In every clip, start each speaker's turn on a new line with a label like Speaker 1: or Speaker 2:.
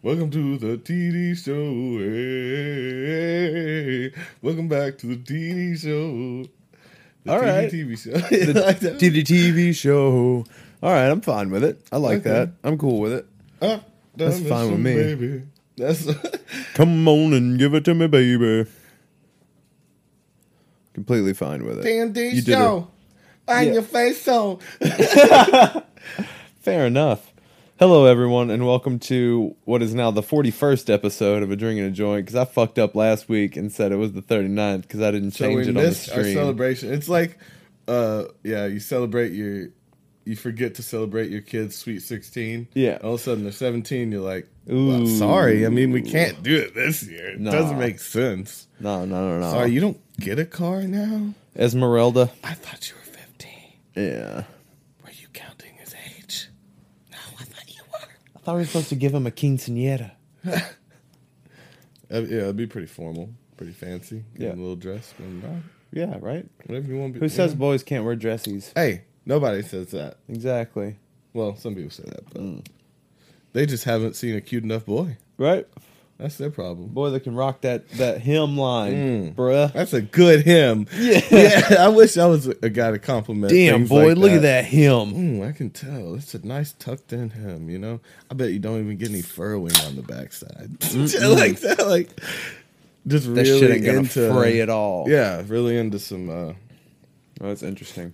Speaker 1: Welcome to the TD show. Hey, Welcome back to the TD show. The
Speaker 2: All
Speaker 1: TD
Speaker 2: right.
Speaker 1: TV show. You like that?
Speaker 2: TV TV show. All right, I'm fine with it. I like
Speaker 1: Okay.
Speaker 2: that. I'm cool with it.
Speaker 1: Ah,
Speaker 2: That's
Speaker 1: done
Speaker 2: fine with me.
Speaker 1: Baby. That's
Speaker 2: Come on and give it to me, baby. Completely fine with it. You
Speaker 1: TD
Speaker 2: did
Speaker 1: show. Find
Speaker 2: Yeah.
Speaker 1: your face so.
Speaker 2: Fair enough. Hello, everyone, and welcome to what is now the 41st episode of A Drink and a Joint because I fucked up last week and said it was the 39th because I didn't
Speaker 1: So
Speaker 2: change
Speaker 1: we
Speaker 2: it on the
Speaker 1: missed our
Speaker 2: stream.
Speaker 1: celebration. It's like, uh, yeah, you celebrate your, you forget to celebrate your kid's sweet sixteen.
Speaker 2: Yeah.
Speaker 1: All of a sudden they're seventeen. You're like, well,
Speaker 2: Ooh.
Speaker 1: sorry. I mean, we can't do it this year. It
Speaker 2: Nah.
Speaker 1: doesn't make sense.
Speaker 2: No, no, no, no.
Speaker 1: Sorry, you don't get a car now.
Speaker 2: Esmeralda.
Speaker 1: I thought you were fifteen.
Speaker 2: Yeah.
Speaker 1: Were you counting his age? No, I thought you were.
Speaker 2: I thought we were supposed to give him a quinceanera.
Speaker 1: Uh, yeah, it'd be pretty formal, pretty fancy.
Speaker 2: Yeah.
Speaker 1: Yeah, a little dress, going by.
Speaker 2: Yeah, right?
Speaker 1: whatever you want. to be-
Speaker 2: Who says
Speaker 1: yeah.
Speaker 2: boys can't wear dressies?
Speaker 1: Hey, nobody says that.
Speaker 2: Exactly.
Speaker 1: Well, some people say that, but
Speaker 2: Mm.
Speaker 1: they just haven't seen a cute enough boy.
Speaker 2: Right?
Speaker 1: That's their problem.
Speaker 2: Boy that can rock that, that hymn line,
Speaker 1: Mm.
Speaker 2: bruh.
Speaker 1: That's a good hymn.
Speaker 2: Yeah.
Speaker 1: I wish I was a guy to compliment.
Speaker 2: Damn,
Speaker 1: things
Speaker 2: boy,
Speaker 1: like
Speaker 2: look at that hymn.
Speaker 1: Mm, I can tell. It's a nice tucked in hymn, you know? I bet you don't even get any furrowing on the backside. like that, like just
Speaker 2: That
Speaker 1: really
Speaker 2: shit ain't gonna
Speaker 1: into
Speaker 2: fray at all.
Speaker 1: Yeah, really into some uh
Speaker 2: Oh, that's interesting.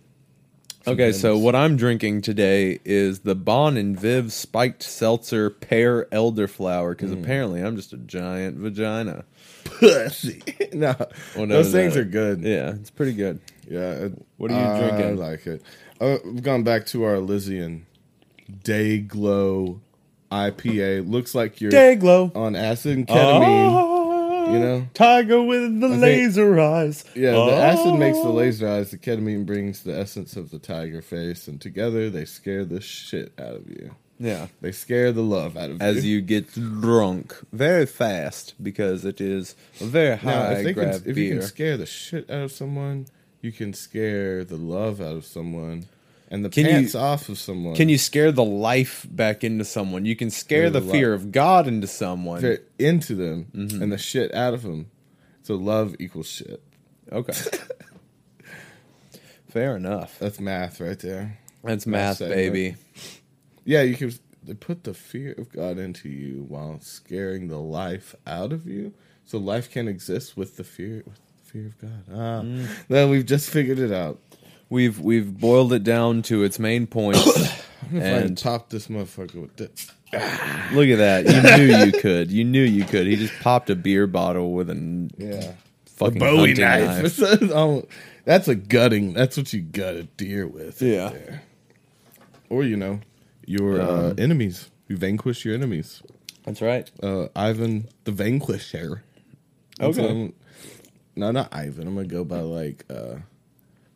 Speaker 2: Okay, so
Speaker 1: Sometimes.
Speaker 2: what I'm drinking today is the Bon and Viv spiked seltzer pear elderflower because
Speaker 1: Mm.
Speaker 2: apparently I'm just a giant vagina.
Speaker 1: pussy. no,
Speaker 2: Oh, no,
Speaker 1: those
Speaker 2: no,
Speaker 1: things
Speaker 2: no.
Speaker 1: are good.
Speaker 2: Yeah, it's pretty good.
Speaker 1: Yeah. it-
Speaker 2: What are you
Speaker 1: I
Speaker 2: drinking?
Speaker 1: like it. Uh, we've gone back to our Elysian Day Glow IPA. Looks like you're
Speaker 2: Day glow.
Speaker 1: on acid and ketamine. you know?
Speaker 2: Oh. Tiger with the
Speaker 1: think-
Speaker 2: laser eyes.
Speaker 1: Yeah, the acid makes the
Speaker 2: Oh.
Speaker 1: laser eyes. The ketamine brings the essence of the tiger face, and together they scare the shit out of you.
Speaker 2: Yeah,
Speaker 1: They scare the love out of
Speaker 2: as
Speaker 1: you.
Speaker 2: you get drunk very fast because it is a
Speaker 1: now,
Speaker 2: very high
Speaker 1: if, they can,
Speaker 2: grav
Speaker 1: if you
Speaker 2: beer.
Speaker 1: can scare the shit out of someone, you can scare the love out of someone, and the
Speaker 2: Can you-
Speaker 1: pants off of someone.
Speaker 2: Can you scare the life back into someone? You can
Speaker 1: Scare
Speaker 2: scare the
Speaker 1: the
Speaker 2: fear of God into someone.
Speaker 1: they're into them
Speaker 2: Mm-hmm.
Speaker 1: and the shit out of them. So love equals shit.
Speaker 2: Okay. Fair enough.
Speaker 1: That's math right there.
Speaker 2: That's math,
Speaker 1: Math segment.
Speaker 2: baby.
Speaker 1: Yeah, you can they put the fear of God into you while scaring the life out of you. So life can exist with the fear with the fear of God. Ah.
Speaker 2: Mm.
Speaker 1: Now we've just figured it out.
Speaker 2: We've we've boiled it down to its main points.
Speaker 1: If I
Speaker 2: and
Speaker 1: pop this motherfucker with this.
Speaker 2: look at that. You knew you could. You knew you could. He just popped a beer bottle with a n-
Speaker 1: Yeah.
Speaker 2: fucking
Speaker 1: Bowie
Speaker 2: hunting
Speaker 1: knife.
Speaker 2: knife.
Speaker 1: Oh, That's a gutting. That's what you gut a deer with.
Speaker 2: Yeah.
Speaker 1: there. Or you know, your uh,
Speaker 2: Um,
Speaker 1: enemies. You vanquish your enemies.
Speaker 2: That's right.
Speaker 1: uh, Ivan the Vanquisher. That's
Speaker 2: Okay.
Speaker 1: what I'm- no, not Ivan. I'm gonna go by like uh,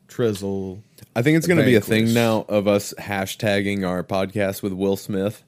Speaker 1: Trizzle.
Speaker 2: I think it's going to be a
Speaker 1: Vanquish.
Speaker 2: thing now of us hashtagging our podcast with Will Smith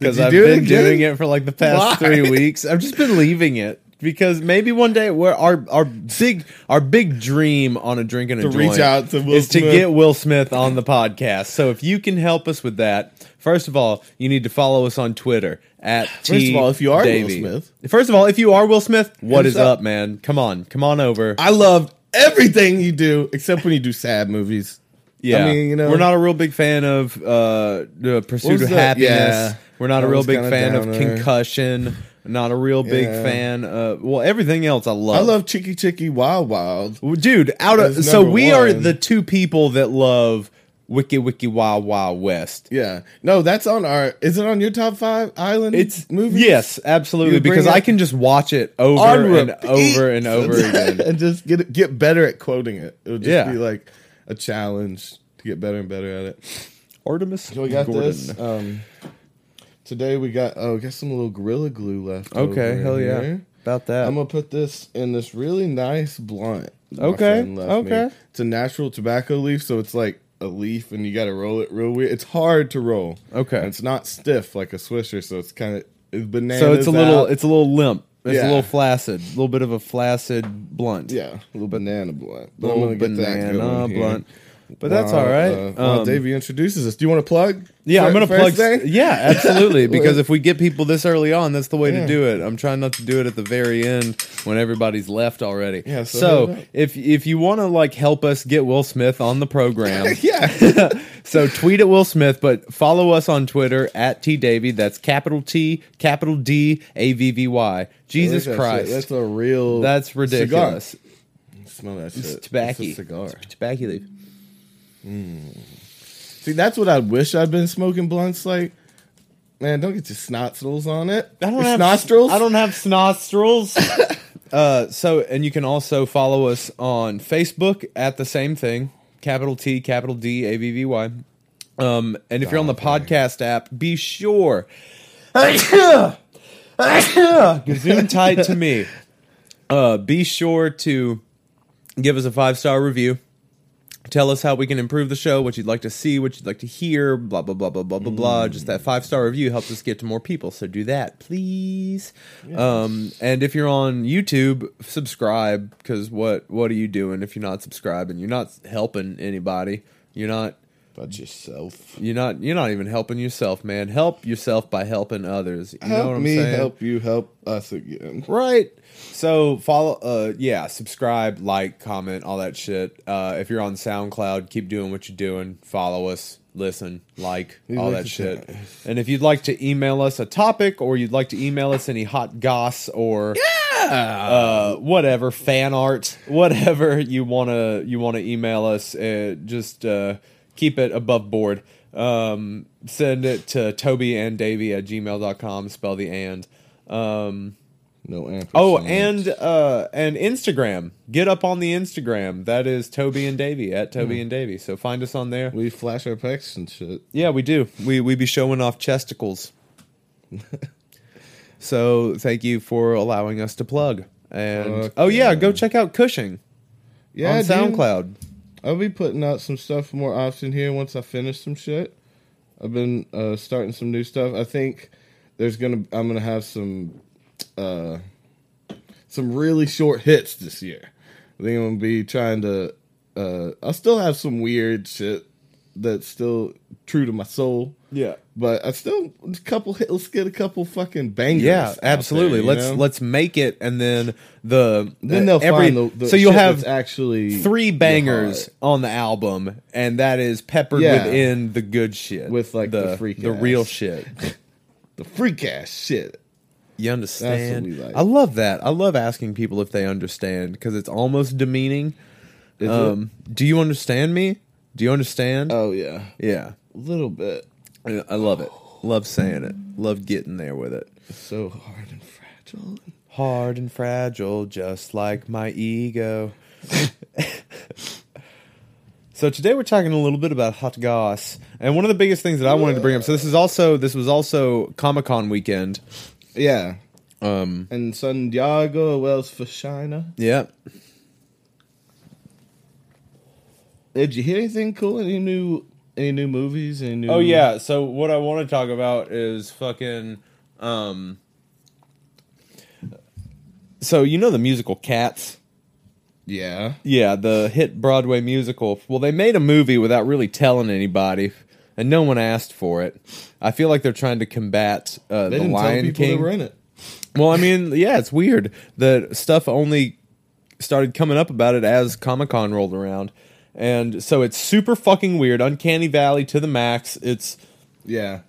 Speaker 2: because
Speaker 1: you
Speaker 2: I've
Speaker 1: do it
Speaker 2: been
Speaker 1: again?
Speaker 2: doing it for like the past
Speaker 1: Why?
Speaker 2: three weeks. I've just been leaving it because maybe one day we're, our our big our big dream on a drink and a
Speaker 1: To
Speaker 2: joint
Speaker 1: reach out to Will
Speaker 2: is to
Speaker 1: Smith.
Speaker 2: get Will Smith on the podcast. So if you can help us with that, first of all, you need to follow us on Twitter at
Speaker 1: First of all, if you are Will
Speaker 2: Davey.
Speaker 1: Smith.
Speaker 2: first of all, if you are Will Smith, what
Speaker 1: us
Speaker 2: is up,
Speaker 1: up.
Speaker 2: man? Come on, come on over.
Speaker 1: I love everything you do except when you do sad movies.
Speaker 2: Yeah,
Speaker 1: I mean, you know,
Speaker 2: we're not a real big fan of uh, the
Speaker 1: What
Speaker 2: pursuit
Speaker 1: was
Speaker 2: of
Speaker 1: that?
Speaker 2: happiness.
Speaker 1: Yeah.
Speaker 2: We're not
Speaker 1: That
Speaker 2: a real
Speaker 1: was
Speaker 2: big
Speaker 1: kinda
Speaker 2: fan of
Speaker 1: downer.
Speaker 2: concussion. Not a real big
Speaker 1: Yeah.
Speaker 2: fan. Of, well, everything else I love.
Speaker 1: I love Chicky Chicky Wild Wild.
Speaker 2: Well, dude. Out of
Speaker 1: That's
Speaker 2: so
Speaker 1: number
Speaker 2: we are
Speaker 1: one.
Speaker 2: the two people that love Wiki Wiki Wild Wild West.
Speaker 1: Yeah, no, that's on our. Is it on your top five island?
Speaker 2: It's
Speaker 1: movies.
Speaker 2: Yes, absolutely.
Speaker 1: You bring
Speaker 2: Because I
Speaker 1: it
Speaker 2: can just watch it over
Speaker 1: on
Speaker 2: and
Speaker 1: repeat.
Speaker 2: over and over again.
Speaker 1: and just get get better at quoting it. It would just
Speaker 2: Yeah.
Speaker 1: be like a challenge to get better and better at it.
Speaker 2: Artemis
Speaker 1: So we got
Speaker 2: Gordon.
Speaker 1: this. Um, today we got oh, we got some little gorilla glue left.
Speaker 2: Okay,
Speaker 1: over
Speaker 2: hell yeah.
Speaker 1: here.
Speaker 2: About that.
Speaker 1: I'm gonna put this in this really nice blunt. my
Speaker 2: Okay,
Speaker 1: friend left me.
Speaker 2: okay.
Speaker 1: It's a natural tobacco leaf, so it's like a leaf, and you got to roll it real weird. It's hard to roll.
Speaker 2: Okay.
Speaker 1: And it's not stiff like a swisher, so it's kind of banana.
Speaker 2: so it's a little it's a little limp. It's a
Speaker 1: Yeah.
Speaker 2: little flaccid, a little bit of a flaccid blunt.
Speaker 1: yeah, a little banana blunt. But I'm
Speaker 2: little
Speaker 1: gonna get that
Speaker 2: banana
Speaker 1: going here.
Speaker 2: blunt. But that's all right.
Speaker 1: Uh, while
Speaker 2: Um,
Speaker 1: Davey introduces us. Do you want to plug?
Speaker 2: Yeah, I'm
Speaker 1: fir-
Speaker 2: gonna plug.
Speaker 1: first thing?
Speaker 2: Yeah, absolutely. because
Speaker 1: Like-
Speaker 2: if we get people this early on, that's the way
Speaker 1: Yeah.
Speaker 2: to do it. I'm trying not to do it at the very end when everybody's left already.
Speaker 1: Yeah, so
Speaker 2: So,
Speaker 1: hit it up.
Speaker 2: if if you want to like help us get Will Smith on the program,
Speaker 1: yeah.
Speaker 2: so tweet at Will Smith, but follow us on Twitter at T Davy. That's capital T, capital D A V V Y. Jesus
Speaker 1: Look at that shit.
Speaker 2: Christ,
Speaker 1: That's
Speaker 2: that's,
Speaker 1: a real.
Speaker 2: ridiculous.
Speaker 1: Cigar. Smell that shit.
Speaker 2: It's
Speaker 1: It's a
Speaker 2: tobacco.
Speaker 1: cigar.
Speaker 2: It's tobacco leaf.
Speaker 1: See, that's what I wish I'd been smoking blunts like. Man, don't get your snostrils on it.
Speaker 2: I don't
Speaker 1: your
Speaker 2: have
Speaker 1: nostrils.
Speaker 2: I don't have snostrils. uh, so, and you can also follow us on Facebook at the same thing, capital T, capital D, A V V Y. Um, and if you're on the podcast app, be sure gazoom tight to me. Uh, be sure to give us a five star review. Tell us how we can improve the show, what you'd like to see, what you'd like to hear, blah, blah, blah, blah, blah, blah, blah. Just
Speaker 1: Mm.
Speaker 2: that five star review helps us get to more people. So do that, please. Um, and if you're on YouTube, subscribe because what, what are you doing if you're not subscribing? You're not helping anybody. You're not.
Speaker 1: But yourself.
Speaker 2: You're not. You're not even helping yourself, man. Help yourself by helping others. You know
Speaker 1: help
Speaker 2: what I'm
Speaker 1: me
Speaker 2: saying?
Speaker 1: help you help us again.
Speaker 2: Right. So follow uh yeah, subscribe, like, comment, all that shit. Uh if you're on SoundCloud, keep doing what you're doing. Follow us, listen, like,
Speaker 1: We
Speaker 2: all
Speaker 1: like
Speaker 2: that
Speaker 1: to
Speaker 2: shit. And if you'd like to email us a topic or you'd like to email us any hot goss or uh whatever fan art, whatever you want to you want to email us, uh, just uh keep it above board. Um send it to Toby and Davey at gmail.com, spell the and. Um
Speaker 1: No ampersand.
Speaker 2: Oh, and uh, and Instagram. Get up on the Instagram. That is Toby and Davy at
Speaker 1: Hmm.
Speaker 2: Toby and Davy. So find us on there.
Speaker 1: we flash our pecs and shit.
Speaker 2: Yeah, we do. We we be showing off chesticles. so thank you for allowing us to plug. And
Speaker 1: Fuck
Speaker 2: oh yeah,
Speaker 1: yeah.
Speaker 2: go check out Cushing
Speaker 1: Yeah,
Speaker 2: on
Speaker 1: dude.
Speaker 2: SoundCloud.
Speaker 1: I'll be putting out some stuff more often here once I finish some shit. I've been uh, starting some new stuff. I think there's gonna I'm gonna have some uh, some really short hits this year. I think I'm gonna be trying to. Uh, I'll still have some weird shit that's still true to my soul,
Speaker 2: Yeah.
Speaker 1: but I still a couple. Hit, let's get a couple fucking bangers.
Speaker 2: Yeah,
Speaker 1: out there,
Speaker 2: absolutely.
Speaker 1: you
Speaker 2: let's
Speaker 1: know?
Speaker 2: let's make it, and then the
Speaker 1: then they'll
Speaker 2: every-
Speaker 1: find the, the
Speaker 2: so you'll
Speaker 1: shit
Speaker 2: have
Speaker 1: that's actually
Speaker 2: three
Speaker 1: your
Speaker 2: bangers
Speaker 1: heart.
Speaker 2: on the album, and that is peppered
Speaker 1: Yeah.
Speaker 2: within the good shit,
Speaker 1: With, like, the freak
Speaker 2: the
Speaker 1: ass.
Speaker 2: real shit.
Speaker 1: the freak ass shit.
Speaker 2: You understand?
Speaker 1: we like.
Speaker 2: I love that. I love asking people if they understand because it's almost demeaning.
Speaker 1: Is it?
Speaker 2: Um, do you understand me? Do you understand?
Speaker 1: Oh yeah,
Speaker 2: yeah,
Speaker 1: a little bit.
Speaker 2: I I love it. Love saying it. Love getting there with it.
Speaker 1: It's so hard and fragile.
Speaker 2: Hard and fragile, just like my ego. so today we're talking a little bit about hot goss, and one of the biggest things that I wanted to bring up. So this is also this was also Comic Con weekend.
Speaker 1: Yeah,
Speaker 2: Um,
Speaker 1: and Santiago Wells for China.
Speaker 2: yeah,
Speaker 1: Did you hear anything cool? Any new any new movies? Any new?
Speaker 2: Oh yeah. So what I want to talk about is fucking. Um, so you know the musical Cats.
Speaker 1: yeah.
Speaker 2: Yeah, the hit Broadway musical. Well, they made a movie without really telling anybody, and no one asked for it. I feel like they're trying to combat uh,
Speaker 1: They
Speaker 2: the
Speaker 1: didn't tell
Speaker 2: Lion
Speaker 1: people
Speaker 2: King.
Speaker 1: they were in it.
Speaker 2: Well, I mean, yeah, it's weird that stuff only started coming up about it as Comic Con rolled around. And so it's super fucking weird, uncanny valley to the max. It's
Speaker 1: Yeah,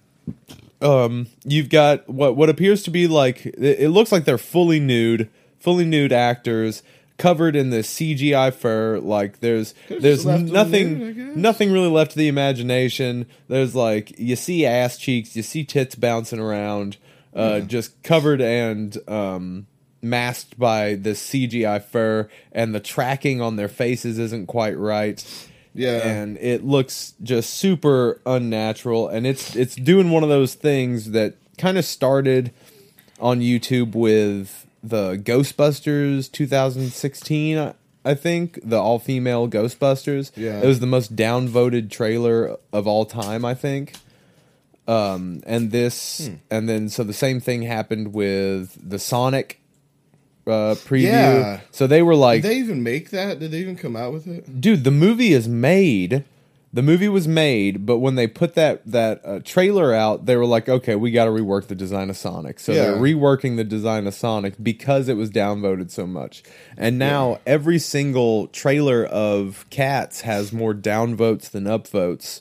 Speaker 2: um, you've got what what appears to be like it, it looks like they're fully nude, fully nude actors covered in the CGI fur. Like there's
Speaker 1: Could've
Speaker 2: there's
Speaker 1: just left them
Speaker 2: nothing
Speaker 1: nude, I guess.
Speaker 2: nothing really left to the imagination. There's like you see ass cheeks, you see tits bouncing around, uh, just covered and um, masked by the CGI fur, and the tracking on their faces isn't quite right
Speaker 1: yeah.
Speaker 2: and it looks just super unnatural and it's it's doing one of those things that kind of started on YouTube with the Ghostbusters 2016 I- I think the all female Ghostbusters
Speaker 1: Yeah.
Speaker 2: it was the most downvoted trailer of all time I think
Speaker 1: Hmm.
Speaker 2: um and this and then so the same thing happened with the Sonic uh, preview.
Speaker 1: Yeah.
Speaker 2: So they were like,
Speaker 1: Did they even make that? Did they even come out with it?
Speaker 2: dude, the movie is made. The movie was made, but when they put that that uh, trailer out, they were like, "Okay, we got to rework the design of Sonic." So they're
Speaker 1: Yeah.
Speaker 2: reworking the design of Sonic because it was downvoted so much, and now every single trailer of Cats has more downvotes than upvotes.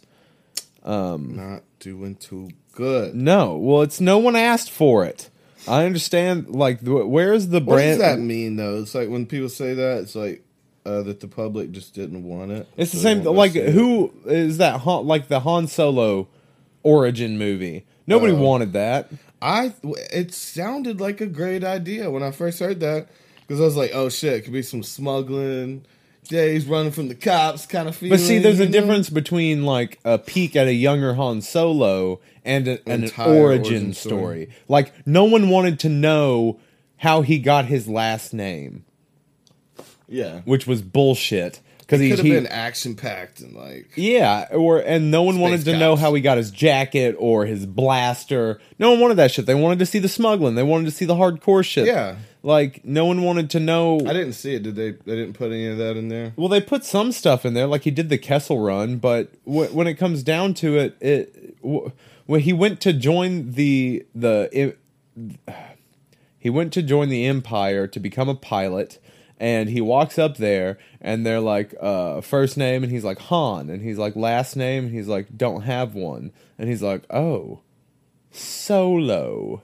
Speaker 1: Not doing too good.
Speaker 2: No, well, it's no one asked for it. I understand. Like, th- where's the
Speaker 1: What
Speaker 2: brand?
Speaker 1: does that mean though? It's like when people say that, it's like uh, that the public just didn't want it.
Speaker 2: It's the
Speaker 1: So they won't
Speaker 2: same.
Speaker 1: go
Speaker 2: Like
Speaker 1: see it.
Speaker 2: who is that? Han, like the Han Solo origin movie. Nobody
Speaker 1: Oh.
Speaker 2: wanted that.
Speaker 1: I it sounded like a great idea when I first heard that because I was like, oh shit, it could be some smuggling. Days running from the cops, kind of feeling.
Speaker 2: But see, there's a
Speaker 1: you know?
Speaker 2: difference between like a peek at a younger Han Solo and, a, and an
Speaker 1: Entire
Speaker 2: origin,
Speaker 1: origin
Speaker 2: story.
Speaker 1: story.
Speaker 2: Like no one wanted to know how he got his last name,
Speaker 1: Yeah,
Speaker 2: which was bullshit. Because he,
Speaker 1: could have
Speaker 2: he
Speaker 1: been action packed and like
Speaker 2: yeah, or and no one wanted to
Speaker 1: Space
Speaker 2: know
Speaker 1: cops.
Speaker 2: how he got his jacket or his blaster. No one wanted that shit. They wanted to see the smuggling. They wanted to see the hardcore shit.
Speaker 1: Yeah.
Speaker 2: like no one wanted to know.
Speaker 1: I didn't see it. Did they? They didn't put any of that in there.
Speaker 2: Well, they put some stuff in there, like he did the Kessel Run, but w- when it comes down to it, it w- when he went to join the the i- he went to join the Empire to become a pilot, and he walks up there, and they're like uh, first name, and he's like Han, and he's like last name, and he's like don't have one, and he's like oh, Solo,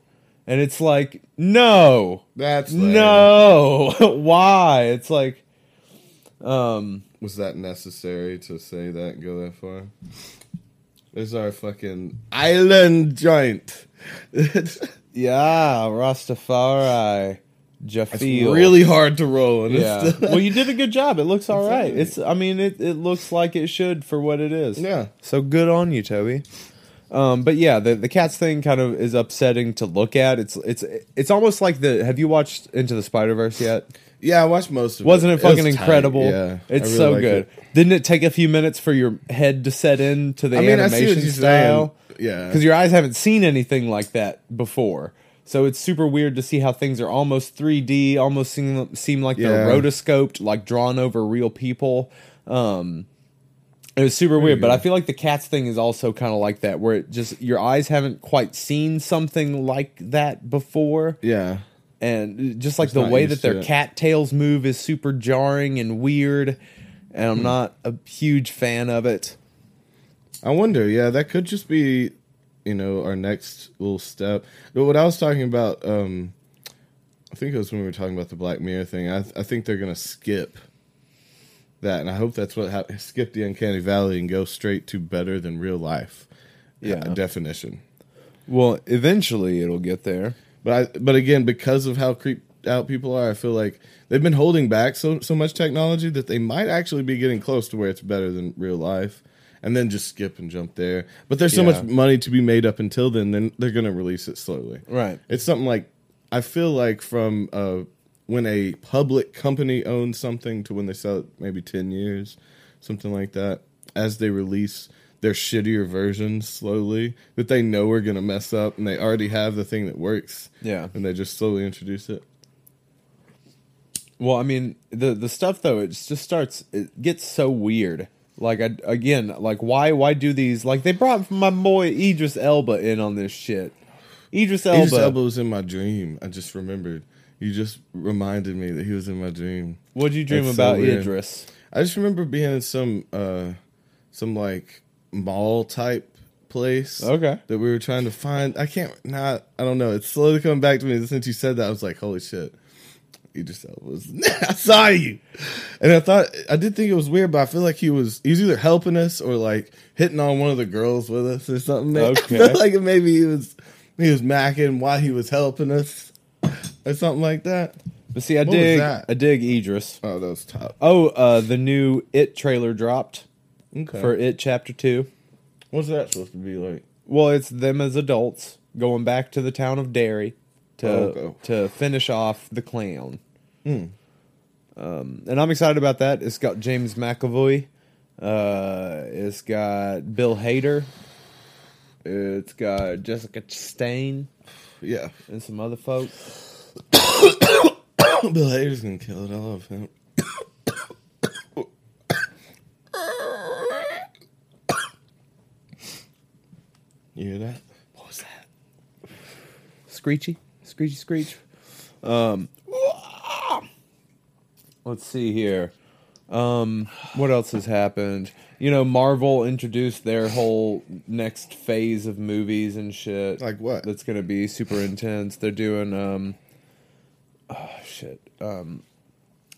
Speaker 2: and it's like no,
Speaker 1: That's lame.
Speaker 2: no, why? It's like.
Speaker 1: Was that necessary to say that? and Go that far? There's our fucking island joint. it's
Speaker 2: Yeah, Rastafari, Jafiel.
Speaker 1: really hard to roll. And yeah.
Speaker 2: Yeah.
Speaker 1: It's
Speaker 2: well, you did a good job. It looks all right.
Speaker 1: alright.
Speaker 2: It's. I mean, it, it looks like it should for what it is.
Speaker 1: Yeah.
Speaker 2: So good on you, Toby. Um, but yeah, the the cats thing kind of is upsetting to look at. It's it's it's almost like the. Have you watched Into the Spider Verse yet?
Speaker 1: yeah, I watched most of
Speaker 2: Wasn't
Speaker 1: it.
Speaker 2: it fucking
Speaker 1: was tight.
Speaker 2: incredible?
Speaker 1: Yeah,
Speaker 2: it's
Speaker 1: I really
Speaker 2: so
Speaker 1: liked
Speaker 2: good.
Speaker 1: it.
Speaker 2: Didn't it take a few minutes for your head to set in to the
Speaker 1: I mean, I see
Speaker 2: animation
Speaker 1: what you're
Speaker 2: style?
Speaker 1: saying. Yeah,
Speaker 2: because your eyes haven't seen anything like that before. So it's super weird to see how things are almost 3D, almost seem, seem like they're
Speaker 1: Yeah.
Speaker 2: rotoscoped, like drawn over real people. Um, it was super weird, but I feel like the cats thing is also kind of like that, where it just your eyes haven't quite seen something like that before,
Speaker 1: yeah.
Speaker 2: and just like the
Speaker 1: not
Speaker 2: way that
Speaker 1: used to
Speaker 2: their
Speaker 1: it.
Speaker 2: cat tails move is super jarring and weird, and I'm not a huge fan of it.
Speaker 1: I wonder. Yeah, that could just be, you know, our next little step. But what I was talking about, um, I think it was when we were talking about the Black Mirror thing. I, I think they're gonna skip that, and I hope that's what happened. Skip the uncanny valley and go straight to better than real life.
Speaker 2: Yeah.
Speaker 1: uh, definition.
Speaker 2: Well, eventually it'll get there.
Speaker 1: But I, but again, because of how creeped out people are, I feel like they've been holding back so so much technology that they might actually be getting close to where it's better than real life, and then just skip and jump there. But there's so
Speaker 2: Yeah.
Speaker 1: much money to be made up until then. Then they're gonna release it slowly.
Speaker 2: Right.
Speaker 1: It's something like I feel like from uh, when a public company owns something to when they sell it, maybe ten years, something like that. As they release their shittier versions slowly, that they know are gonna mess up, and they already have the thing that works.
Speaker 2: Yeah.
Speaker 1: and they just slowly introduce it.
Speaker 2: Well, I mean, the the stuff though, it just starts. It gets so weird. Like I, again, like why why do these? Like they brought my boy Idris Elba in on this shit. Idris Elba.
Speaker 1: Idris Elba was in my dream. I just remembered. You just reminded me that he was in my dream.
Speaker 2: What'd you dream
Speaker 1: That's so
Speaker 2: about
Speaker 1: weird.
Speaker 2: Idris?
Speaker 1: I just remember being in some uh some like mall type place.
Speaker 2: Okay.
Speaker 1: That we were trying to find. I can't not I don't know. It's slowly coming back to me since you said that. I was like, holy shit. You just was I saw you. And I thought I did think it was weird, but I feel like he was he was either helping us or like hitting on one of the girls with us or something. I
Speaker 2: Okay.
Speaker 1: felt like maybe he was he was macking while he was helping us or something like that.
Speaker 2: But see, I
Speaker 1: was
Speaker 2: dig
Speaker 1: that?
Speaker 2: I dig Idris.
Speaker 1: Oh, that was top.
Speaker 2: Oh, uh, the new It trailer dropped
Speaker 1: Okay.
Speaker 2: for It Chapter Two.
Speaker 1: What's that supposed to be like?
Speaker 2: Well, it's them as adults going back to the town of Derry to
Speaker 1: Okay.
Speaker 2: to finish off the clown. Um, and I'm excited about that. It's got James McAvoy. Uh, it's got Bill Hader. It's got Jessica Chastain
Speaker 1: Yeah.
Speaker 2: and some other folks.
Speaker 1: Bill Hader's gonna kill it. I love him. you hear that? What was that?
Speaker 2: Screechy, screechy, screech. Um, let's see here. Um, what else has happened? You know, Marvel introduced their whole next phase of movies and shit.
Speaker 1: Like what?
Speaker 2: That's gonna be super intense. They're doing um, oh shit. Um,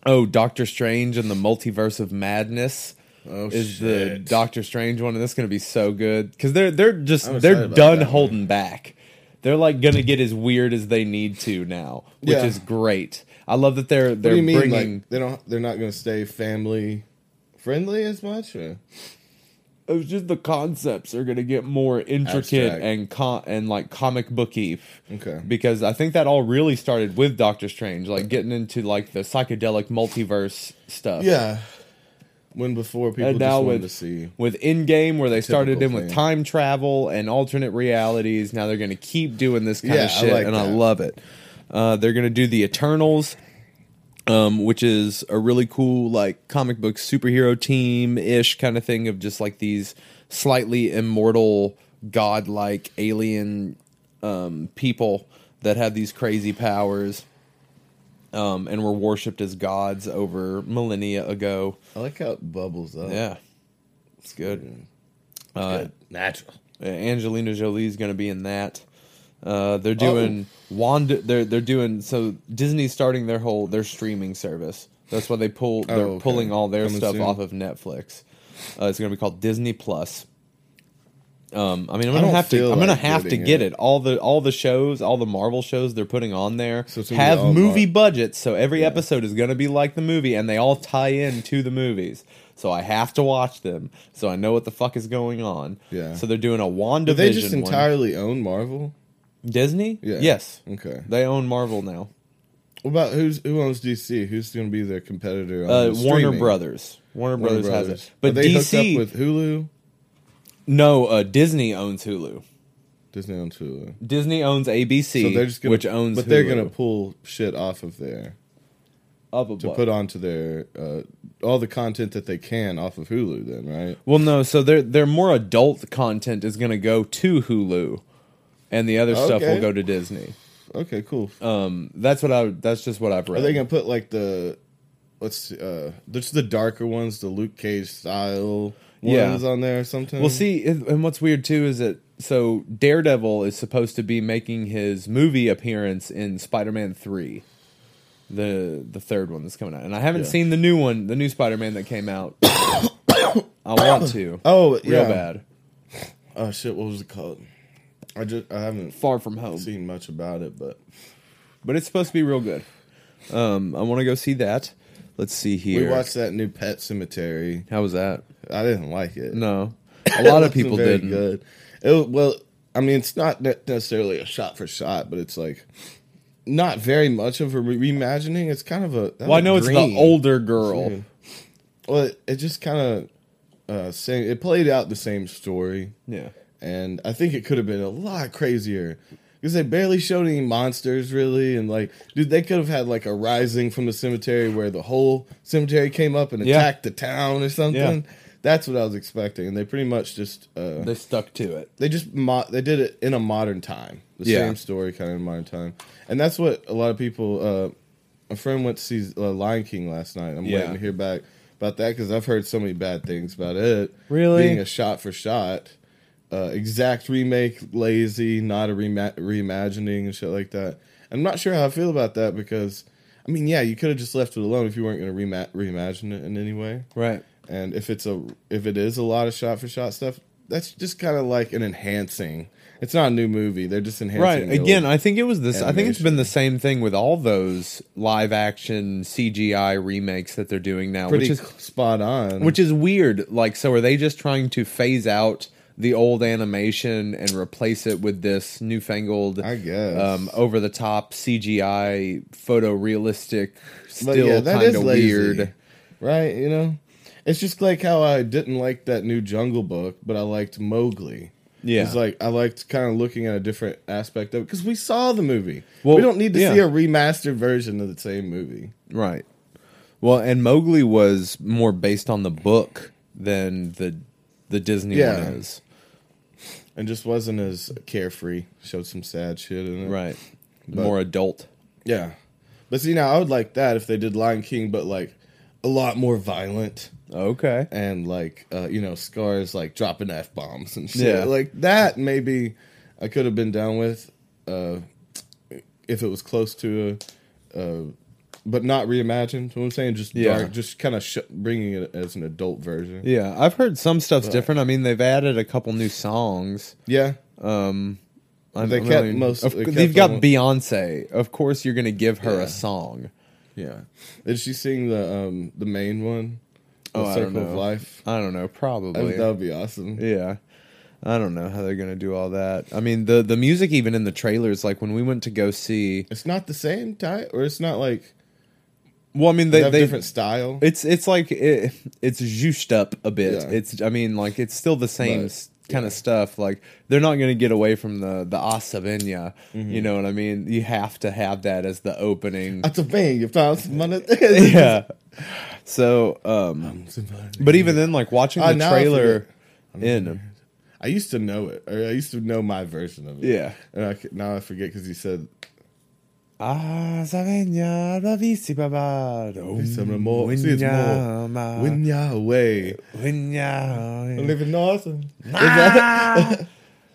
Speaker 2: oh, Doctor Strange and the Multiverse of Madness.
Speaker 1: Oh
Speaker 2: is the
Speaker 1: shit.
Speaker 2: Doctor Strange one, and that's going to be so good because they're they're just
Speaker 1: I'm excited
Speaker 2: they're
Speaker 1: about
Speaker 2: done
Speaker 1: that one.
Speaker 2: holding back. They're like going to get as weird as they need to now, which
Speaker 1: Yeah.
Speaker 2: is great. I love that they're
Speaker 1: What
Speaker 2: they're
Speaker 1: do you mean?
Speaker 2: bringing.
Speaker 1: Like they don't? They're not gonna stay family friendly as much? Or?
Speaker 2: it was just the concepts are going to get more intricate
Speaker 1: Abstract.
Speaker 2: and con- and like comic booky.
Speaker 1: Okay.
Speaker 2: Because I think that all really started with Doctor Strange, like getting into like the psychedelic multiverse stuff.
Speaker 1: Yeah. When before people
Speaker 2: And
Speaker 1: just
Speaker 2: now
Speaker 1: wanted
Speaker 2: with-
Speaker 1: to see.
Speaker 2: with Endgame, where they started in
Speaker 1: Typical
Speaker 2: with
Speaker 1: thing.
Speaker 2: time travel and alternate realities. Now they're going to keep doing this kind
Speaker 1: Yeah, I
Speaker 2: of shit,
Speaker 1: like
Speaker 2: and I
Speaker 1: that.
Speaker 2: love it. Uh, they're going to do the Eternals, um, which is a really cool like comic book superhero team ish kind of thing of just like these slightly immortal, godlike alien um, people that have these crazy powers. Um, and were worshipped as gods over millennia ago.
Speaker 1: I like how it bubbles up.
Speaker 2: Yeah, it's good.
Speaker 1: Uh, Natural.
Speaker 2: Uh, Angelina Jolie's going to be in that. Uh,
Speaker 1: Oh.
Speaker 2: they're doing Wanda. They're they're doing so. Disney's starting their whole their streaming service. That's why they pull. They're
Speaker 1: Oh, okay.
Speaker 2: pulling all their
Speaker 1: Coming
Speaker 2: stuff
Speaker 1: soon.
Speaker 2: off of Netflix. Uh, it's going to be called Disney Plus. Um, I mean, I'm
Speaker 1: I
Speaker 2: gonna
Speaker 1: don't
Speaker 2: have to.
Speaker 1: feel
Speaker 2: I'm gonna
Speaker 1: like
Speaker 2: have to
Speaker 1: getting
Speaker 2: get it.
Speaker 1: it.
Speaker 2: All the all the shows, all the Marvel shows they're putting on there
Speaker 1: So it's gonna be
Speaker 2: have
Speaker 1: all
Speaker 2: movie
Speaker 1: Mar-
Speaker 2: budgets, so every episode is gonna be like the movie, and they all tie in to the movies. So I have to watch them, so I know what the fuck is going on.
Speaker 1: Yeah.
Speaker 2: So they're doing a Wanda.
Speaker 1: Do they just
Speaker 2: Vision one.
Speaker 1: entirely own Marvel?
Speaker 2: Disney?
Speaker 1: Yeah.
Speaker 2: Yes.
Speaker 1: Okay.
Speaker 2: They own Marvel now.
Speaker 1: What about who's who owns DC? Who's going to be their competitor? On
Speaker 2: Uh,
Speaker 1: the
Speaker 2: Warner
Speaker 1: Oh, streaming?
Speaker 2: Brothers. Warner,
Speaker 1: Warner
Speaker 2: Brothers, has
Speaker 1: Brothers.
Speaker 2: it. But
Speaker 1: Are they hooked
Speaker 2: DC
Speaker 1: up with Hulu.
Speaker 2: No, uh, Disney owns Hulu.
Speaker 1: Disney owns Hulu.
Speaker 2: Disney owns ABC,
Speaker 1: So they're just gonna,
Speaker 2: which owns
Speaker 1: but they're
Speaker 2: Hulu.
Speaker 1: going to pull shit off of there
Speaker 2: Up a
Speaker 1: to
Speaker 2: buck.
Speaker 1: put onto their uh, all the content that they can off of Hulu. Then right?
Speaker 2: Well, no, so their their more adult content is going to go to Hulu and the other stuff will
Speaker 1: Okay.
Speaker 2: go to Disney.
Speaker 1: Okay, cool.
Speaker 2: Um that's what I that's just what I've read.
Speaker 1: Are they going to put like the let's see, uh, there's the darker ones, the Luke Cage style
Speaker 2: Yeah.
Speaker 1: ones on there sometimes?
Speaker 2: Well, see, and and what's weird too is that so Daredevil is supposed to be making his movie appearance in Spider-Man Three, the the third one that's coming out, and I haven't
Speaker 1: Yeah.
Speaker 2: seen the new one, the new Spider-Man that came out. I want to.
Speaker 1: Oh,
Speaker 2: real
Speaker 1: yeah.
Speaker 2: bad.
Speaker 1: Oh shit, what was it called? I just I haven't
Speaker 2: Far from home,
Speaker 1: seen much about it, but
Speaker 2: but it's supposed to be real good. Um, I want to go see that. Let's see
Speaker 1: we
Speaker 2: here.
Speaker 1: watched that new Pet Cemetery.
Speaker 2: How was that?
Speaker 1: I didn't like it.
Speaker 2: No,
Speaker 1: It
Speaker 2: a lot of
Speaker 1: wasn't
Speaker 2: people
Speaker 1: very
Speaker 2: didn't.
Speaker 1: Good. It wa- well, I mean, it's not ne- necessarily a shot for shot, but it's like not very much of a re- reimagining. It's kind of a that
Speaker 2: Well, I
Speaker 1: was
Speaker 2: know it's the
Speaker 1: green.
Speaker 2: older girl.
Speaker 1: Yeah. Well, it, it just kind of uh, same. It played out the same story,
Speaker 2: Yeah.
Speaker 1: and I think it could have been a lot crazier because they barely showed any monsters really, and like, dude, they could have had like a rising from the cemetery where the whole cemetery came up and
Speaker 2: Yeah.
Speaker 1: attacked the town or something. That's what I was expecting, and they pretty much just uh,
Speaker 2: They stuck to it.
Speaker 1: they just mo- they did it in a modern time the
Speaker 2: Yeah.
Speaker 1: same story kind of in modern time and that's what a lot of people uh a friend went to see uh, lion king last night i'm
Speaker 2: Yeah.
Speaker 1: waiting to hear back about that because i've heard so many bad things about it
Speaker 2: Really?
Speaker 1: being a shot for shot uh exact remake lazy not a reima- reimagining and shit like that i'm not sure how i feel about that because i mean yeah you could have just left it alone if you weren't going to reima- reimagine it in any way
Speaker 2: Right.
Speaker 1: and if it's a if it is a lot of shot for shot stuff that's just kind of like an enhancing it's not a new movie they're just enhancing
Speaker 2: right
Speaker 1: the
Speaker 2: again
Speaker 1: old-
Speaker 2: i think it was this i think it's been the same thing with all those live action cgi remakes that they're doing now
Speaker 1: pretty
Speaker 2: which is
Speaker 1: cl- spot on
Speaker 2: which is weird like so are they just trying to phase out the old animation and replace it with this newfangled
Speaker 1: I guess.
Speaker 2: um over the top cgi photorealistic
Speaker 1: But
Speaker 2: still kind of weird
Speaker 1: right you know it's just like how i didn't like that new jungle book but i liked mowgli
Speaker 2: Yeah.
Speaker 1: It's like I liked kind of looking at a different aspect of it because we saw the movie.
Speaker 2: Well,
Speaker 1: we don't need to
Speaker 2: yeah.
Speaker 1: see a remastered version of the same movie.
Speaker 2: Right. Well, and Mowgli was more based on the book than the the Disney
Speaker 1: Yeah.
Speaker 2: one is.
Speaker 1: And just wasn't as carefree. Showed some sad shit in it.
Speaker 2: Right.
Speaker 1: But-
Speaker 2: more adult.
Speaker 1: Yeah. But see now I would like that if they did Lion King, but like a lot more violent
Speaker 2: Okay.
Speaker 1: and like uh, you know, scars like dropping F bombs and shit.
Speaker 2: Yeah.
Speaker 1: Like that maybe I could have been down with uh if it was close to a uh but not reimagined. You know What I'm saying, just
Speaker 2: Yeah.
Speaker 1: dark, just kind of sh- bringing it as an adult version.
Speaker 2: Yeah, I've heard some stuff's different. I mean, they've added a couple new songs.
Speaker 1: Yeah,
Speaker 2: Um I
Speaker 1: They
Speaker 2: don't
Speaker 1: kept most-
Speaker 2: of,
Speaker 1: they kept
Speaker 2: they've got
Speaker 1: all-
Speaker 2: Beyonce. Of course, you're going to give her
Speaker 1: Yeah.
Speaker 2: a song.
Speaker 1: yeah. Did she sing the um the main one? The
Speaker 2: Oh, I don't
Speaker 1: of
Speaker 2: know.
Speaker 1: Life.
Speaker 2: I don't know,
Speaker 1: That would,
Speaker 2: probably.
Speaker 1: that would be awesome.
Speaker 2: Yeah. I don't know how they're going to do all that. I mean, the the music even in the trailers like when we went to go see
Speaker 1: It's not the same type, or it's not like
Speaker 2: Well, I mean,
Speaker 1: they,
Speaker 2: they
Speaker 1: have
Speaker 2: they
Speaker 1: different style.
Speaker 2: It's it's like it, it's juiced up a bit.
Speaker 1: Yeah.
Speaker 2: It's I mean like it's still the same
Speaker 1: But,
Speaker 2: s kind of stuff. Like they're not going to get away from the the Asavenya. You know what I mean? You have to have that as the opening.
Speaker 1: That's a thing. If Mm-hmm. I was money,
Speaker 2: yeah. So, um but even then like watching the
Speaker 1: Ah, now I
Speaker 2: trailer
Speaker 1: forget.
Speaker 2: in
Speaker 1: I used to know it, or I used to know my version of it.
Speaker 2: Yeah.
Speaker 1: and I, c- now I forget because you said
Speaker 2: Asavenya bravissima
Speaker 1: "Peace and more. See, it's more. When ya away, living awesome.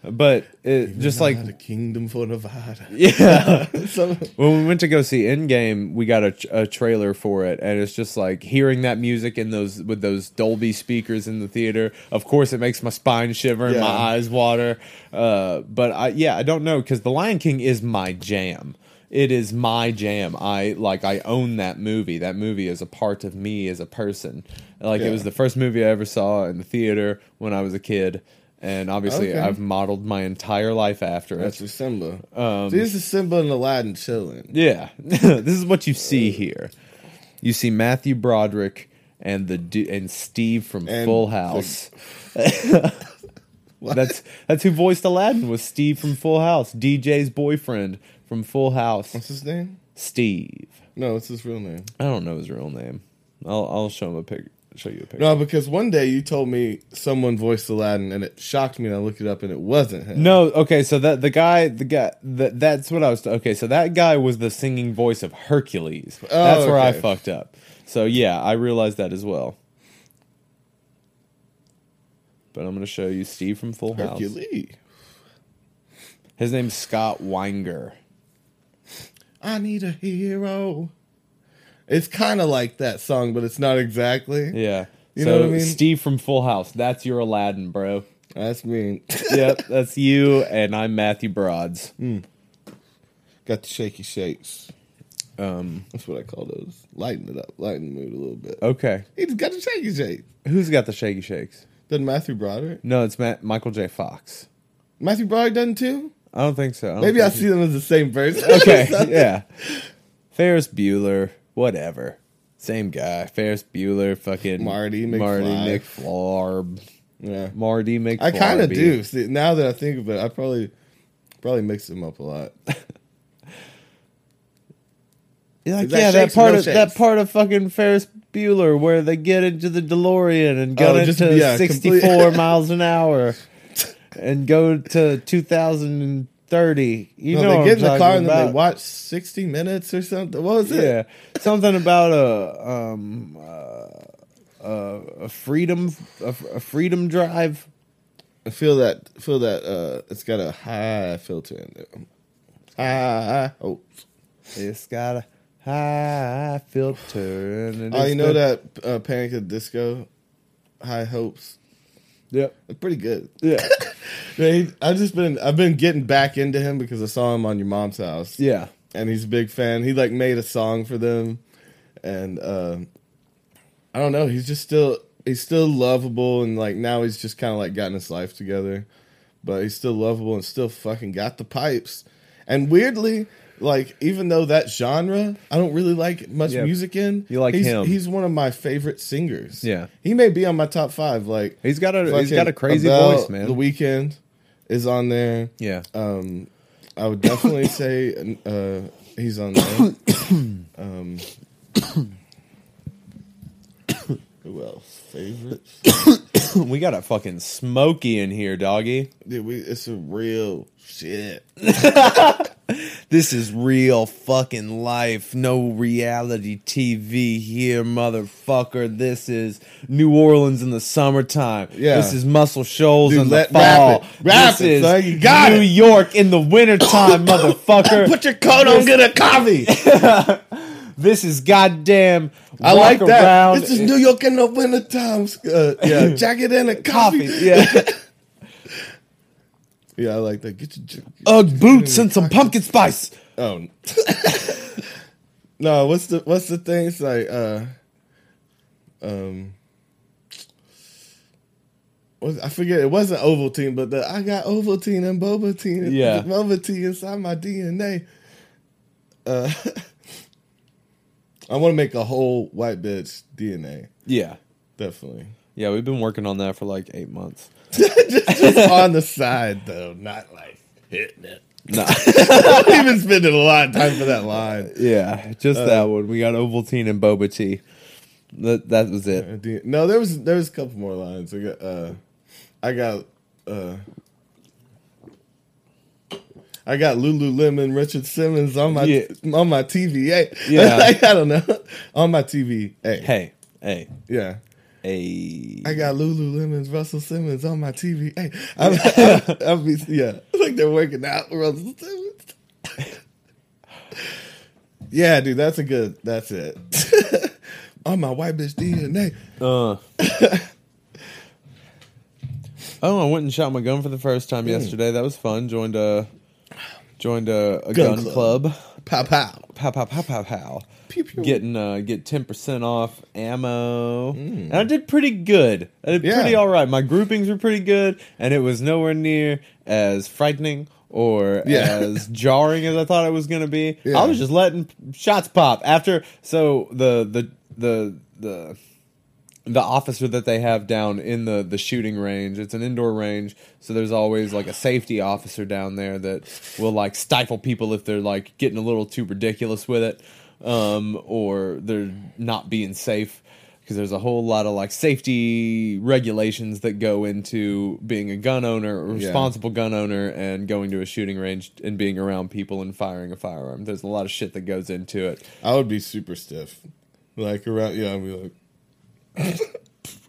Speaker 2: But it just like
Speaker 1: the kingdom for Nevada.
Speaker 2: yeah.
Speaker 1: So-
Speaker 2: When we went to go see Endgame, we got a, a trailer for it, and it's just like hearing that music in those with those Dolby speakers in the theater. Of course, it makes my spine shiver and
Speaker 1: Yeah.
Speaker 2: my eyes water. Uh, but I, yeah, I don't know because The Lion King is my jam. It is my jam. I like. I own that movie. That movie is a part of me as a person. Like it
Speaker 1: Yeah.
Speaker 2: was the first movie I ever saw in the theater when I was a kid, and obviously
Speaker 1: Okay.
Speaker 2: I've modeled my entire life after it.
Speaker 1: that's your Simba. See, this is Simba and Aladdin chilling.
Speaker 2: Yeah, this is what you see here. You see Matthew Broderick and the du- and Steve from
Speaker 1: And
Speaker 2: Full
Speaker 1: the-
Speaker 2: House. that's that's who voiced Aladdin was Steve from Full House, DJ's boyfriend from Full
Speaker 1: What's
Speaker 2: House,
Speaker 1: his name?
Speaker 2: Steve.
Speaker 1: No, what's his real name?
Speaker 2: I don't know his real name. I'll I'll show him a pic. Show you a picture.
Speaker 1: No, because one day you told me someone voiced Aladdin, and it shocked me. And I looked it up, and it wasn't him.
Speaker 2: No, okay, so that the guy, the guy, that that's what I was. Okay, so that guy was the singing voice of Hercules. that's where I
Speaker 1: okay.
Speaker 2: fucked up. So yeah, I realized that as well. But I'm gonna show you Steve from Full House.
Speaker 1: Hercules.
Speaker 2: His name's Scott Weinger.
Speaker 1: I need a hero. It's kind of like that song, but it's not exactly.
Speaker 2: Yeah,
Speaker 1: You
Speaker 2: so
Speaker 1: know what I mean?
Speaker 2: Steve from Full House. That's your Aladdin, bro.
Speaker 1: That's mean.
Speaker 2: yep, that's you, and I'm Matthew Broads.
Speaker 1: Mm. Got the shaky shakes.
Speaker 2: Um,
Speaker 1: That's what I call those. Lighten it up, lighten the mood a little bit.
Speaker 2: okay,
Speaker 1: He just got the shaky shakes.
Speaker 2: who's got the shaky shakes?
Speaker 1: Doesn't Matthew Broderick?
Speaker 2: No, it's Matt, Michael J. Fox.
Speaker 1: Matthew Broderick doesn't too.
Speaker 2: I don't think so. don't
Speaker 1: Maybe I
Speaker 2: think he-
Speaker 1: see them as the same person.
Speaker 2: okay, yeah. Ferris Bueller, whatever. Same guy. Ferris Bueller, fucking
Speaker 1: Marty
Speaker 2: Marty
Speaker 1: McFly.
Speaker 2: McFlarb.
Speaker 1: yeah.
Speaker 2: Marty McFlarb.
Speaker 1: I kind of do. See, now that I think of it, I probably probably mix them up a lot.
Speaker 2: You're like,
Speaker 1: Is that
Speaker 2: yeah, that
Speaker 1: shakes or
Speaker 2: part
Speaker 1: no
Speaker 2: of that
Speaker 1: shakes?
Speaker 2: part of fucking Ferris Bueller where they get into the DeLorean and go
Speaker 1: Oh,
Speaker 2: into
Speaker 1: just- yeah,
Speaker 2: sixty
Speaker 1: complete-
Speaker 2: four miles an hour and go to two thousand and thirty. You
Speaker 1: No,
Speaker 2: know,
Speaker 1: they get in the car and then they
Speaker 2: watch.
Speaker 1: watch sixty minutes or something. What was it?
Speaker 2: Yeah, something about a um uh, uh, a freedom a, a freedom drive.
Speaker 1: I feel that feel that uh it's got a high filter in there. Ah, oh.
Speaker 2: It's got a high filter. And it
Speaker 1: oh,
Speaker 2: is
Speaker 1: you know
Speaker 2: good.
Speaker 1: that uh, Panic at the Disco, High Hopes.
Speaker 2: Yep.
Speaker 1: It's pretty good.
Speaker 2: Yeah.
Speaker 1: Yeah, he- I've just been I've been getting back into him because I saw him on your mom's house.
Speaker 2: yeah.
Speaker 1: and he's a big fan. He like made a song for them, and uh, I don't know. He's just still he's still lovable, and like now he's just kind of like gotten his life together, but he's still lovable and still fucking got the pipes. And weirdly, like even though that genre I don't really like much
Speaker 2: Yeah.
Speaker 1: music in,
Speaker 2: You like
Speaker 1: he's,
Speaker 2: him.
Speaker 1: He's one of my favorite singers.
Speaker 2: Yeah.
Speaker 1: he may be on my top five. Like
Speaker 2: He's got a he's
Speaker 1: fucking
Speaker 2: got a crazy
Speaker 1: Adele,
Speaker 2: voice, man.
Speaker 1: The weekend is on there.
Speaker 2: Yeah.
Speaker 1: Um, I would definitely say uh, he's on there. um, who else? Favorites?
Speaker 2: we got a fucking smoky in here, doggy.
Speaker 1: Dude, we, it's a real shit.
Speaker 2: This is real fucking life. No reality TV here, motherfucker. This is New Orleans in the summertime.
Speaker 1: Yeah.
Speaker 2: This is Muscle Shoals
Speaker 1: Dude,
Speaker 2: in the
Speaker 1: let- rap
Speaker 2: fall.
Speaker 1: it. Rap
Speaker 2: this
Speaker 1: it,
Speaker 2: is
Speaker 1: son. You got
Speaker 2: New
Speaker 1: it.
Speaker 2: York in the wintertime, motherfucker.
Speaker 1: Put your coat on, get a coffee.
Speaker 2: This is goddamn
Speaker 1: I
Speaker 2: walk
Speaker 1: like that.
Speaker 2: around
Speaker 1: This is New York in the winter times. Uh, yeah, jacket and a coffee.
Speaker 2: coffee. Yeah.
Speaker 1: Yeah, I like that. Get your j-
Speaker 2: Ugg boots and some pumpkin spice.
Speaker 1: oh. no, what's the what's the thing? It's like uh, um, what- I forget. It wasn't Ovaltine, but the I got Ovaltine and Bovaltine.
Speaker 2: Yeah.
Speaker 1: Bovaltine inside my DNA. Uh, I want to make a whole white bitch DNA.
Speaker 2: Yeah.
Speaker 1: Definitely.
Speaker 2: Yeah, we've been working on that for like eight months.
Speaker 1: just, just on the side though, not like hitting it.
Speaker 2: Nah.
Speaker 1: I've been spending a lot of time for that line.
Speaker 2: yeah,
Speaker 1: Uh,
Speaker 2: just that one. We got Ovaltine and boba tea. That that was it.
Speaker 1: Uh, D- No, there was there was a couple more lines. I got uh, I got uh, I got Lululemon Richard Simmons on my
Speaker 2: Yeah.
Speaker 1: on my TVA.
Speaker 2: Yeah.
Speaker 1: Like, I don't know on my TV. Hey,
Speaker 2: Hey, hey,
Speaker 1: yeah.
Speaker 2: hey.
Speaker 1: I got Lululemon's Russell Simmons on my TV. Hey, I'm, I'm, I'm, yeah, It's like they're working out with Russell Simmons. yeah, dude, that's a good. That's it. on my white bitch DNA.
Speaker 2: Uh. oh, I went and shot my gun for the first
Speaker 1: Hmm.
Speaker 2: time yesterday. That was fun. Joined a joined a, a gun,
Speaker 1: Gun
Speaker 2: club.
Speaker 1: club. Pow pow.
Speaker 2: Pow pow pow pow pow.
Speaker 1: Pew, pew.
Speaker 2: Getting uh, get ten percent off ammo, and I did pretty good. I did
Speaker 1: Mm. Yeah.
Speaker 2: pretty all right. My groupings were pretty good, and it was nowhere near as frightening or
Speaker 1: Yeah.
Speaker 2: as jarring as I thought it was going to be. I
Speaker 1: Yeah.
Speaker 2: was just letting shots pop after. So the the the the the officer that they have down in the the shooting range it's an indoor range so there's always like a safety officer down there that will like stifle people if they're like getting a little too ridiculous with it um or they're not being safe because there's a whole lot of like safety regulations that go into being a gun owner or responsible gun owner and going to a shooting range and being around people and firing a firearm there's a lot of shit that goes into it
Speaker 1: I would be super stiff, like around. Yeah, I'd be like,
Speaker 2: Well,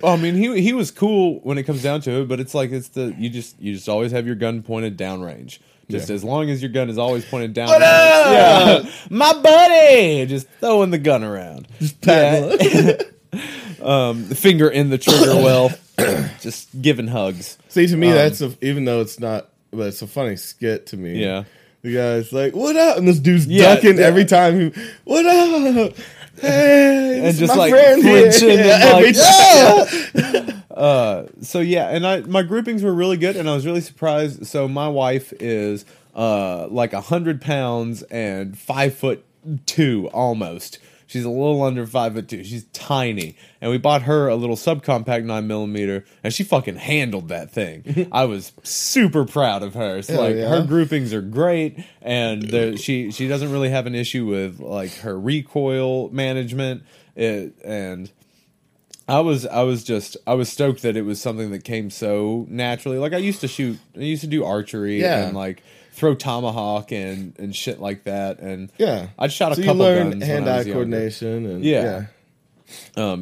Speaker 2: Oh, I mean, he he was cool when it comes down to it, but it's like it's the you just you just always have your gun pointed downrange. Just
Speaker 1: Yeah.
Speaker 2: as long as your gun is always pointed down, yeah, my buddy, just throwing the gun around, just
Speaker 1: paddling.
Speaker 2: um, the finger in the trigger well, just giving hugs.
Speaker 1: see to me
Speaker 2: Um,
Speaker 1: that's a, even though it's not, but it's a funny skit to me.
Speaker 2: Yeah.
Speaker 1: The guy's like, "What up?" and this dude's
Speaker 2: Yeah,
Speaker 1: ducking
Speaker 2: yeah.
Speaker 1: every time. He, "What up?" Hey,
Speaker 2: And
Speaker 1: and
Speaker 2: just,
Speaker 1: just my
Speaker 2: like,
Speaker 1: friend here.
Speaker 2: flinching and, like,
Speaker 1: Every time.
Speaker 2: so yeah, and I my groupings were really good, and I was really surprised. So my wife is uh like a hundred pounds and five foot two almost. She's a little under five foot two. She's tiny, and we bought her a little subcompact nine millimeter, and she fucking handled that thing. I was super proud of her. So
Speaker 1: Hell
Speaker 2: like
Speaker 1: yeah.
Speaker 2: her groupings are great, and the, she she doesn't really have an issue with like her recoil management it, and. I was I was just I was stoked that it was something that came so naturally. Like I used to shoot, I used to do archery
Speaker 1: Yeah.
Speaker 2: and like throw tomahawk and and shit like that. And
Speaker 1: Yeah,
Speaker 2: I shot a
Speaker 1: so
Speaker 2: couple
Speaker 1: you learn
Speaker 2: guns when I
Speaker 1: hand-eye
Speaker 2: was younger.
Speaker 1: coordination and
Speaker 2: Yeah.
Speaker 1: yeah.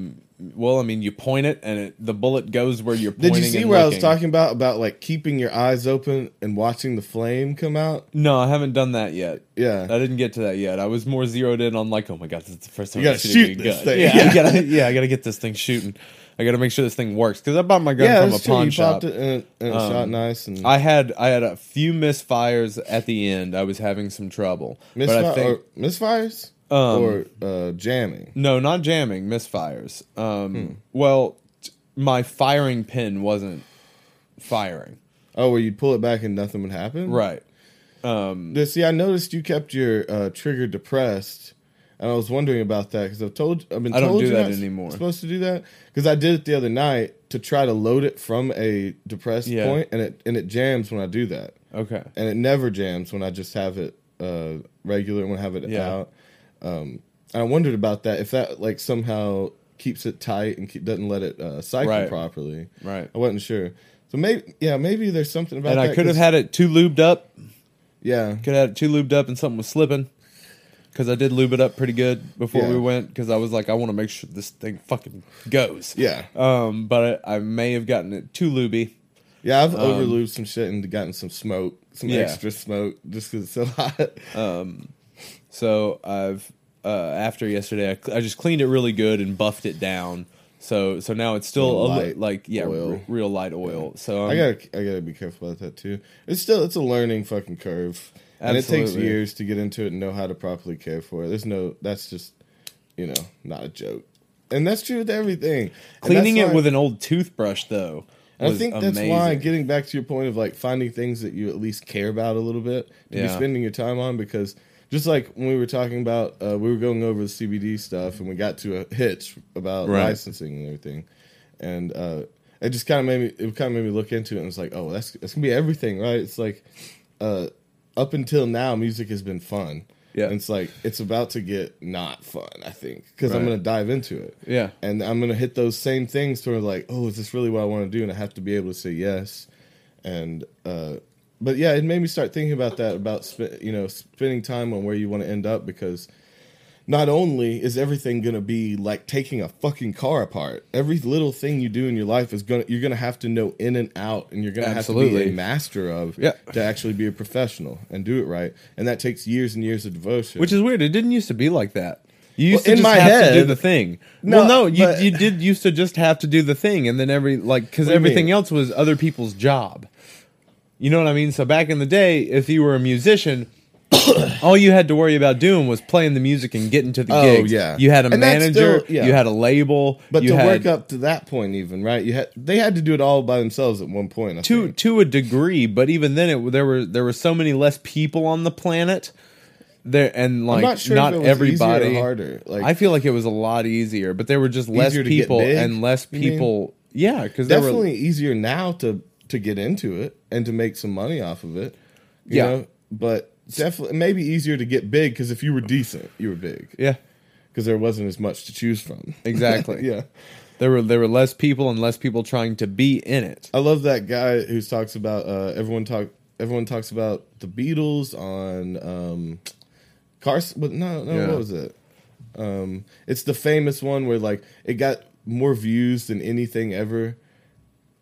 Speaker 2: well, I mean, you point it and it, the bullet goes where you're
Speaker 1: Did
Speaker 2: pointing.
Speaker 1: you see
Speaker 2: and
Speaker 1: where I was
Speaker 2: looking.
Speaker 1: talking about about like keeping your eyes open and watching the flame come out?
Speaker 2: No, I haven't done that yet.
Speaker 1: Yeah.
Speaker 2: I didn't get to that yet. I was more zeroed in on like, oh my god, this is the first time
Speaker 1: You
Speaker 2: I'm
Speaker 1: gotta
Speaker 2: shooting
Speaker 1: shoot
Speaker 2: a
Speaker 1: this
Speaker 2: gun.
Speaker 1: thing.
Speaker 2: Yeah, I
Speaker 1: Yeah.
Speaker 2: gotta, yeah, I gotta get this thing shooting. I gotta make sure this thing works because I bought my gun
Speaker 1: yeah,
Speaker 2: from a
Speaker 1: that's true.
Speaker 2: pawn
Speaker 1: You
Speaker 2: shop. Um,
Speaker 1: popped it and, and it shot nice and
Speaker 2: I had I had a few misfires at the end. I was having some trouble, but
Speaker 1: misfire,
Speaker 2: I think Um,
Speaker 1: or, misfires or uh, jamming.
Speaker 2: no, not jamming, misfires. Um,
Speaker 1: Hmm.
Speaker 2: Well, t- my firing pin wasn't firing
Speaker 1: Oh, where you'd pull it back and nothing would happen.
Speaker 2: right. Um,
Speaker 1: This, see, I noticed you kept your uh, trigger depressed, And I was wondering about that because I've told I've been
Speaker 2: I don't
Speaker 1: told
Speaker 2: do
Speaker 1: you're
Speaker 2: that
Speaker 1: not s-
Speaker 2: anymore.
Speaker 1: Supposed to do that because I did it the other night to try to load it from a depressed
Speaker 2: Yeah.
Speaker 1: point, and it and it jams when I do that,
Speaker 2: Okay.
Speaker 1: and it never jams when I just have it uh, regular when I have it
Speaker 2: Yeah.
Speaker 1: out. Um, I wondered about that if that like somehow keeps it tight and keep, doesn't let it uh, cycle
Speaker 2: Right.
Speaker 1: properly.
Speaker 2: Right.
Speaker 1: I wasn't sure. So maybe yeah, maybe there's something about
Speaker 2: And
Speaker 1: that.
Speaker 2: I could have
Speaker 1: 'cause-
Speaker 2: had it too lubed up.
Speaker 1: yeah.
Speaker 2: Could have had it too lubed up and something was slipping. Because I did lube it up pretty good before
Speaker 1: Yeah.
Speaker 2: we went. Because I was like, I want to make sure this thing fucking goes.
Speaker 1: Yeah.
Speaker 2: Um, but I, I may have gotten it too luby.
Speaker 1: Yeah, I've overlubed some shit and gotten some smoke, some
Speaker 2: Um, Yeah.
Speaker 1: extra smoke, just because it's so hot.
Speaker 2: So I've uh, after yesterday, I, cl- I just cleaned it really good and buffed it down. So so now it's still
Speaker 1: Real
Speaker 2: a li-
Speaker 1: light
Speaker 2: like yeah,
Speaker 1: oil.
Speaker 2: r- real light oil. So um,
Speaker 1: I gotta, I gotta be careful about that too. It's still, it's a learning fucking curve, and it takes
Speaker 2: Absolutely.
Speaker 1: years to get into it and know how to properly care for it. There's no, that's just, you know, not a joke, and that's true with everything.
Speaker 2: cleaning it with
Speaker 1: an
Speaker 2: an old toothbrush though.
Speaker 1: I
Speaker 2: was
Speaker 1: think that's
Speaker 2: amazing.
Speaker 1: why getting back to your point of like finding things that you at least care about a little bit to be
Speaker 2: Yeah.
Speaker 1: spending your time on because just like when we were talking about uh, we were going over the CBD stuff and we got to a hitch about
Speaker 2: Right.
Speaker 1: licensing and everything and uh, it just kind of made me it kind of made me look into it and it's like oh that's that's gonna be everything right it's like uh, up until now music has been fun
Speaker 2: Yeah.
Speaker 1: and it's like it's about to get not fun I think because I'm
Speaker 2: Right.
Speaker 1: gonna dive into it
Speaker 2: Yeah.
Speaker 1: and I'm gonna hit those same things sort of like, oh, is this really what I want to do? And I have to be able to say yes. And uh, but yeah, it made me start thinking about that about sp- you know spending time on where you want to end up because not only is everything gonna be like taking a fucking car apart, every little thing you do in your life is gonna you're gonna have to know in and out, and you're gonna have to be
Speaker 2: Absolutely.
Speaker 1: a master of
Speaker 2: Yeah.
Speaker 1: to actually be a professional and do it right. And that takes years and years of devotion.
Speaker 2: Which is weird. It didn't used to be like that. You used
Speaker 1: Well,
Speaker 2: to
Speaker 1: in
Speaker 2: just
Speaker 1: my
Speaker 2: have to do
Speaker 1: head-
Speaker 2: the thing.
Speaker 1: No,
Speaker 2: well, no, you
Speaker 1: but-
Speaker 2: you did used to just have to do the thing, and then every like because
Speaker 1: What do you
Speaker 2: everything
Speaker 1: mean?
Speaker 2: else was other people's job. You know what I mean? So back in the day, if you were a musician, all you had to worry about doing was playing the music and getting to the
Speaker 1: Oh,
Speaker 2: gigs.
Speaker 1: yeah.
Speaker 2: you had a
Speaker 1: And that's
Speaker 2: manager,
Speaker 1: still- yeah.
Speaker 2: you had a label,
Speaker 1: But
Speaker 2: you
Speaker 1: to
Speaker 2: had
Speaker 1: work up to that point, even right, you had they had to do it all by themselves at one point. I
Speaker 2: to
Speaker 1: think.
Speaker 2: to a degree. But even then, it there were there were so many less people on the planet. There and like
Speaker 1: I'm
Speaker 2: not,
Speaker 1: not sure if it was
Speaker 2: everybody.
Speaker 1: easier or harder. Like
Speaker 2: I feel like it was a lot easier, but there were just less
Speaker 1: Easier to get
Speaker 2: people
Speaker 1: big,
Speaker 2: and less
Speaker 1: you mean?
Speaker 2: people. Yeah, because there were
Speaker 1: definitely easier now to to get into it and to make some money off of it. You
Speaker 2: Yeah.
Speaker 1: know? but definitely maybe easier to get big because if you were decent, you were big
Speaker 2: yeah,
Speaker 1: because there wasn't as much to choose from.
Speaker 2: exactly.
Speaker 1: yeah.
Speaker 2: there were there were less people and less people trying to be in it.
Speaker 1: I love that guy who talks about uh, everyone talk everyone talks about the Beatles on um, Carson. But no, no,
Speaker 2: Yeah.
Speaker 1: what was it? Um, it's the famous one where like it got more views than anything ever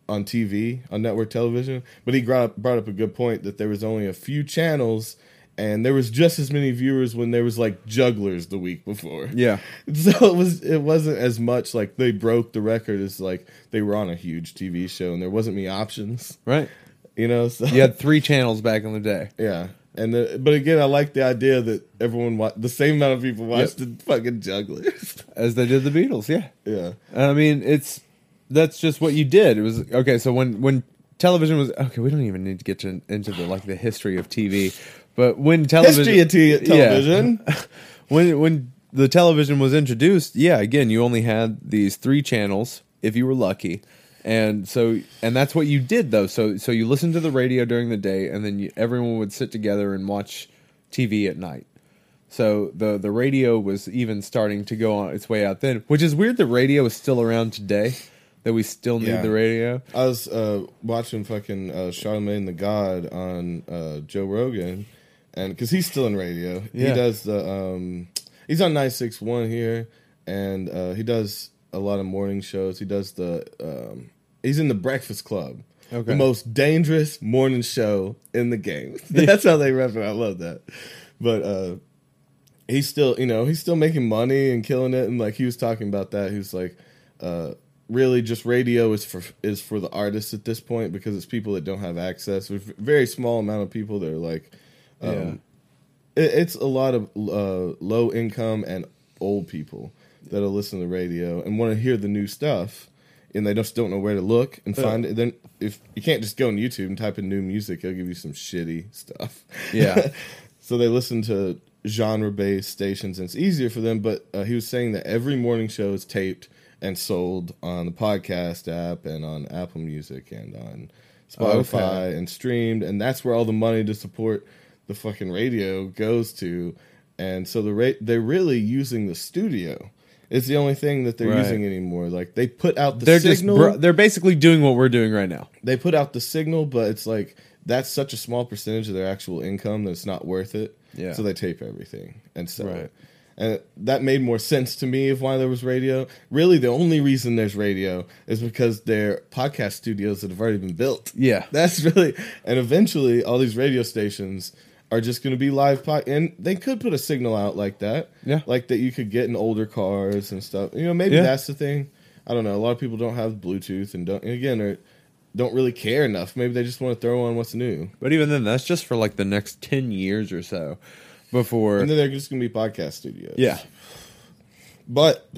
Speaker 1: on TV on network television. But he brought up, brought up a good point that there was only a few channels. And there was just as many viewers when there was like jugglers the week before.
Speaker 2: Yeah,
Speaker 1: So it was it wasn't as much like they broke the record as like they were on a huge TV show and there wasn't many options,
Speaker 2: right.
Speaker 1: you know. So
Speaker 2: You had three channels back in the day.
Speaker 1: yeah. And the, but again, I like the idea that everyone wa- the same amount of people watched the fucking jugglers.
Speaker 2: as they did the Beatles. Yeah,
Speaker 1: yeah.
Speaker 2: I mean it's that's just what you did. It was okay. So when when television was okay, we don't even need to get to, into the like the history of TV, but when television
Speaker 1: History of t- television.
Speaker 2: when when the television was introduced, yeah, again, you only had these three channels if you were lucky. And so and that's what you did though. So so you listened to the radio during the day and then you, everyone would sit together and watch TV at night. So the the radio was even starting to go on its way out then, which is weird that radio is still around today that we still need
Speaker 1: Yeah.
Speaker 2: the radio.
Speaker 1: I was uh, watching fucking uh, Charlemagne the God on uh, Joe Rogan, and because he's still in radio, he
Speaker 2: Yeah.
Speaker 1: does the um, he's on nine six one here, and uh, he does a lot of morning shows. He does the um, he's in the Breakfast Club,
Speaker 2: Okay.
Speaker 1: the most dangerous morning show in the game. That's how they rep it. I love that, but. Uh, he's still you know he's still making money and killing it and like he was talking about that he was like uh really just radio is for is for the artists at this point because it's people that don't have access there's a very small amount of people that are like um
Speaker 2: Yeah.
Speaker 1: it, it's a lot of uh low income and old people that'll listen to the radio and want to hear the new stuff and they just don't know where to look and find it then if you can't just go on youtube and type in new music it'll give you some shitty stuff
Speaker 2: Yeah.
Speaker 1: so they listen to genre based stations and it's easier for them. But uh, he was saying that every morning show is taped and sold on the podcast app and on Apple Music and on Spotify and streamed. And that's where all the money to support the fucking radio goes to. And so the rate they're really using the studio. It's the only thing that they're
Speaker 2: Right.
Speaker 1: using anymore. Like they put out the
Speaker 2: They're
Speaker 1: signal.
Speaker 2: just br- they're basically doing what we're doing right now.
Speaker 1: they put out the signal, but it's like that's such a small percentage of their actual income that it's not worth it.
Speaker 2: Yeah.
Speaker 1: So they tape everything and sell
Speaker 2: Right.
Speaker 1: it. And that made more sense to me of why there was radio. Really, the only reason there's radio is because they're podcast studios that have already been built.
Speaker 2: Yeah.
Speaker 1: That's really, and eventually, all these radio stations are just going to be live pod, and they could put a signal out like that,
Speaker 2: Yeah.
Speaker 1: like that you could get in older cars and stuff. You know, maybe
Speaker 2: Yeah.
Speaker 1: that's the thing. I don't know. A lot of people don't have Bluetooth and don't, and again, or don't really care enough. Maybe they just want to throw on what's new,
Speaker 2: But even then, that's just for like the next ten years or so before.
Speaker 1: and then they're just going to be podcast studios.
Speaker 2: yeah,
Speaker 1: but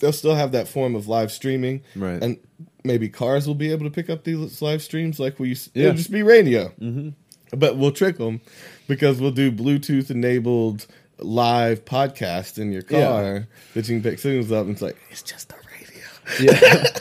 Speaker 1: they'll still have that form of live streaming,
Speaker 2: Right.
Speaker 1: And maybe cars will be able to pick up these live streams like we used.
Speaker 2: Yeah. Mm-hmm.
Speaker 1: It'll just be radio, but we'll trick them because we'll do Bluetooth enabled live podcast in your car
Speaker 2: Yeah.
Speaker 1: that you can pick signals up. And it's like it's just the radio,
Speaker 2: yeah.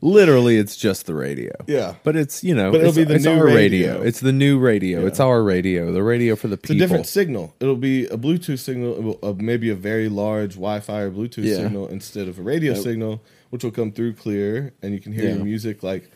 Speaker 2: Literally, it's just the radio.
Speaker 1: yeah.
Speaker 2: But it's you know,
Speaker 1: But it'll
Speaker 2: it's,
Speaker 1: be the
Speaker 2: it's
Speaker 1: new
Speaker 2: our radio.
Speaker 1: radio.
Speaker 2: It's the new radio. It's our radio. The radio for the
Speaker 1: It's a
Speaker 2: people.
Speaker 1: different signal. It'll be a Bluetooth signal, it will- uh, maybe a very large Wi-Fi or Bluetooth
Speaker 2: Yeah.
Speaker 1: signal instead of a radio signal, which will come through clear, and you can hear
Speaker 2: Yeah.
Speaker 1: your music like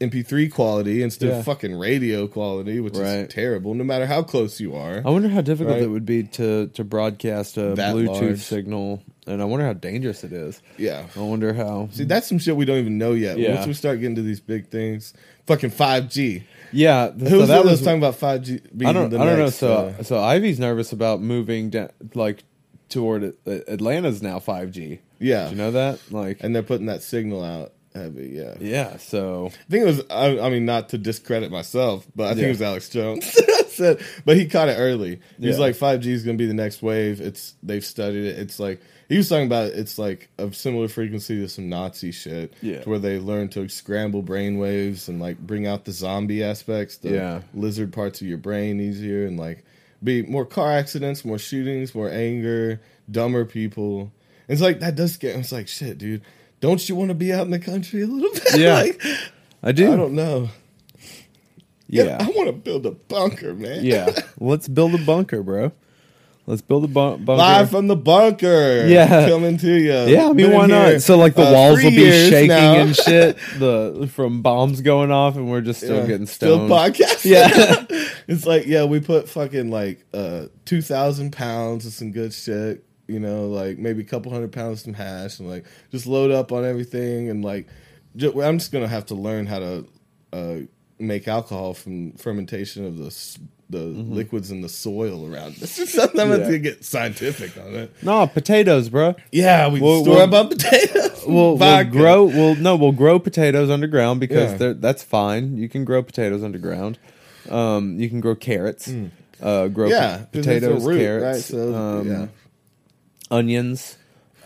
Speaker 1: MP3 quality instead
Speaker 2: Yeah.
Speaker 1: of fucking radio quality, which
Speaker 2: Right. Oh.
Speaker 1: is terrible. No matter how close you are,
Speaker 2: I wonder how difficult
Speaker 1: Right.
Speaker 2: it would be to to broadcast a
Speaker 1: That
Speaker 2: Bluetooth
Speaker 1: large.
Speaker 2: signal, and I wonder how dangerous it is.
Speaker 1: yeah.
Speaker 2: I wonder how.
Speaker 1: See, that's some shit we don't even know yet.
Speaker 2: Yeah.
Speaker 1: Once we start getting to these big things, fucking five G.
Speaker 2: Yeah, th-
Speaker 1: Who
Speaker 2: so
Speaker 1: was
Speaker 2: that
Speaker 1: that
Speaker 2: was.
Speaker 1: was talking about five G?
Speaker 2: I don't.
Speaker 1: The
Speaker 2: I don't know.
Speaker 1: next,
Speaker 2: So
Speaker 1: uh,
Speaker 2: so Ivy's nervous about moving down, like toward it- uh, Atlanta's now five G.
Speaker 1: yeah,
Speaker 2: Do you know that? Like
Speaker 1: and they're putting that signal out heavy. Yeah,
Speaker 2: yeah. So
Speaker 1: I think it was. I, I mean, not to discredit myself, but I think
Speaker 2: Yeah.
Speaker 1: it was Alex Jones said. But he caught it early. He was
Speaker 2: Yeah.
Speaker 1: like, "5G is going to be the next wave. It's they've studied it. It's like he was talking about. It's like a similar frequency to some Nazi shit,
Speaker 2: Yeah.
Speaker 1: to where they learn to scramble brain waves and like bring out the zombie aspects, the
Speaker 2: Yeah.
Speaker 1: lizard parts of your brain easier, and like be more car accidents, more shootings, more anger, dumber people. It's like that does scare. It's like shit, dude. Don't you want to be out in the country a little bit?
Speaker 2: Yeah.
Speaker 1: Like,
Speaker 2: I do.
Speaker 1: I don't know. Yeah, I
Speaker 2: yeah.
Speaker 1: want to build a bunker, man.
Speaker 2: Yeah. Let's build a bunker, bro. Let's build a bu- bunker.
Speaker 1: Live from the bunker.
Speaker 2: Yeah.
Speaker 1: coming to you.
Speaker 2: Yeah, I mean, why not? So like
Speaker 1: uh,
Speaker 2: the walls will be shaking and
Speaker 1: shit.
Speaker 2: shit. The from bombs going off, and we're just still getting
Speaker 1: still
Speaker 2: stoned.
Speaker 1: podcasting.
Speaker 2: Yeah.
Speaker 1: it's like yeah, we put fucking like uh two thousand pounds of some good shit. You know, like maybe a couple hundred pounds of some hash, and like just load up on everything, and like ju- I'm just gonna have to learn how to uh, make alcohol from fermentation of the s- the liquids in the soil around us. I'm not
Speaker 2: Mm-hmm. Yeah.
Speaker 1: gonna get scientific on it.
Speaker 2: nah, potatoes, bro.
Speaker 1: Yeah, we
Speaker 2: We'll-
Speaker 1: store
Speaker 2: we'll-
Speaker 1: up our potatoes.
Speaker 2: We'll, we'll
Speaker 1: Vodka.
Speaker 2: grow. We'll no. We'll grow potatoes underground because
Speaker 1: Yeah.
Speaker 2: they're that's fine. You can grow potatoes underground. Um, you can grow carrots. Uh, grow
Speaker 1: Mm. Yeah,
Speaker 2: po-
Speaker 1: 'cause it's a
Speaker 2: potatoes,
Speaker 1: root,
Speaker 2: carrots,
Speaker 1: right? So,
Speaker 2: um,
Speaker 1: yeah.
Speaker 2: onions,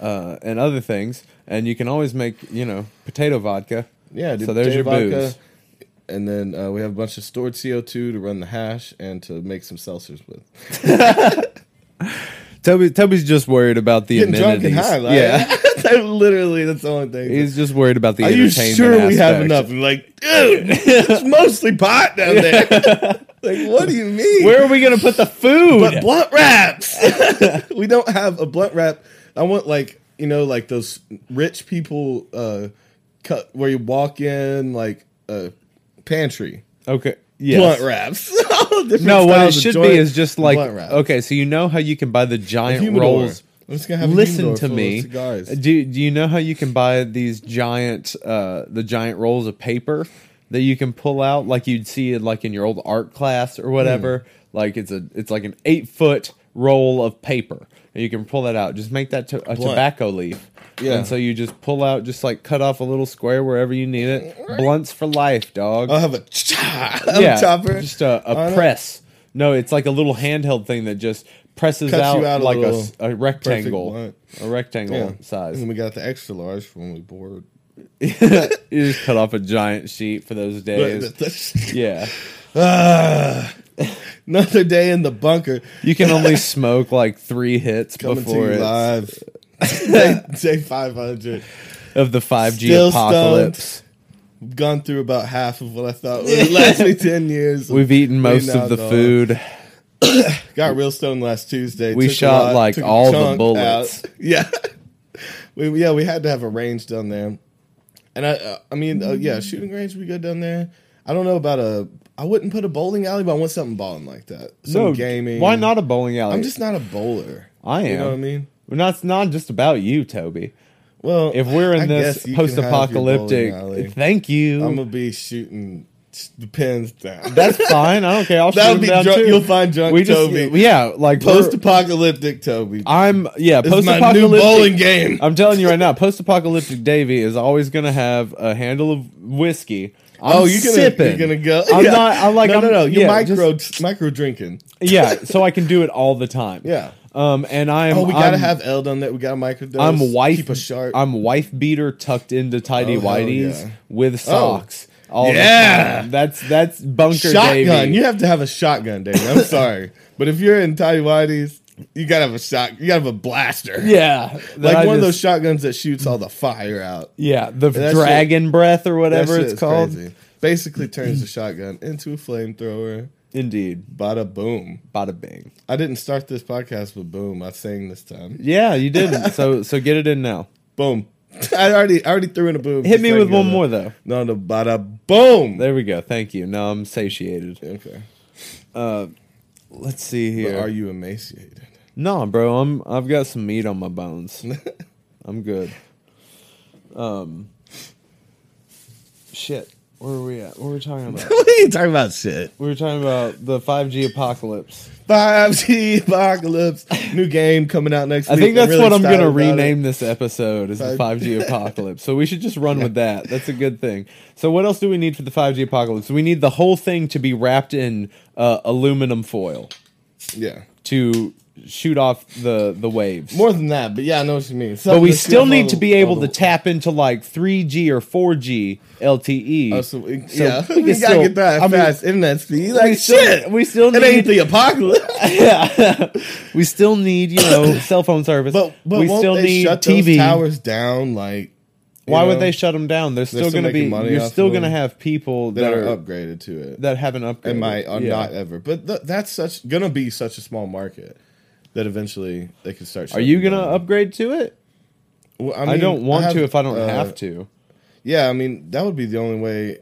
Speaker 2: uh, and other things. And you can always make you know potato vodka.
Speaker 1: Yeah, do
Speaker 2: So there's
Speaker 1: potato
Speaker 2: your booze.
Speaker 1: And then uh, we have a bunch of stored CO2 to run the hash and to make some seltzers with.
Speaker 2: Toby, Toby's just worried about the
Speaker 1: Getting drunk
Speaker 2: amenities.
Speaker 1: and high, like,
Speaker 2: yeah,
Speaker 1: that literally, that's the only thing.
Speaker 2: he's just worried about the.
Speaker 1: Are you
Speaker 2: entertainment
Speaker 1: sure we have
Speaker 2: aspect.
Speaker 1: enough? And like, dude, it's mostly pot down there. like, what do you mean?
Speaker 2: Where are we gonna put the food?
Speaker 1: but blunt wraps. we don't have a blunt wrap. I want like you know like those rich people uh, cut where you walk in like a pantry
Speaker 2: okay. Yes.
Speaker 1: blunt wraps. All different
Speaker 2: No, what it
Speaker 1: styles of
Speaker 2: should
Speaker 1: joint
Speaker 2: be is just like
Speaker 1: blunt wraps.
Speaker 2: okay, so you know how you can buy the giant
Speaker 1: humidor.
Speaker 2: rolls.
Speaker 1: I'm just gonna have a
Speaker 2: Listen
Speaker 1: humidor
Speaker 2: to
Speaker 1: full of
Speaker 2: me.
Speaker 1: Cigars.
Speaker 2: Do do you know how you can buy these giant uh the giant rolls of paper that you can pull out like you'd see it like in your old art class or whatever?
Speaker 1: Hmm.
Speaker 2: Like it's a it's like an eight foot roll of paper. And you can pull that out. Just make that to, a tobacco leaf.
Speaker 1: Yeah.
Speaker 2: And so you just pull out, just like cut off a little square wherever you need it. Blunts for life, dog
Speaker 1: I'll have a chop chopper.
Speaker 2: just a, a
Speaker 1: on it?
Speaker 2: press. No, it's like a little handheld thing that just presses
Speaker 1: Cuts
Speaker 2: out,
Speaker 1: you out a
Speaker 2: like a,
Speaker 1: little
Speaker 2: s- a rectangle,
Speaker 1: blunt.
Speaker 2: a rectangle
Speaker 1: Yeah. Mm.
Speaker 2: size.
Speaker 1: And we got the extra large for when we bored.
Speaker 2: you just cut off a giant sheet for those days. yeah,
Speaker 1: Ah, Another day in the bunker.
Speaker 2: You can only smoke like three hits
Speaker 1: Coming to
Speaker 2: before
Speaker 1: you
Speaker 2: it's,
Speaker 1: live. day, day 500.
Speaker 2: of the five G
Speaker 1: Still
Speaker 2: apocalypse.
Speaker 1: Gone through about half of what I thought would last me 10 years.
Speaker 2: We've eaten most
Speaker 1: now
Speaker 2: of the
Speaker 1: gone.
Speaker 2: food.
Speaker 1: Got real stoned last Tuesday.
Speaker 2: We
Speaker 1: took a
Speaker 2: shot, like,
Speaker 1: took a
Speaker 2: all the
Speaker 1: chunk
Speaker 2: bullets.
Speaker 1: out. Yeah, we yeah we had to have a range down there, and I uh, I mean uh, yeah shooting range would be good down there. I don't know about a I wouldn't put a bowling alley, but I want something balling like that. Some gaming.
Speaker 2: Why not a bowling alley?
Speaker 1: I'm just not a bowler.
Speaker 2: I
Speaker 1: You
Speaker 2: am.
Speaker 1: know what I mean?
Speaker 2: No, it's not just about you, Toby.
Speaker 1: Well,
Speaker 2: If we're in
Speaker 1: I
Speaker 2: this
Speaker 1: guess you can have your bowling alley.
Speaker 2: post-apocalyptic, thank you.
Speaker 1: I'm gonna be shooting s- the pins down.
Speaker 2: That's fine. I don't care. I'll shoot
Speaker 1: that
Speaker 2: them
Speaker 1: would be
Speaker 2: down
Speaker 1: drunk.
Speaker 2: too.
Speaker 1: You'll find drunk
Speaker 2: we just,
Speaker 1: Toby.
Speaker 2: yeah, like we're-
Speaker 1: post-apocalyptic Toby.
Speaker 2: I'm yeah.
Speaker 1: This is
Speaker 2: Post
Speaker 1: my new bowling
Speaker 2: apocalyptic.
Speaker 1: game.
Speaker 2: I'm telling you right now, post apocalyptic Davy is always gonna have a handle of whiskey. I'm
Speaker 1: oh, you're gonna
Speaker 2: sipping.
Speaker 1: you're gonna go.
Speaker 2: I'm not- I'm like,
Speaker 1: no,
Speaker 2: I'm-
Speaker 1: no, no. You're
Speaker 2: yeah,
Speaker 1: micro micro drinking.
Speaker 2: yeah, so I can do it all the time.
Speaker 1: Yeah.
Speaker 2: Um, and I'm.
Speaker 1: Oh, we gotta
Speaker 2: I'm,
Speaker 1: have L done that. We gotta microdose.
Speaker 2: I'm wife.
Speaker 1: Keep a sharp.
Speaker 2: I'm wife beater tucked into tidy
Speaker 1: Oh, hell
Speaker 2: whities
Speaker 1: yeah. Oh.
Speaker 2: with socks. All
Speaker 1: Yeah.
Speaker 2: the time. That's that's bunker
Speaker 1: shotgun.
Speaker 2: Davey.
Speaker 1: You have to have a shotgun, David. I'm sorry, but if you're in tidy whities, you gotta have a shot. You gotta have a blaster.
Speaker 2: Yeah,
Speaker 1: like
Speaker 2: that I
Speaker 1: one of
Speaker 2: just-
Speaker 1: those shotguns that shoots all the fire out.
Speaker 2: Yeah, the
Speaker 1: that
Speaker 2: dragon breath or
Speaker 1: That
Speaker 2: whatever
Speaker 1: shit
Speaker 2: it's
Speaker 1: is
Speaker 2: called.
Speaker 1: crazy. Basically, turns the shotgun into a flamethrower.
Speaker 2: Indeed,
Speaker 1: Bada boom.
Speaker 2: bada bing.
Speaker 1: I didn't start this podcast with boom. I sang this time.
Speaker 2: Yeah, you didn't. so so get it in now.
Speaker 1: Boom. I already I already threw in a boom.
Speaker 2: Hit me
Speaker 1: Just
Speaker 2: with
Speaker 1: like
Speaker 2: one
Speaker 1: the-
Speaker 2: more though.
Speaker 1: No, no, bada boom.
Speaker 2: There we go. Thank you. Now I'm satiated.
Speaker 1: Okay.
Speaker 2: Let's see
Speaker 1: But
Speaker 2: here.
Speaker 1: are you emaciated?
Speaker 2: No, bro, I'm I've got some meat on my bones. I'm good. Um shit. Where were we at? What were we talking about?
Speaker 1: what are you talking about, shit?
Speaker 2: we were talking about the 5G apocalypse.
Speaker 1: 5G apocalypse. New game coming out next
Speaker 2: I
Speaker 1: week.
Speaker 2: think that's
Speaker 1: really
Speaker 2: what I'm
Speaker 1: excited
Speaker 2: going to
Speaker 1: about
Speaker 2: rename this episode is
Speaker 1: 5G.
Speaker 2: the 5G apocalypse. So we should just run with that. That's a good thing. So what else do we need for the 5G apocalypse? We need the whole thing to be wrapped in uh, aluminum foil
Speaker 1: it. Yeah.
Speaker 2: to shoot off the the waves.
Speaker 1: More than that, but yeah, I know what you mean.
Speaker 2: but
Speaker 1: Something
Speaker 2: we
Speaker 1: that's
Speaker 2: still
Speaker 1: gonna
Speaker 2: need to be
Speaker 1: follow-
Speaker 2: able
Speaker 1: follow-
Speaker 2: to tap into like 3G or 4G LTE.
Speaker 1: Oh, so we- yeah,
Speaker 2: we
Speaker 1: we,
Speaker 2: can
Speaker 1: gotta
Speaker 2: still-
Speaker 1: get that
Speaker 2: I mean,
Speaker 1: fast internet speed. Like
Speaker 2: we still,
Speaker 1: shit,
Speaker 2: we still
Speaker 1: it ain't
Speaker 2: need,
Speaker 1: the apocalypse.
Speaker 2: yeah, we still need you know cell phone service.
Speaker 1: But but
Speaker 2: we
Speaker 1: won't
Speaker 2: still
Speaker 1: they
Speaker 2: need
Speaker 1: shut
Speaker 2: TV.
Speaker 1: those towers down? Like, you
Speaker 2: Why
Speaker 1: know,
Speaker 2: would they shut them down? They're still,
Speaker 1: still
Speaker 2: going to be.
Speaker 1: making money
Speaker 2: You're
Speaker 1: off
Speaker 2: still
Speaker 1: of
Speaker 2: going to
Speaker 1: them.
Speaker 2: have people that,
Speaker 1: that
Speaker 2: are
Speaker 1: are upgraded to it?
Speaker 2: that haven't upgraded.
Speaker 1: It might or
Speaker 2: Yeah.
Speaker 1: not ever, but th- that's such gonna be such a small market that eventually they can start.
Speaker 2: Are you
Speaker 1: shutting
Speaker 2: going to
Speaker 1: down.
Speaker 2: upgrade to it?
Speaker 1: Well,
Speaker 2: I,
Speaker 1: mean,
Speaker 2: don't want
Speaker 1: have,
Speaker 2: to if I don't
Speaker 1: uh,
Speaker 2: have to.
Speaker 1: Yeah, I mean that would be the only way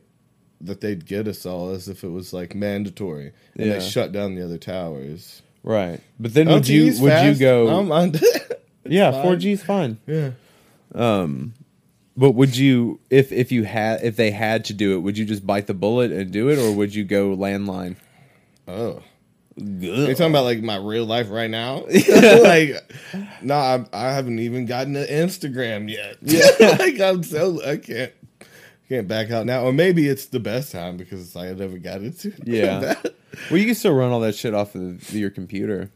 Speaker 1: that they'd get us all is if it was like mandatory and
Speaker 2: Yeah.
Speaker 1: they shut down the other towers.
Speaker 2: Right, but then would you
Speaker 1: LTE's
Speaker 2: would
Speaker 1: fast.
Speaker 2: you go?
Speaker 1: I'm on-
Speaker 2: yeah,
Speaker 1: fine.
Speaker 2: four G's fine. Um,
Speaker 1: yeah.
Speaker 2: But would you if if you had if they had to do it, would you just bite the bullet and do it, or would you go landline?
Speaker 1: Oh. You're
Speaker 2: Good.
Speaker 1: talking about like my real life right now? like, no, nah, I, I haven't even gotten to Instagram yet. Yeah, like I'm so I can't can't back out now. Or maybe it's the best time because it's like I never got into.
Speaker 2: Yeah.
Speaker 1: that,
Speaker 2: Well, you can still run all that shit off of your computer.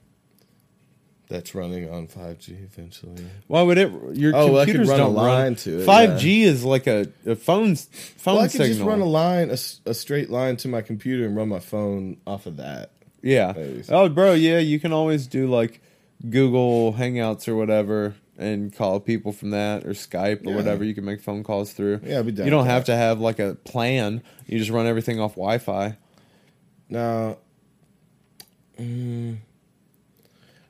Speaker 1: that's running on 5G eventually.
Speaker 2: Why would it? Your
Speaker 1: Oh, well, I could
Speaker 2: computers
Speaker 1: run a
Speaker 2: don't
Speaker 1: line
Speaker 2: run.
Speaker 1: to it,
Speaker 2: Five G is like a, a phone's phone
Speaker 1: Well, I could
Speaker 2: signal.
Speaker 1: just run a line, a, s- a straight line to my computer and run my phone off of that.
Speaker 2: Yeah.
Speaker 1: Maybe.
Speaker 2: Oh, bro. Yeah, you can always do like Google Hangouts or whatever, and call people from that or Skype or
Speaker 1: Yeah.
Speaker 2: whatever. You can make phone calls through.
Speaker 1: Yeah, I'd be down
Speaker 2: You don't
Speaker 1: with
Speaker 2: have to have like a plan. You just run everything off Wi-Fi.
Speaker 1: Now, mm,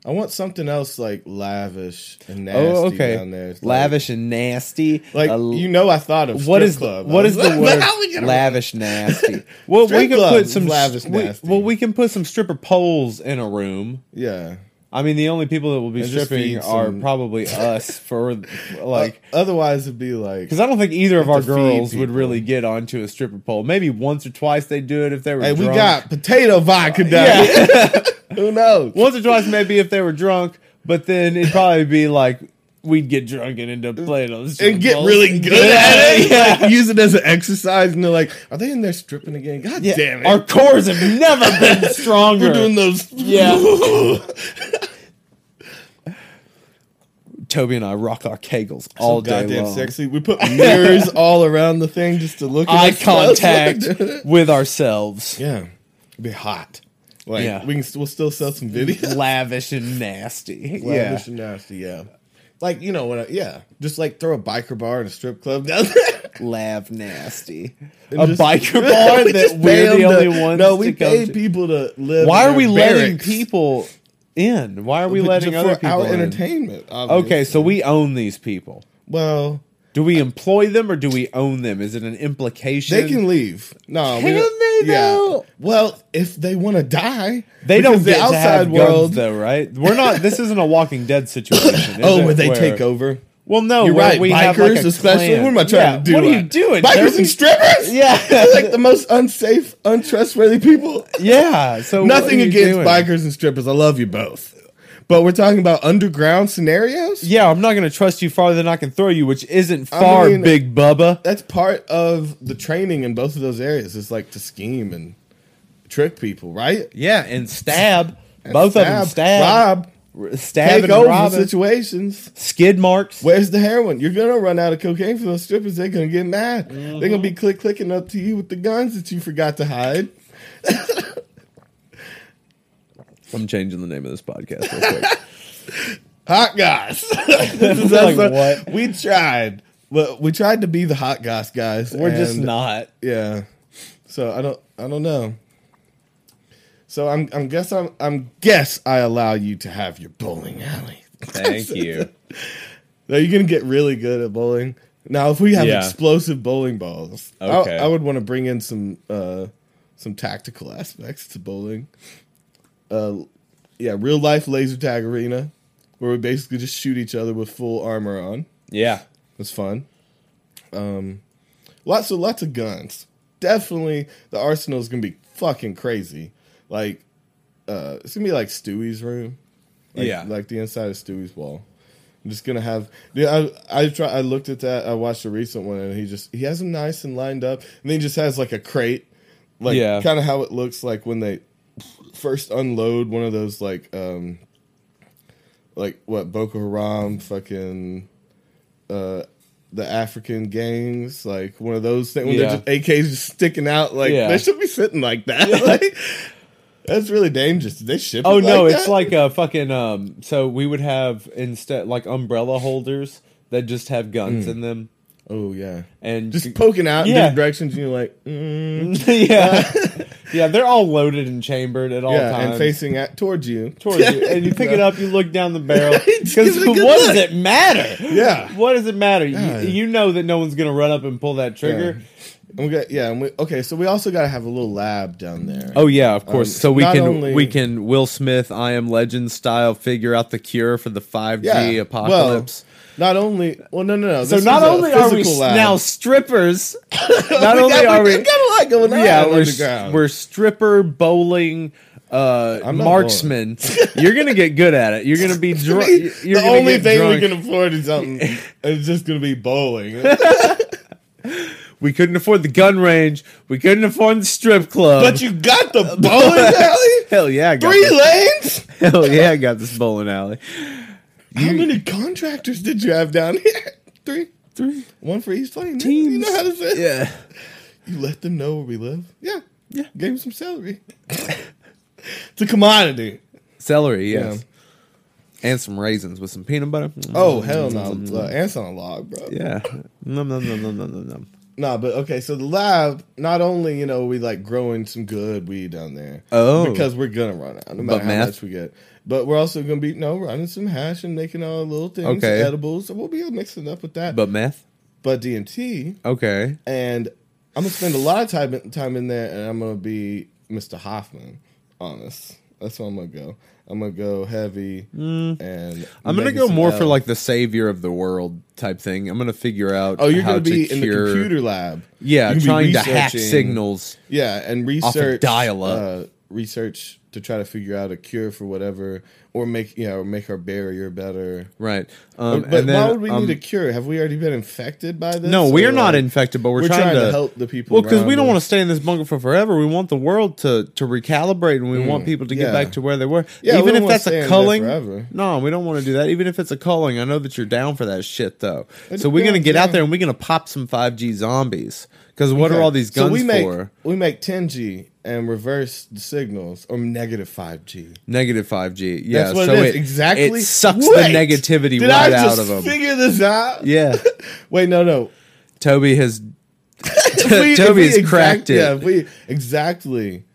Speaker 1: I want something else like lavish and nasty
Speaker 2: oh, okay.
Speaker 1: down there. It's like-
Speaker 2: Lavish and nasty.
Speaker 1: Like
Speaker 2: A-
Speaker 1: you know, I thought of
Speaker 2: What
Speaker 1: strip
Speaker 2: is
Speaker 1: club.
Speaker 2: what is the word
Speaker 1: How we gonna-
Speaker 2: lavish nasty? Well, we
Speaker 1: Strip
Speaker 2: can
Speaker 1: club
Speaker 2: put
Speaker 1: is
Speaker 2: some
Speaker 1: lavish
Speaker 2: we-
Speaker 1: nasty.
Speaker 2: well, we can put some stripper poles in a room.
Speaker 1: Yeah,
Speaker 2: I mean, the only people that will be
Speaker 1: And just
Speaker 2: stripping
Speaker 1: feed
Speaker 2: are
Speaker 1: some- Uh,
Speaker 2: probably us for like
Speaker 1: like otherwise it'd be like
Speaker 2: Because I don't think either of
Speaker 1: Have
Speaker 2: our
Speaker 1: to feed
Speaker 2: girls would
Speaker 1: people.
Speaker 2: really get onto a stripper pole. Maybe once or twice they do it if they were
Speaker 1: hey, we
Speaker 2: drunk.
Speaker 1: got potato vodka down here.
Speaker 2: yeah.
Speaker 1: Who knows?
Speaker 2: once or twice maybe if they were drunk, but then it'd probably be like we'd get drunk and end up playing on the stripper
Speaker 1: And get
Speaker 2: pole.
Speaker 1: really good at it.
Speaker 2: Yeah.
Speaker 1: Like, use it as an exercise, and they're like, "Are they in there stripping again? God
Speaker 2: Yeah.
Speaker 1: damn it!
Speaker 2: Our cores have never been
Speaker 1: We're
Speaker 2: stronger.
Speaker 1: doing those."
Speaker 2: Yeah. Toby and I rock our kegels all
Speaker 1: so
Speaker 2: day
Speaker 1: goddamn
Speaker 2: long.
Speaker 1: sexy. We put mirrors all around the thing just to look. at
Speaker 2: Eye
Speaker 1: ourselves.
Speaker 2: contact with ourselves.
Speaker 1: yeah, It'd be hot. Like
Speaker 2: Yeah.
Speaker 1: we can we'll still sell some videos.
Speaker 2: Lavish and nasty.
Speaker 1: Lavish and nasty, yeah. Like you know when I, yeah, just like throw a biker bar and a strip club down there.
Speaker 2: Yeah. Lav nasty.
Speaker 1: And
Speaker 2: a
Speaker 1: just-
Speaker 2: biker bar
Speaker 1: We
Speaker 2: that
Speaker 1: just
Speaker 2: we're
Speaker 1: pay
Speaker 2: the
Speaker 1: 'em
Speaker 2: only
Speaker 1: to-
Speaker 2: ones.
Speaker 1: No, we
Speaker 2: to come
Speaker 1: pay
Speaker 2: to.
Speaker 1: people to live.
Speaker 2: Why
Speaker 1: in
Speaker 2: are we
Speaker 1: their
Speaker 2: letting
Speaker 1: barracks.
Speaker 2: people in? Why are we
Speaker 1: But
Speaker 2: letting
Speaker 1: ju-
Speaker 2: other
Speaker 1: for
Speaker 2: people
Speaker 1: our
Speaker 2: in?
Speaker 1: entertainment? obviously.
Speaker 2: Okay, so we own these people.
Speaker 1: well,
Speaker 2: Do we employ them or do we own them? Is it an implication?
Speaker 1: they can leave. No,
Speaker 2: Can
Speaker 1: don't-
Speaker 2: they, though?
Speaker 1: Well, if they want to die,
Speaker 2: They don't
Speaker 1: because
Speaker 2: get to have guns, though, right? We're not. This isn't a Walking Dead situation. is
Speaker 1: Oh,
Speaker 2: it,
Speaker 1: when they
Speaker 2: where-
Speaker 1: take over.
Speaker 2: Well, no,
Speaker 1: You're
Speaker 2: where
Speaker 1: right.
Speaker 2: We
Speaker 1: bikers,
Speaker 2: have like a
Speaker 1: especially.
Speaker 2: clan.
Speaker 1: What am I trying
Speaker 2: Yeah,
Speaker 1: to do?
Speaker 2: What are you
Speaker 1: Like,
Speaker 2: doing?
Speaker 1: Bikers
Speaker 2: There's-
Speaker 1: and strippers.
Speaker 2: Yeah.
Speaker 1: They're like the most unsafe, untrustworthy people.
Speaker 2: yeah. So what
Speaker 1: Nothing
Speaker 2: are you
Speaker 1: against
Speaker 2: doing?
Speaker 1: bikers and strippers. I love you both, but we're talking about underground scenarios.
Speaker 2: Yeah, I'm not going to trust you farther than I can throw you, which isn't far,
Speaker 1: mean-
Speaker 2: Big Bubba.
Speaker 1: That's part of the training in both of those areas. It's like to scheme and trick people, right?
Speaker 2: Yeah, and stab.
Speaker 1: And
Speaker 2: Both of them stab.
Speaker 1: rob,
Speaker 2: R-
Speaker 1: take
Speaker 2: Stabbing and
Speaker 1: over
Speaker 2: robbing.
Speaker 1: situations.
Speaker 2: Skid marks.
Speaker 1: Where's the heroin? You're gonna run out of cocaine for those strippers. They're gonna get mad. They're gonna
Speaker 2: Mm-hmm.
Speaker 1: be click clicking up to you with the guns that you forgot to hide.
Speaker 2: I'm changing the name of this podcast real quick.
Speaker 1: hot guys. this is
Speaker 2: Like
Speaker 1: us. uh,
Speaker 2: what?
Speaker 1: We tried, but we tried to be the hot guys, guys.
Speaker 2: We're just
Speaker 1: and-
Speaker 2: not.
Speaker 1: Yeah. So I don't. I don't know. So I'm. I'm guess. I'm. I'm guess. I allow you to have your bowling alley.
Speaker 2: Thank you.
Speaker 1: Now you're gonna get really good at bowling. Now, if we have
Speaker 2: Yeah.
Speaker 1: explosive bowling balls, I-
Speaker 2: Okay.
Speaker 1: I, would want to bring in some uh, some tactical aspects to bowling. Uh, yeah, real life laser tag arena, where we basically just shoot each other with full armor on.
Speaker 2: Yeah.
Speaker 1: That's fun. Um, lots of lots of guns. Definitely, the arsenal is gonna be fucking crazy. Like, uh, it's gonna be like Stewie's room. Like,
Speaker 2: Yeah.
Speaker 1: like the inside of Stewie's wall. I'm just gonna have. Yeah, I I try. I looked at that. I watched a recent one, and he just he has them nice and lined up, and then he just has like a crate, like
Speaker 2: Yeah.
Speaker 1: kind of how it looks like when they first unload one of those like um like what Boko Haram fucking uh the African gangs, like one of those things when
Speaker 2: Yeah.
Speaker 1: they're just AKs just sticking out, like
Speaker 2: Yeah.
Speaker 1: they should be sitting like that. Like that's really dangerous. Did they ship?
Speaker 2: Oh
Speaker 1: it
Speaker 2: no,
Speaker 1: like
Speaker 2: it's
Speaker 1: that?
Speaker 2: like a fucking um so we would have instead like umbrella holders that just have guns in them
Speaker 1: oh yeah,
Speaker 2: and
Speaker 1: Mm. just poking out in
Speaker 2: Yeah.
Speaker 1: different directions, and you're like, mm.
Speaker 2: yeah. yeah, they're all loaded and chambered at all
Speaker 1: yeah,
Speaker 2: times.
Speaker 1: and facing at towards you,
Speaker 2: towards you. And you pick it up, you look down the barrel.
Speaker 1: Just
Speaker 2: Because
Speaker 1: give it
Speaker 2: what
Speaker 1: a good
Speaker 2: does
Speaker 1: look.
Speaker 2: it matter?
Speaker 1: Yeah.
Speaker 2: What does it matter?
Speaker 1: Yeah.
Speaker 2: You, you know that no one's gonna run up and pull that trigger.
Speaker 1: And we got yeah, and we, okay. So we also got to have a little lab down there.
Speaker 2: Oh yeah, of course.
Speaker 1: Um,
Speaker 2: so we
Speaker 1: not
Speaker 2: can
Speaker 1: only-
Speaker 2: we can Will Smith, I Am Legend style figure out the cure for the five G
Speaker 1: Well,
Speaker 2: apocalypse.
Speaker 1: not only well, no, no, no.
Speaker 2: so
Speaker 1: this
Speaker 2: not
Speaker 1: is a
Speaker 2: only are we
Speaker 1: physical
Speaker 2: s-
Speaker 1: lab.
Speaker 2: now strippers, not
Speaker 1: We
Speaker 2: only
Speaker 1: got,
Speaker 2: are
Speaker 1: we
Speaker 2: we,
Speaker 1: got a lot going on.
Speaker 2: yeah, we're,
Speaker 1: underground.
Speaker 2: we're stripper bowling. Uh,
Speaker 1: I'm not
Speaker 2: marksman, you're gonna get good at it. You're gonna be drunk. You're
Speaker 1: the
Speaker 2: gonna
Speaker 1: only
Speaker 2: get
Speaker 1: thing
Speaker 2: drunk.
Speaker 1: we can afford is something. it's just gonna be bowling.
Speaker 2: We couldn't afford the gun range. We couldn't afford the strip club.
Speaker 1: but you got the bowling alley,
Speaker 2: hell yeah, I got
Speaker 1: three
Speaker 2: this,
Speaker 1: lanes.
Speaker 2: hell yeah, I got this bowling alley.
Speaker 1: How many contractors did you have down here? Three,
Speaker 2: Three
Speaker 1: one for each lane. You
Speaker 2: teams.
Speaker 1: know how to say.
Speaker 2: yeah,
Speaker 1: You let them know where we live. Yeah,
Speaker 2: Yeah.
Speaker 1: Gave them some celery. it's a commodity.
Speaker 2: celery. Yes.
Speaker 1: Yeah.
Speaker 2: And some raisins with some peanut butter. Mm.
Speaker 1: Oh hell no, uh, ants on a log, bro.
Speaker 2: Yeah. Nom, nom, nom, nom, nom, nom, nom.
Speaker 1: Nah, but okay. So the lab, not only you know we like growing some good weed down there,
Speaker 2: Oh.
Speaker 1: because we're gonna run out no matter how
Speaker 2: meth?
Speaker 1: much we get. But we're also gonna be no running some hash and making all little things,
Speaker 2: Okay.
Speaker 1: edibles. So we'll be mixing up with that. But,
Speaker 2: But meth?
Speaker 1: DMT,
Speaker 2: Okay.
Speaker 1: and I'm gonna spend a lot of time time in there, and I'm gonna be Mr. Hoffman, honest. That's where I'm gonna go. I'm gonna go heavy, and
Speaker 2: Mm. I'm gonna
Speaker 1: making
Speaker 2: go
Speaker 1: some
Speaker 2: more for
Speaker 1: L.
Speaker 2: like the savior of the world type thing. I'm gonna figure out.
Speaker 1: oh, you're
Speaker 2: how
Speaker 1: gonna be
Speaker 2: to
Speaker 1: in the
Speaker 2: cure-
Speaker 1: computer lab,
Speaker 2: Yeah,
Speaker 1: You're gonna be
Speaker 2: trying to hack
Speaker 1: researching-
Speaker 2: signals.
Speaker 1: Yeah, and
Speaker 2: Off of
Speaker 1: research
Speaker 2: dial-up.
Speaker 1: uh, research to try to figure out a cure for whatever, or make you know, or make our barrier better.
Speaker 2: Right. Um,
Speaker 1: but
Speaker 2: and then,
Speaker 1: why would we
Speaker 2: um,
Speaker 1: need a cure? Have we already been infected by this?
Speaker 2: No, we
Speaker 1: Or,
Speaker 2: are not
Speaker 1: like,
Speaker 2: infected, but we're,
Speaker 1: We're trying, to, help the people.
Speaker 2: Well, because we
Speaker 1: around
Speaker 2: don't want to
Speaker 1: us.
Speaker 2: stay in this bunker for forever. We want the world to to recalibrate, and we want people to
Speaker 1: Mm, yeah.
Speaker 2: get back to where they were.
Speaker 1: Yeah, we
Speaker 2: even
Speaker 1: don't
Speaker 2: if
Speaker 1: wanna
Speaker 2: that's
Speaker 1: stay in
Speaker 2: a
Speaker 1: there
Speaker 2: culling.
Speaker 1: forever.
Speaker 2: No, we don't want to do that. Even if it's a culling, I know that you're down for that shit, though.
Speaker 1: It
Speaker 2: so we're gonna
Speaker 1: depends,
Speaker 2: get out
Speaker 1: yeah.
Speaker 2: there and we're gonna pop some five G zombies. Because what are
Speaker 1: Okay.
Speaker 2: all these guns
Speaker 1: so we make,
Speaker 2: for?
Speaker 1: We make 10G and reverse the signals or negative 5G.
Speaker 2: Negative five G. Yeah,
Speaker 1: That's what
Speaker 2: so
Speaker 1: it is.
Speaker 2: it
Speaker 1: exactly.
Speaker 2: It sucks
Speaker 1: Wait!
Speaker 2: the negativity
Speaker 1: Did
Speaker 2: right
Speaker 1: I
Speaker 2: out
Speaker 1: just
Speaker 2: of them.
Speaker 1: Figure this out.
Speaker 2: yeah,
Speaker 1: Wait, no, no.
Speaker 2: Toby has.
Speaker 1: If we- if
Speaker 2: Toby
Speaker 1: we
Speaker 2: has cracked it.
Speaker 1: Yeah, if we exactly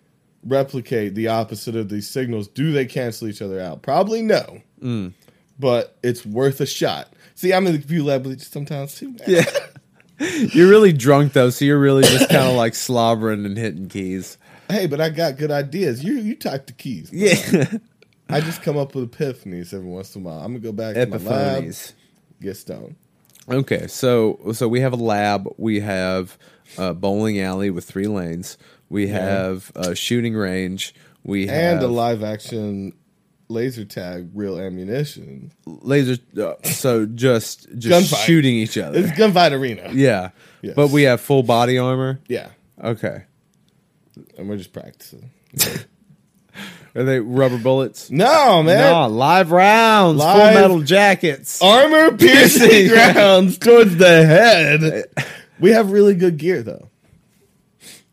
Speaker 1: replicate the opposite of these signals, do they cancel each other out? Probably no.
Speaker 2: Mm.
Speaker 1: But it's worth a shot. See, I'm in the computer lab sometimes too.
Speaker 2: Yeah. You're really drunk though, so you're really just kind of like slobbering and hitting keys.
Speaker 1: Hey, but I got good ideas. You you type the keys.
Speaker 2: Yeah,
Speaker 1: I just come up with epiphanies every once in a while. I'm gonna go back to my lab,
Speaker 2: epiphanies.
Speaker 1: get stoned.
Speaker 2: Okay, so so we have a lab, we have a bowling alley with three lanes, we have a shooting range, we
Speaker 1: And
Speaker 2: have
Speaker 1: a live action laser tag, real ammunition.
Speaker 2: laser. Uh, so just just
Speaker 1: Gunfight.
Speaker 2: shooting each other.
Speaker 1: It's gunfight arena.
Speaker 2: yeah,
Speaker 1: Yes.
Speaker 2: but we have full body armor.
Speaker 1: Yeah.
Speaker 2: Okay,
Speaker 1: And we're just practicing.
Speaker 2: are they rubber bullets?
Speaker 1: No, man.
Speaker 2: No, live rounds,
Speaker 1: Live-
Speaker 2: full metal jackets.
Speaker 1: Armor piercing rounds towards the head. We have really good gear though.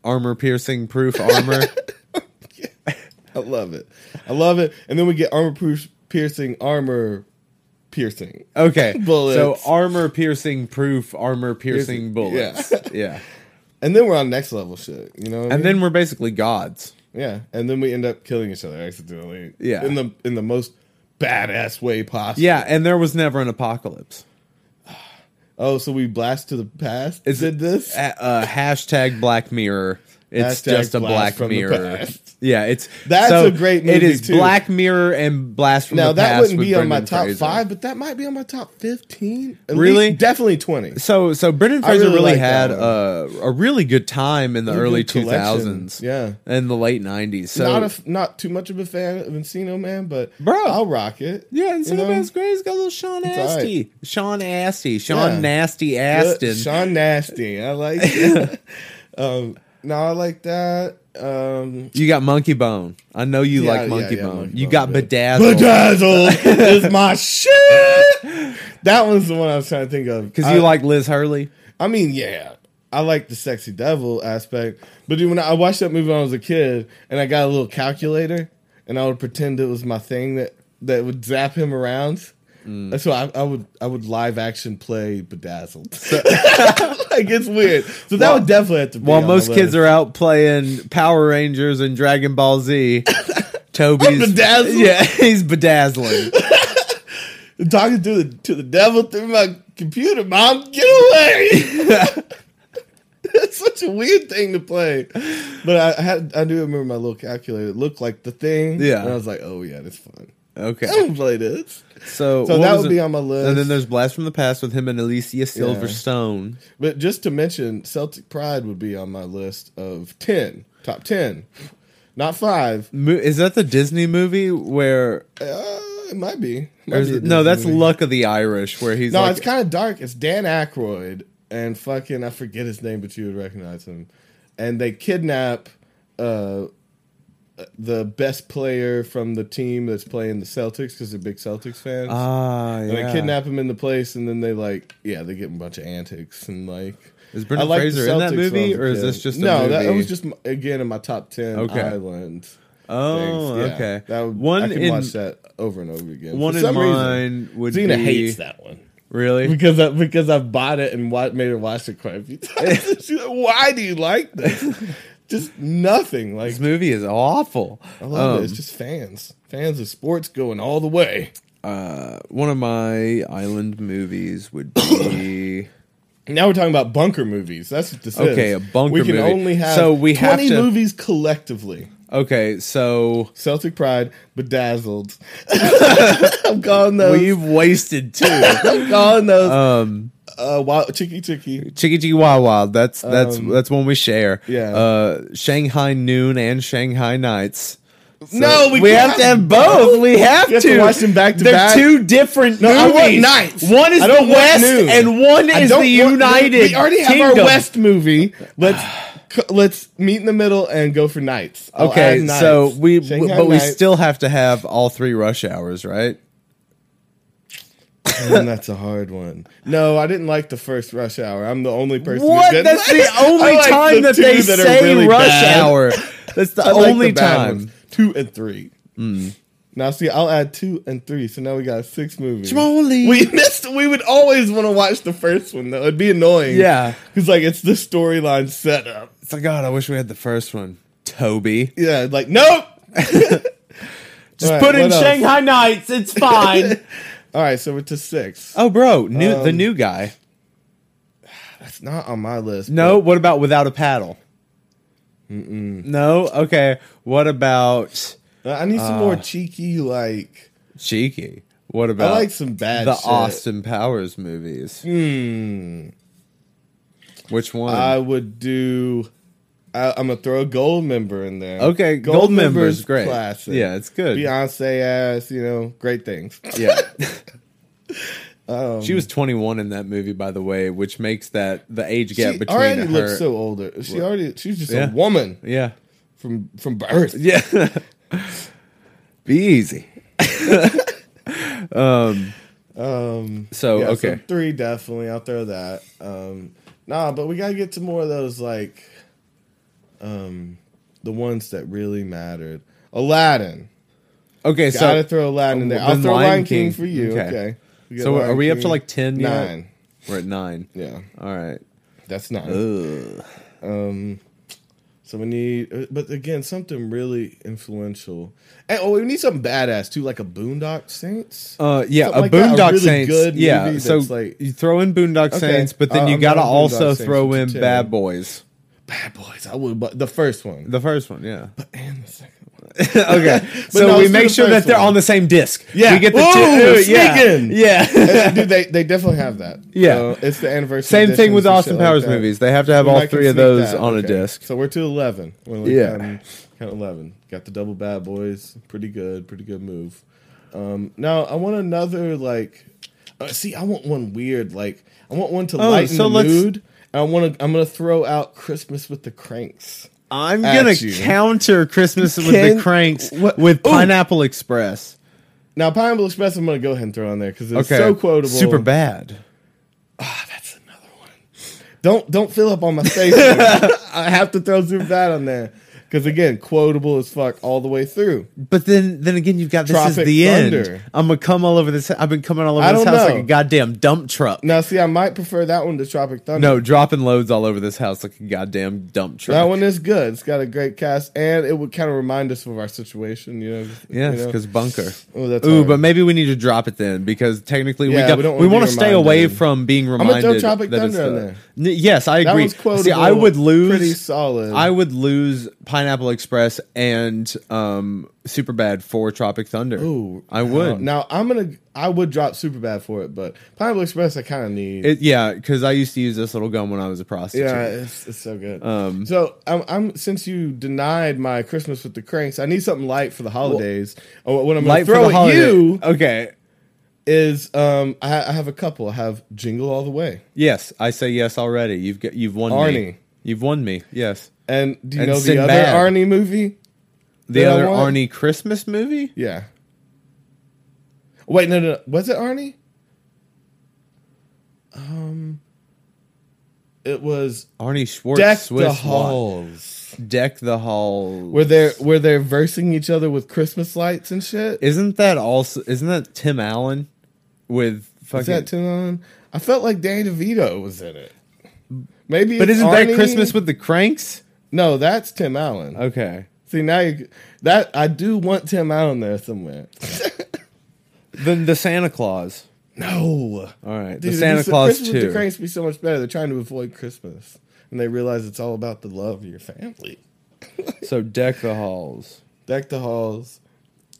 Speaker 2: armor piercing proof armor.
Speaker 1: I love it. I love it. And then we get armor proof piercing armor piercing.
Speaker 2: Okay.
Speaker 1: Bullets.
Speaker 2: So armor piercing proof, armor piercing
Speaker 1: Piercing,
Speaker 2: bullets. Yeah.
Speaker 1: yeah. And then we're on next level shit, you know? what I
Speaker 2: And
Speaker 1: mean?
Speaker 2: then we're basically gods.
Speaker 1: Yeah, and then we end up killing each other accidentally.
Speaker 2: Yeah.
Speaker 1: in the in the most badass way possible.
Speaker 2: Yeah, and there was never an apocalypse.
Speaker 1: Oh, so we blast to the past.
Speaker 2: Is
Speaker 1: did
Speaker 2: it-
Speaker 1: this?
Speaker 2: A- uh, hashtag Black Mirror. It's
Speaker 1: Hashtag
Speaker 2: just a
Speaker 1: blast
Speaker 2: Black
Speaker 1: from the
Speaker 2: Mirror.
Speaker 1: past.
Speaker 2: Yeah, it's
Speaker 1: That's
Speaker 2: so
Speaker 1: a great
Speaker 2: It
Speaker 1: movie,
Speaker 2: is
Speaker 1: too.
Speaker 2: Black Mirror and Blast from
Speaker 1: Now
Speaker 2: the Past.
Speaker 1: that wouldn't
Speaker 2: with
Speaker 1: be on my
Speaker 2: Brendan
Speaker 1: top
Speaker 2: Fraser.
Speaker 1: five, but that might be on my top fifteen. At
Speaker 2: Really?
Speaker 1: least- definitely twenty.
Speaker 2: So so Brendan
Speaker 1: I
Speaker 2: Fraser
Speaker 1: really
Speaker 2: really,
Speaker 1: like that
Speaker 2: had
Speaker 1: one.
Speaker 2: a a really good time in the
Speaker 1: Really
Speaker 2: early
Speaker 1: good
Speaker 2: two
Speaker 1: collection.
Speaker 2: thousands.
Speaker 1: Yeah.
Speaker 2: And the late nineties. So
Speaker 1: not a f not too much of a fan of Encino Man, but
Speaker 2: Bro.
Speaker 1: I'll rock it.
Speaker 2: Yeah, and
Speaker 1: You know?
Speaker 2: Cinnamon's great. He's got a little Sean
Speaker 1: all right.
Speaker 2: Asty. Sean Asty. Sean
Speaker 1: Yeah.
Speaker 2: Nasty
Speaker 1: Good.
Speaker 2: Aston.
Speaker 1: Sean Nasty. I like. it. um, no, I like that. Um,
Speaker 2: you got Monkey Bone. I know you
Speaker 1: Yeah,
Speaker 2: like
Speaker 1: yeah,
Speaker 2: Monkey
Speaker 1: yeah,
Speaker 2: Bone.
Speaker 1: Monkey
Speaker 2: you
Speaker 1: Bone,
Speaker 2: got
Speaker 1: yeah.
Speaker 2: Bedazzled.
Speaker 1: Bedazzled is my shit. That one's the one I was trying to think of.
Speaker 2: Because
Speaker 1: I-
Speaker 2: you like Liz Hurley.
Speaker 1: I mean, yeah. I like the sexy devil aspect. But dude, when I watched that movie when I was a kid and I got a little calculator and I would pretend it was my thing that, that would zap him around.
Speaker 2: Mm.
Speaker 1: And So I, I would I would live action play bedazzled. like it's weird. So that
Speaker 2: Well-
Speaker 1: would definitely have to be
Speaker 2: While
Speaker 1: on
Speaker 2: most
Speaker 1: my
Speaker 2: kids
Speaker 1: list.
Speaker 2: are out playing Power Rangers and Dragon Ball Z, Toby's
Speaker 1: Bedazzled?
Speaker 2: Yeah, he's bedazzling.
Speaker 1: talking to the to the devil through my computer, mom, get away. That's such a weird thing to play. But I had I do remember my little calculator. It looked like the thing.
Speaker 2: Yeah.
Speaker 1: And I was like, oh yeah, that's fun.
Speaker 2: Okay,
Speaker 1: I don't play this.
Speaker 2: so
Speaker 1: So
Speaker 2: what
Speaker 1: that
Speaker 2: was
Speaker 1: would
Speaker 2: it-
Speaker 1: be on my list.
Speaker 2: And then there's Blast from the Past with him and Alicia Silverstone.
Speaker 1: but just to mention, Celtic Pride would be on my list of ten. Top ten. Not five.
Speaker 2: Mo- Is that the Disney movie where
Speaker 1: Uh, it might be. Might
Speaker 2: Or is
Speaker 1: be a
Speaker 2: it- no,
Speaker 1: Disney
Speaker 2: that's
Speaker 1: movie.
Speaker 2: Luck of the Irish, where he's
Speaker 1: No,
Speaker 2: like,
Speaker 1: it's kind of dark. It's Dan Aykroyd and fucking I forget his name, but you would recognize him. And they kidnap uh, the best player from the team that's playing the Celtics because they're big Celtics fans.
Speaker 2: ah,
Speaker 1: and
Speaker 2: yeah.
Speaker 1: they kidnap him in the place, and then they like, yeah, they get a bunch of antics and like.
Speaker 2: Is
Speaker 1: I
Speaker 2: Brendan
Speaker 1: like the
Speaker 2: Fraser in
Speaker 1: Celtics
Speaker 2: that
Speaker 1: when I
Speaker 2: movie,
Speaker 1: was a
Speaker 2: or is
Speaker 1: kid.
Speaker 2: this just a
Speaker 1: no? That, it
Speaker 2: movie?
Speaker 1: was just m- again in my top ten.
Speaker 2: Okay.
Speaker 1: Island.
Speaker 2: oh,
Speaker 1: things. Yeah.
Speaker 2: okay.
Speaker 1: That would,
Speaker 2: one
Speaker 1: I can
Speaker 2: in
Speaker 1: watch that over and over again.
Speaker 2: one
Speaker 1: For
Speaker 2: in
Speaker 1: some reason,
Speaker 2: mine would
Speaker 1: Zena
Speaker 2: be
Speaker 1: hates that one
Speaker 2: really.
Speaker 1: because I, because I bought it and wa- made her watch it quite a few times. She's like, Why do you like this? just nothing. Like
Speaker 2: This movie is awful.
Speaker 1: I love
Speaker 2: Um,
Speaker 1: it. It's just fans, fans of sports going all the way.
Speaker 2: uh, one of my island movies would be
Speaker 1: Now we're talking about bunker movies. That's what this is.
Speaker 2: Okay, a bunker
Speaker 1: We can
Speaker 2: movie.
Speaker 1: only have
Speaker 2: So we have
Speaker 1: twenty
Speaker 2: to-
Speaker 1: movies collectively.
Speaker 2: okay. So
Speaker 1: Celtic Pride, Bedazzled. I'm calling those.
Speaker 2: we've wasted two.
Speaker 1: I'm calling those.
Speaker 2: um,
Speaker 1: uh, wild, Chicky Chicky.
Speaker 2: Chicky Chicky Wild Wild. That's that's
Speaker 1: Um,
Speaker 2: that's one we share.
Speaker 1: yeah.
Speaker 2: Uh, Shanghai Noon and Shanghai Nights. So
Speaker 1: No, we
Speaker 2: have
Speaker 1: can't.
Speaker 2: to have both. We have
Speaker 1: You have to watch them back to
Speaker 2: They're
Speaker 1: back.
Speaker 2: two different
Speaker 1: No, I
Speaker 2: movies.
Speaker 1: want nights.
Speaker 2: One is
Speaker 1: I don't
Speaker 2: the
Speaker 1: want
Speaker 2: West
Speaker 1: noon.
Speaker 2: and one
Speaker 1: I
Speaker 2: is the
Speaker 1: don't want-
Speaker 2: United.
Speaker 1: We already have
Speaker 2: Kingdom.
Speaker 1: our West movie. Let's c- let's meet in the middle and go for nights. I'll
Speaker 2: Okay,
Speaker 1: add Oh, nights.
Speaker 2: so we
Speaker 1: Shanghai
Speaker 2: but we
Speaker 1: nights.
Speaker 2: still have to have all three rush hours, right?
Speaker 1: Man, that's a hard one. No, I didn't like the first Rush Hour. I'm the only person.
Speaker 2: What?
Speaker 1: Who didn't
Speaker 2: That's
Speaker 1: like
Speaker 2: the
Speaker 1: it.
Speaker 2: only
Speaker 1: I like
Speaker 2: time
Speaker 1: the
Speaker 2: that
Speaker 1: two
Speaker 2: they
Speaker 1: that are
Speaker 2: say
Speaker 1: really
Speaker 2: rush
Speaker 1: bad.
Speaker 2: hour. That's the
Speaker 1: I like
Speaker 2: only
Speaker 1: the bad
Speaker 2: time. Hmm.
Speaker 1: ones. Two and three. Now see, I'll add two and three, so now we got six movies.
Speaker 2: Trolley.
Speaker 1: We missed. We would always want to watch the first one though. It'd be annoying.
Speaker 2: Yeah.
Speaker 1: because like it's the storyline setup.
Speaker 2: It's like God. I wish we had the first one. Toby.
Speaker 1: Yeah, like nope.
Speaker 2: Just
Speaker 1: All right,
Speaker 2: put in
Speaker 1: what else?
Speaker 2: Shanghai Nights. It's fine.
Speaker 1: All right, so we're to six.
Speaker 2: oh, bro, new the new guy.
Speaker 1: That's not on my list.
Speaker 2: No. What about without a paddle? No. Okay. What about
Speaker 1: but I need some
Speaker 2: Ah.
Speaker 1: more cheeky. Like
Speaker 2: cheeky? What
Speaker 1: I
Speaker 2: about
Speaker 1: like some bad.
Speaker 2: the
Speaker 1: shit. Hmm.
Speaker 2: Austin Powers movies? Which one?
Speaker 1: I would do. I, I'm gonna throw a gold member in there.
Speaker 2: okay. Gold, members. Great.
Speaker 1: Classic.
Speaker 2: Yeah, it's good.
Speaker 1: Beyonce ass. You know, great things.
Speaker 2: Yeah. she was 21 in that movie, by the way, which makes that the age gap
Speaker 1: she
Speaker 2: between
Speaker 1: already
Speaker 2: her.
Speaker 1: looks so older. She already. She's just
Speaker 2: Yeah.
Speaker 1: a woman
Speaker 2: yeah,
Speaker 1: from from birth.
Speaker 2: yeah. Be easy.
Speaker 1: Um.
Speaker 2: So
Speaker 1: yeah,
Speaker 2: Oh, okay,
Speaker 1: so three definitely. I'll throw that. Um. Nah, but we gotta get to more of those like, um, the ones that really mattered. Aladdin.
Speaker 2: okay.
Speaker 1: Gotta
Speaker 2: So
Speaker 1: throw Aladdin in there.
Speaker 2: Then
Speaker 1: I'll throw
Speaker 2: Lion
Speaker 1: Lion King,
Speaker 2: King.
Speaker 1: for you.
Speaker 2: Okay.
Speaker 1: Okay. We got
Speaker 2: so are
Speaker 1: Lion
Speaker 2: we up to
Speaker 1: King.
Speaker 2: like 10 yet?
Speaker 1: nine?
Speaker 2: We're at nine.
Speaker 1: Yeah,
Speaker 2: All right.
Speaker 1: that's nine.
Speaker 2: Ugh.
Speaker 1: Um, so we need, uh, but again, something really influential. And, oh, we need something badass too, like a Boondock Saints.
Speaker 2: Uh, yeah,
Speaker 1: Something
Speaker 2: a
Speaker 1: like that, a
Speaker 2: Boondock
Speaker 1: really
Speaker 2: Saints.
Speaker 1: good
Speaker 2: yeah,
Speaker 1: movie
Speaker 2: so
Speaker 1: that's like-
Speaker 2: you throw in Boondock
Speaker 1: Okay,
Speaker 2: Saints, but then
Speaker 1: I-
Speaker 2: you
Speaker 1: I'm
Speaker 2: gotta
Speaker 1: down with Boondock
Speaker 2: also
Speaker 1: Saints,
Speaker 2: throw
Speaker 1: which
Speaker 2: in
Speaker 1: is ten.
Speaker 2: Bad Boys,
Speaker 1: Bad Boys, I would, but the first one
Speaker 2: the first one. Yeah.
Speaker 1: and the second. One.
Speaker 2: okay, so
Speaker 1: no, let's
Speaker 2: we
Speaker 1: do
Speaker 2: make
Speaker 1: the
Speaker 2: sure that
Speaker 1: first
Speaker 2: they're
Speaker 1: one.
Speaker 2: on the same disc.
Speaker 1: Yeah.
Speaker 2: we get the
Speaker 1: Whoa,
Speaker 2: two. Yeah,
Speaker 1: sneaking.
Speaker 2: yeah.
Speaker 1: And, Dude, they they definitely have that.
Speaker 2: Yeah.
Speaker 1: So it's the anniversary.
Speaker 2: Same thing
Speaker 1: editions
Speaker 2: with
Speaker 1: and
Speaker 2: Austin
Speaker 1: shit like
Speaker 2: Powers
Speaker 1: that.
Speaker 2: movies. They have to have
Speaker 1: We
Speaker 2: all
Speaker 1: might
Speaker 2: three of
Speaker 1: sneak
Speaker 2: those
Speaker 1: that.
Speaker 2: on a
Speaker 1: Okay.
Speaker 2: disc.
Speaker 1: So we're to eleven. We're like
Speaker 2: Yeah.
Speaker 1: yeah, count eleven. Got the double bad boys. Pretty good. Pretty good move. Um, now I want another like. Uh, see, I want one weird. Like I want one to lighten
Speaker 2: Oh, so
Speaker 1: the
Speaker 2: let's-
Speaker 1: mood. And I want to. I'm gonna throw out Christmas with the Cranks.
Speaker 2: I'm
Speaker 1: At
Speaker 2: gonna
Speaker 1: you.
Speaker 2: counter Christmas with
Speaker 1: Can-
Speaker 2: the Cranks
Speaker 1: what-
Speaker 2: with
Speaker 1: Ooh.
Speaker 2: Pineapple Express.
Speaker 1: Now, Pineapple Express. I'm gonna go ahead and throw on there because it's
Speaker 2: Okay,
Speaker 1: so quotable.
Speaker 2: Super bad.
Speaker 1: Ah, that's another one. Don't don't fill up on my face. I have to throw Super Bad on there because again, quotable as fuck all the way through.
Speaker 2: But then, then again, you've got this is
Speaker 1: Tropic
Speaker 2: the end.
Speaker 1: Thunder.
Speaker 2: I'm gonna come all over this. I've been coming all over
Speaker 1: I
Speaker 2: this
Speaker 1: don't
Speaker 2: house like
Speaker 1: know.
Speaker 2: a goddamn dump truck.
Speaker 1: Now, see, I might prefer that one to Tropic Thunder.
Speaker 2: No, dropping loads all over this house like a goddamn dump truck.
Speaker 1: That one is good. It's got a great cast, and it would kind of remind us of our situation, you know.
Speaker 2: Yes,
Speaker 1: you know?
Speaker 2: because bunker.
Speaker 1: Oh, that's
Speaker 2: Ooh,
Speaker 1: hard.
Speaker 2: but maybe we need to drop it then because technically
Speaker 1: Yeah,
Speaker 2: we
Speaker 1: we
Speaker 2: don't,
Speaker 1: don't
Speaker 2: we
Speaker 1: wanna
Speaker 2: want to
Speaker 1: be
Speaker 2: stay away
Speaker 1: reminded.
Speaker 2: from being
Speaker 1: gonna throw
Speaker 2: reminded.
Speaker 1: Tropic
Speaker 2: that it's
Speaker 1: Thunder in
Speaker 2: the-
Speaker 1: there.
Speaker 2: N- yes, I
Speaker 1: that
Speaker 2: agree.
Speaker 1: one's quotable.
Speaker 2: See, I would lose.
Speaker 1: pretty solid.
Speaker 2: I would lose Pineapple Express and um, Superbad for Tropic Thunder.
Speaker 1: Ooh,
Speaker 2: I would.
Speaker 1: Now I'm gonna. I would drop Superbad for it, but Pineapple Express I kind of need.
Speaker 2: It, yeah, because I used to use this little gun when I was a prostitute. Um,
Speaker 1: yeah, it's, it's so good.
Speaker 2: Mm-hmm.
Speaker 1: so I'm, I'm since you denied my Christmas with the Cranks, I need something light for the holidays. Oh, what I'm gonna
Speaker 2: Light for
Speaker 1: throw
Speaker 2: the
Speaker 1: at
Speaker 2: holiday.
Speaker 1: you
Speaker 2: Okay.
Speaker 1: is um, I, I have a couple. I have Jingle All the Way,
Speaker 2: Yes, I say yes already. You've got, you've won
Speaker 1: Arnie.
Speaker 2: me. You've won me. Yes.
Speaker 1: and do you
Speaker 2: And
Speaker 1: know the other
Speaker 2: Sinbad.
Speaker 1: Arnie movie?
Speaker 2: The
Speaker 1: That I
Speaker 2: other
Speaker 1: want?
Speaker 2: Arnie Christmas movie?
Speaker 1: Yeah. Wait, no, no, no. was it Arnie? Um, it was
Speaker 2: Arnie Schwartz
Speaker 1: Deck
Speaker 2: Swiss
Speaker 1: the
Speaker 2: Watch.
Speaker 1: Halls,
Speaker 2: Deck the Hall.
Speaker 1: where they're where they're versing each other with Christmas lights and shit.
Speaker 2: Isn't that also? Isn't that Tim Allen with fucking?
Speaker 1: Is that turned on? I felt like Danny DeVito was in it. Maybe,
Speaker 2: but
Speaker 1: it's
Speaker 2: isn't that
Speaker 1: Arnie-
Speaker 2: Christmas with the Cranks?
Speaker 1: No, that's Tim Allen.
Speaker 2: Okay.
Speaker 1: See now, you, that I do want Tim Allen there somewhere.
Speaker 2: Then the Santa Claus.
Speaker 1: no,
Speaker 2: All right,
Speaker 1: Dude,
Speaker 2: the Santa
Speaker 1: it's-
Speaker 2: Claus
Speaker 1: Christmas with
Speaker 2: too.
Speaker 1: The Cranks be so much better. They're trying to avoid Christmas, and they realize it's all about the love of your family.
Speaker 2: so Deck the Halls.
Speaker 1: Deck the halls,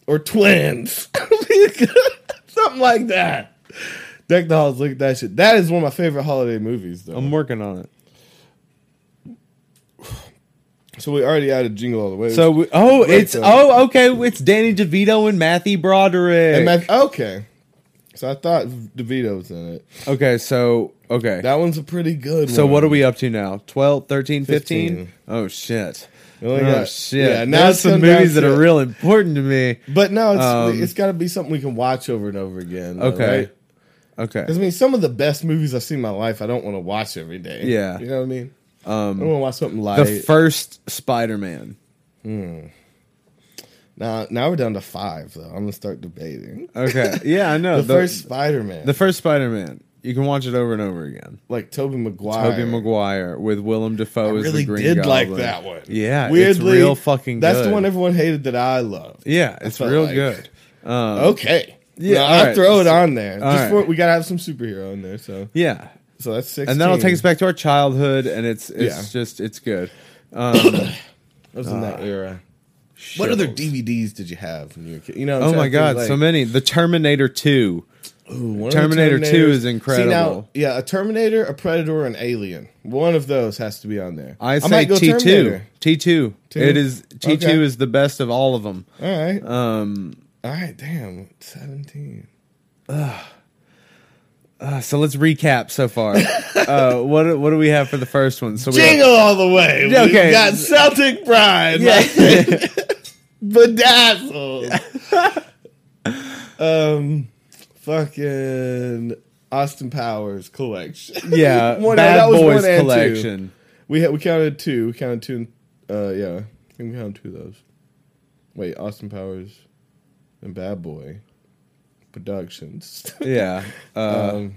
Speaker 1: or twins, something like that. Deck the halls. Look at that shit. That is one of my favorite holiday movies, though.
Speaker 2: I'm working on it.
Speaker 1: so we already added Jingle All the Way.
Speaker 2: So we, oh,
Speaker 1: Great
Speaker 2: it's
Speaker 1: film.
Speaker 2: oh okay. It's Danny DeVito and Matthew Broderick.
Speaker 1: And Matthew, okay. So I thought DeVito was in it.
Speaker 2: okay, so okay.
Speaker 1: That one's a pretty good
Speaker 2: so
Speaker 1: one.
Speaker 2: what are we up to now? 12, 13, 15?
Speaker 1: 15.
Speaker 2: Oh shit.
Speaker 1: We only
Speaker 2: oh
Speaker 1: got-
Speaker 2: shit.
Speaker 1: yeah, now
Speaker 2: There's
Speaker 1: it's
Speaker 2: some
Speaker 1: come down
Speaker 2: movies that
Speaker 1: to
Speaker 2: are
Speaker 1: it.
Speaker 2: real important to me.
Speaker 1: But no, it's
Speaker 2: Um,
Speaker 1: it's got to be something we can watch over and over again. though,
Speaker 2: Okay.
Speaker 1: right?
Speaker 2: Okay.
Speaker 1: 'Cause, I mean, some of the best movies I've seen in my life, I don't want to watch every day.
Speaker 2: Yeah.
Speaker 1: you know what I mean. I want
Speaker 2: Um,
Speaker 1: to watch something light.
Speaker 2: the first Spider-Man.
Speaker 1: now, now we're down to five though. I'm gonna start debating.
Speaker 2: Okay. Yeah, I know.
Speaker 1: the, first Spider-Man,
Speaker 2: Uh, the first Spider-Man. You can watch it over and over again.
Speaker 1: like Tobey Maguire.
Speaker 2: Tobey Maguire with Willem Dafoe
Speaker 1: I
Speaker 2: as
Speaker 1: really
Speaker 2: the Green
Speaker 1: did like
Speaker 2: Goblin.
Speaker 1: that one.
Speaker 2: Yeah,
Speaker 1: Weirdly,
Speaker 2: it's real fucking.
Speaker 1: That's the
Speaker 2: good.
Speaker 1: one everyone hated that I loved.
Speaker 2: Yeah, it's
Speaker 1: felt
Speaker 2: real
Speaker 1: like.
Speaker 2: good. Um,
Speaker 1: Okay.
Speaker 2: Yeah,
Speaker 1: Yeah,
Speaker 2: all
Speaker 1: I'll
Speaker 2: right.
Speaker 1: throw it on there.
Speaker 2: All
Speaker 1: Just
Speaker 2: right.
Speaker 1: for, we gotta have some superhero in there. So,
Speaker 2: Yeah,
Speaker 1: so that's six.
Speaker 2: and that'll take us back to our childhood, and it's it's
Speaker 1: Yeah.
Speaker 2: just it's good.
Speaker 1: I was in that era.
Speaker 2: Shit.
Speaker 1: What other DVDs did you have when you were a kid? You know,
Speaker 2: Oh my god, so many. The Terminator Two. Terminator 2 is incredible.
Speaker 1: yeah, a Terminator, a Predator, an Alien. One of those has to be on there.
Speaker 2: I say
Speaker 1: might go
Speaker 2: T two.
Speaker 1: Terminator.
Speaker 2: T two.
Speaker 1: Two?
Speaker 2: It is T two
Speaker 1: Okay.
Speaker 2: is the best of all of them.
Speaker 1: All right,
Speaker 2: Um,
Speaker 1: all right. Damn, seventeen.
Speaker 2: uh, so let's recap so far. uh, what what do we have for the first one? So we have-
Speaker 1: Jingle all the way.
Speaker 2: Yeah, okay.
Speaker 1: We got Celtic Pride. Yeah.
Speaker 2: yeah.
Speaker 1: Bedazzled. um, fucking Austin Powers collection.
Speaker 2: yeah,
Speaker 1: One- uh,
Speaker 2: Bad
Speaker 1: that was
Speaker 2: Boys
Speaker 1: one and two.
Speaker 2: collection.
Speaker 1: We had, we counted two. We counted two. And, uh, yeah, I think we counted two of those. Wait, Austin Powers and Bad Boy Productions.
Speaker 2: Yeah, uh,
Speaker 1: um,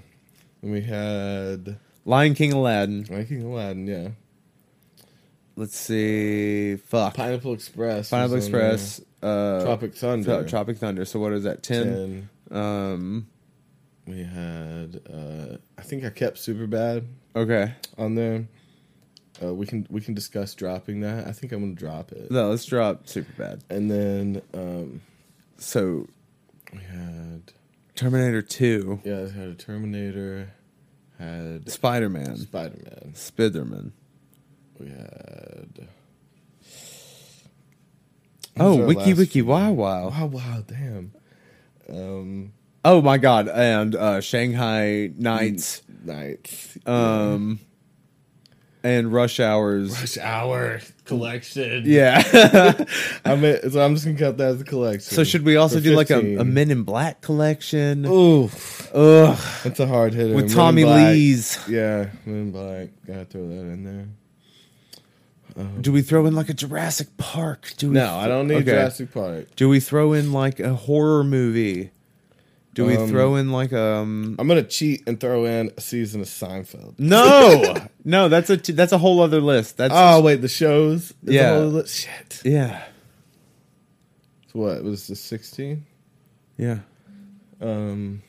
Speaker 1: and we had
Speaker 2: Lion King, Aladdin.
Speaker 1: Ranking Aladdin. Yeah,
Speaker 2: Let's see. Fuck.
Speaker 1: Pineapple Express.
Speaker 2: Pineapple
Speaker 1: was on there.
Speaker 2: Express. Uh,
Speaker 1: Tropic Thunder.
Speaker 2: Tro- Tropic Thunder. So what is that? Ten.
Speaker 1: Ten.
Speaker 2: Um.
Speaker 1: We had. Uh, I think I kept Super Bad.
Speaker 2: Okay.
Speaker 1: on there. Uh, we can we can discuss dropping that. I think I'm gonna drop it.
Speaker 2: No, let's drop Super Bad.
Speaker 1: And then um,
Speaker 2: So
Speaker 1: we had
Speaker 2: Terminator Two,
Speaker 1: yeah, we had a Terminator, had
Speaker 2: Spider Man,
Speaker 1: Spider Man,
Speaker 2: Spiderman.
Speaker 1: we had
Speaker 2: Oh,
Speaker 1: our
Speaker 2: Wiki
Speaker 1: last Oh,
Speaker 2: Wiki Wow Wow.
Speaker 1: wow wow damn, um,
Speaker 2: Oh my God! And uh, Shanghai Nights.
Speaker 1: nights
Speaker 2: Um. And Rush Hours.
Speaker 1: rush hour collection.
Speaker 2: Yeah.
Speaker 1: I'm so I'm just gonna cut that as a collection.
Speaker 2: so should we also
Speaker 1: For
Speaker 2: do like a, a
Speaker 1: 15.
Speaker 2: Men in Black collection?
Speaker 1: Ooh,
Speaker 2: Ugh.
Speaker 1: that's a hard hitter Men
Speaker 2: With
Speaker 1: in
Speaker 2: Tommy
Speaker 1: Black.
Speaker 2: Lee's.
Speaker 1: Yeah, Men in Black. Gotta throw that in there.
Speaker 2: Do we throw in like a Jurassic Park? Do we
Speaker 1: No, I don't need
Speaker 2: Okay.
Speaker 1: Jurassic Park.
Speaker 2: Do we throw in like a horror movie? Do we
Speaker 1: Um,
Speaker 2: throw in like um
Speaker 1: I'm gonna cheat and throw in a season of Seinfeld.
Speaker 2: No. no, that's a t- that's a whole other list. That's
Speaker 1: Oh wait, the shows. Is
Speaker 2: Yeah.
Speaker 1: the whole li- shit.
Speaker 2: yeah.
Speaker 1: So what was this? 16?
Speaker 2: Yeah.
Speaker 1: Um,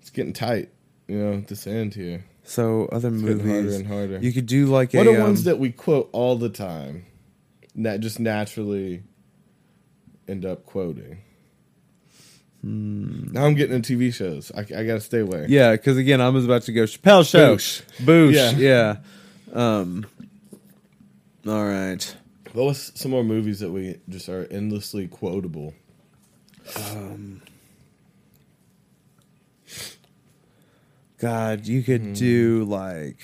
Speaker 1: it's getting tight. You know, at this end here.
Speaker 2: So other
Speaker 1: It's getting harder
Speaker 2: movies.
Speaker 1: and harder.
Speaker 2: You could do like
Speaker 1: what
Speaker 2: a
Speaker 1: are ones
Speaker 2: um,
Speaker 1: that we quote all the time that just naturally end up quoting? Now I'm getting into TV shows. I, I gotta stay away.
Speaker 2: Hmm. Yeah, cuz again I was about to go Chappelle show.
Speaker 1: Boosh.
Speaker 2: Boosh.
Speaker 1: Yeah.
Speaker 2: Yeah. Um All right.
Speaker 1: What was some more movies that we just are endlessly quotable?
Speaker 2: God, you could
Speaker 1: Hmm.
Speaker 2: do like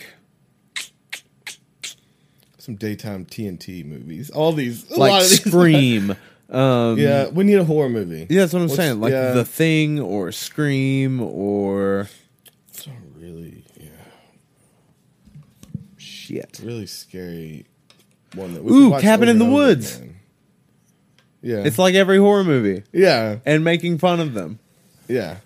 Speaker 1: some daytime TNT movies. All these, a lot
Speaker 2: like
Speaker 1: of these.
Speaker 2: Scream. um
Speaker 1: Yeah, we need a horror movie.
Speaker 2: Yeah, that's what I'm
Speaker 1: What's-
Speaker 2: saying. Like
Speaker 1: yeah.
Speaker 2: The Thing or Scream or
Speaker 1: It's not really, yeah,
Speaker 2: shit.
Speaker 1: really scary one. That
Speaker 2: Ooh,
Speaker 1: could watch
Speaker 2: Cabin
Speaker 1: over
Speaker 2: in the
Speaker 1: and over
Speaker 2: Woods.
Speaker 1: again. Yeah,
Speaker 2: It's like every horror movie
Speaker 1: yeah,
Speaker 2: and making fun of them.
Speaker 1: yeah.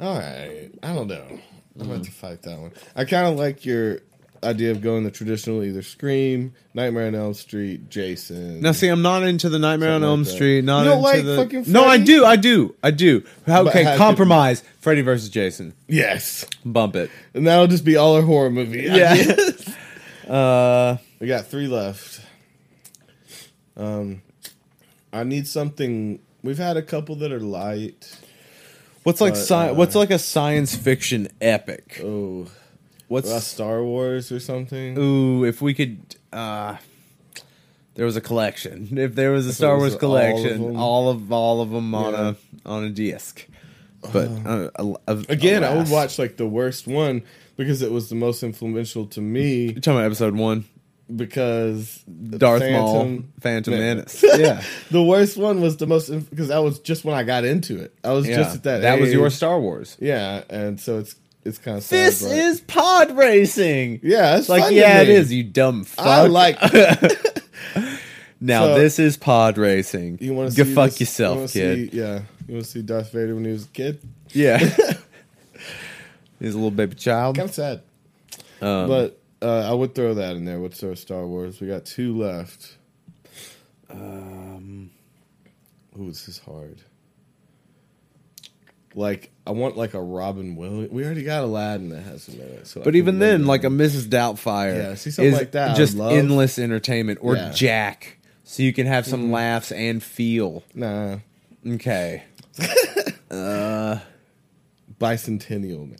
Speaker 1: All right, I don't know. I'm
Speaker 2: Mm-hmm.
Speaker 1: about to fight that one. I kind of like your idea of going the traditional either Scream, Nightmare on Elm Street, Jason.
Speaker 2: Now, see, I'm not into the Nightmare
Speaker 1: Something
Speaker 2: on Elm
Speaker 1: like that.
Speaker 2: Street. Not
Speaker 1: You don't
Speaker 2: into
Speaker 1: like
Speaker 2: the
Speaker 1: fucking
Speaker 2: no, I
Speaker 1: Freddy?
Speaker 2: do, I do, I do. How-
Speaker 1: But
Speaker 2: Okay,
Speaker 1: how could-
Speaker 2: compromise. Freddy versus Jason.
Speaker 1: yes,
Speaker 2: Bump it.
Speaker 1: and that'll just be all our horror movie.
Speaker 2: Yeah.
Speaker 1: ideas.
Speaker 2: Uh,
Speaker 1: We got three left. Um, I need something. We've had a couple that are light.
Speaker 2: what's like
Speaker 1: But,
Speaker 2: sci-
Speaker 1: uh,
Speaker 2: what's like a science fiction epic?
Speaker 1: Oh,
Speaker 2: What's
Speaker 1: uh, Star Wars or something.
Speaker 2: ooh? If we could, uh, there was a collection. If there was a Star
Speaker 1: was
Speaker 2: Wars
Speaker 1: all of
Speaker 2: collection, all of
Speaker 1: them.
Speaker 2: all of, them on a on a disc. But uh, a- a-
Speaker 1: Uh-huh. Again, I would
Speaker 2: alas.
Speaker 1: watch like the worst one because it was the most influential to me.
Speaker 2: You're talking about episode one.
Speaker 1: because
Speaker 2: Darth Maul, Phantom Menace. yeah,
Speaker 1: The worst one was the most because that was just when I got into it. I was
Speaker 2: yeah.
Speaker 1: just at that.
Speaker 2: That was your
Speaker 1: age.
Speaker 2: Star Wars.
Speaker 1: Yeah, and so it's it's kind of
Speaker 2: This
Speaker 1: sad, but-
Speaker 2: is pod racing.
Speaker 1: yeah, it's
Speaker 2: It's like,
Speaker 1: fun to
Speaker 2: yeah, it
Speaker 1: me.
Speaker 2: is. You dumb fuck.
Speaker 1: I like.
Speaker 2: Now
Speaker 1: So-
Speaker 2: this is pod racing.
Speaker 1: You want to
Speaker 2: Go
Speaker 1: see
Speaker 2: fuck
Speaker 1: this- you wanna
Speaker 2: yourself, kid.
Speaker 1: See, yeah, you want to see Darth Vader when he was a kid?
Speaker 2: Yeah. He's a little baby child.
Speaker 1: Kind of sad,
Speaker 2: Um,
Speaker 1: but uh, I would throw that in there. What's our Star Wars? We got two left.
Speaker 2: um,
Speaker 1: Ooh, this is hard. Like I want like a Robin Williams. We already got Aladdin that has a minute. So I
Speaker 2: but
Speaker 1: can
Speaker 2: even
Speaker 1: limit
Speaker 2: then, like a
Speaker 1: it.
Speaker 2: Mrs. Doubtfire
Speaker 1: Yeah, see, something
Speaker 2: is
Speaker 1: like that I would
Speaker 2: just
Speaker 1: love.
Speaker 2: endless entertainment, or
Speaker 1: Yeah. Mm.
Speaker 2: Jack, so you can have some laughs and feel.
Speaker 1: nah
Speaker 2: Okay,
Speaker 1: bicentennial.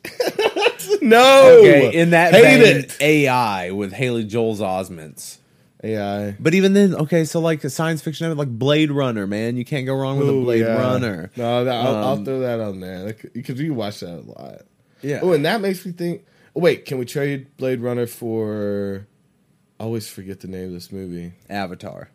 Speaker 1: no,
Speaker 2: okay. In that
Speaker 1: hate
Speaker 2: vein,
Speaker 1: it.
Speaker 2: AI with Haley Joel's Osments.
Speaker 1: AI.
Speaker 2: But even then, okay, so like a science fiction, like Blade Runner, man, you can't go wrong with a
Speaker 1: Ooh,
Speaker 2: Blade
Speaker 1: yeah.
Speaker 2: Runner.
Speaker 1: No, that, I'll, I'll
Speaker 2: Um,
Speaker 1: throw that on there because you watch that a lot.
Speaker 2: Yeah.
Speaker 1: Oh, and that makes me think. Oh, wait, can we trade Blade Runner for? I always forget the name of this movie.
Speaker 2: Avatar.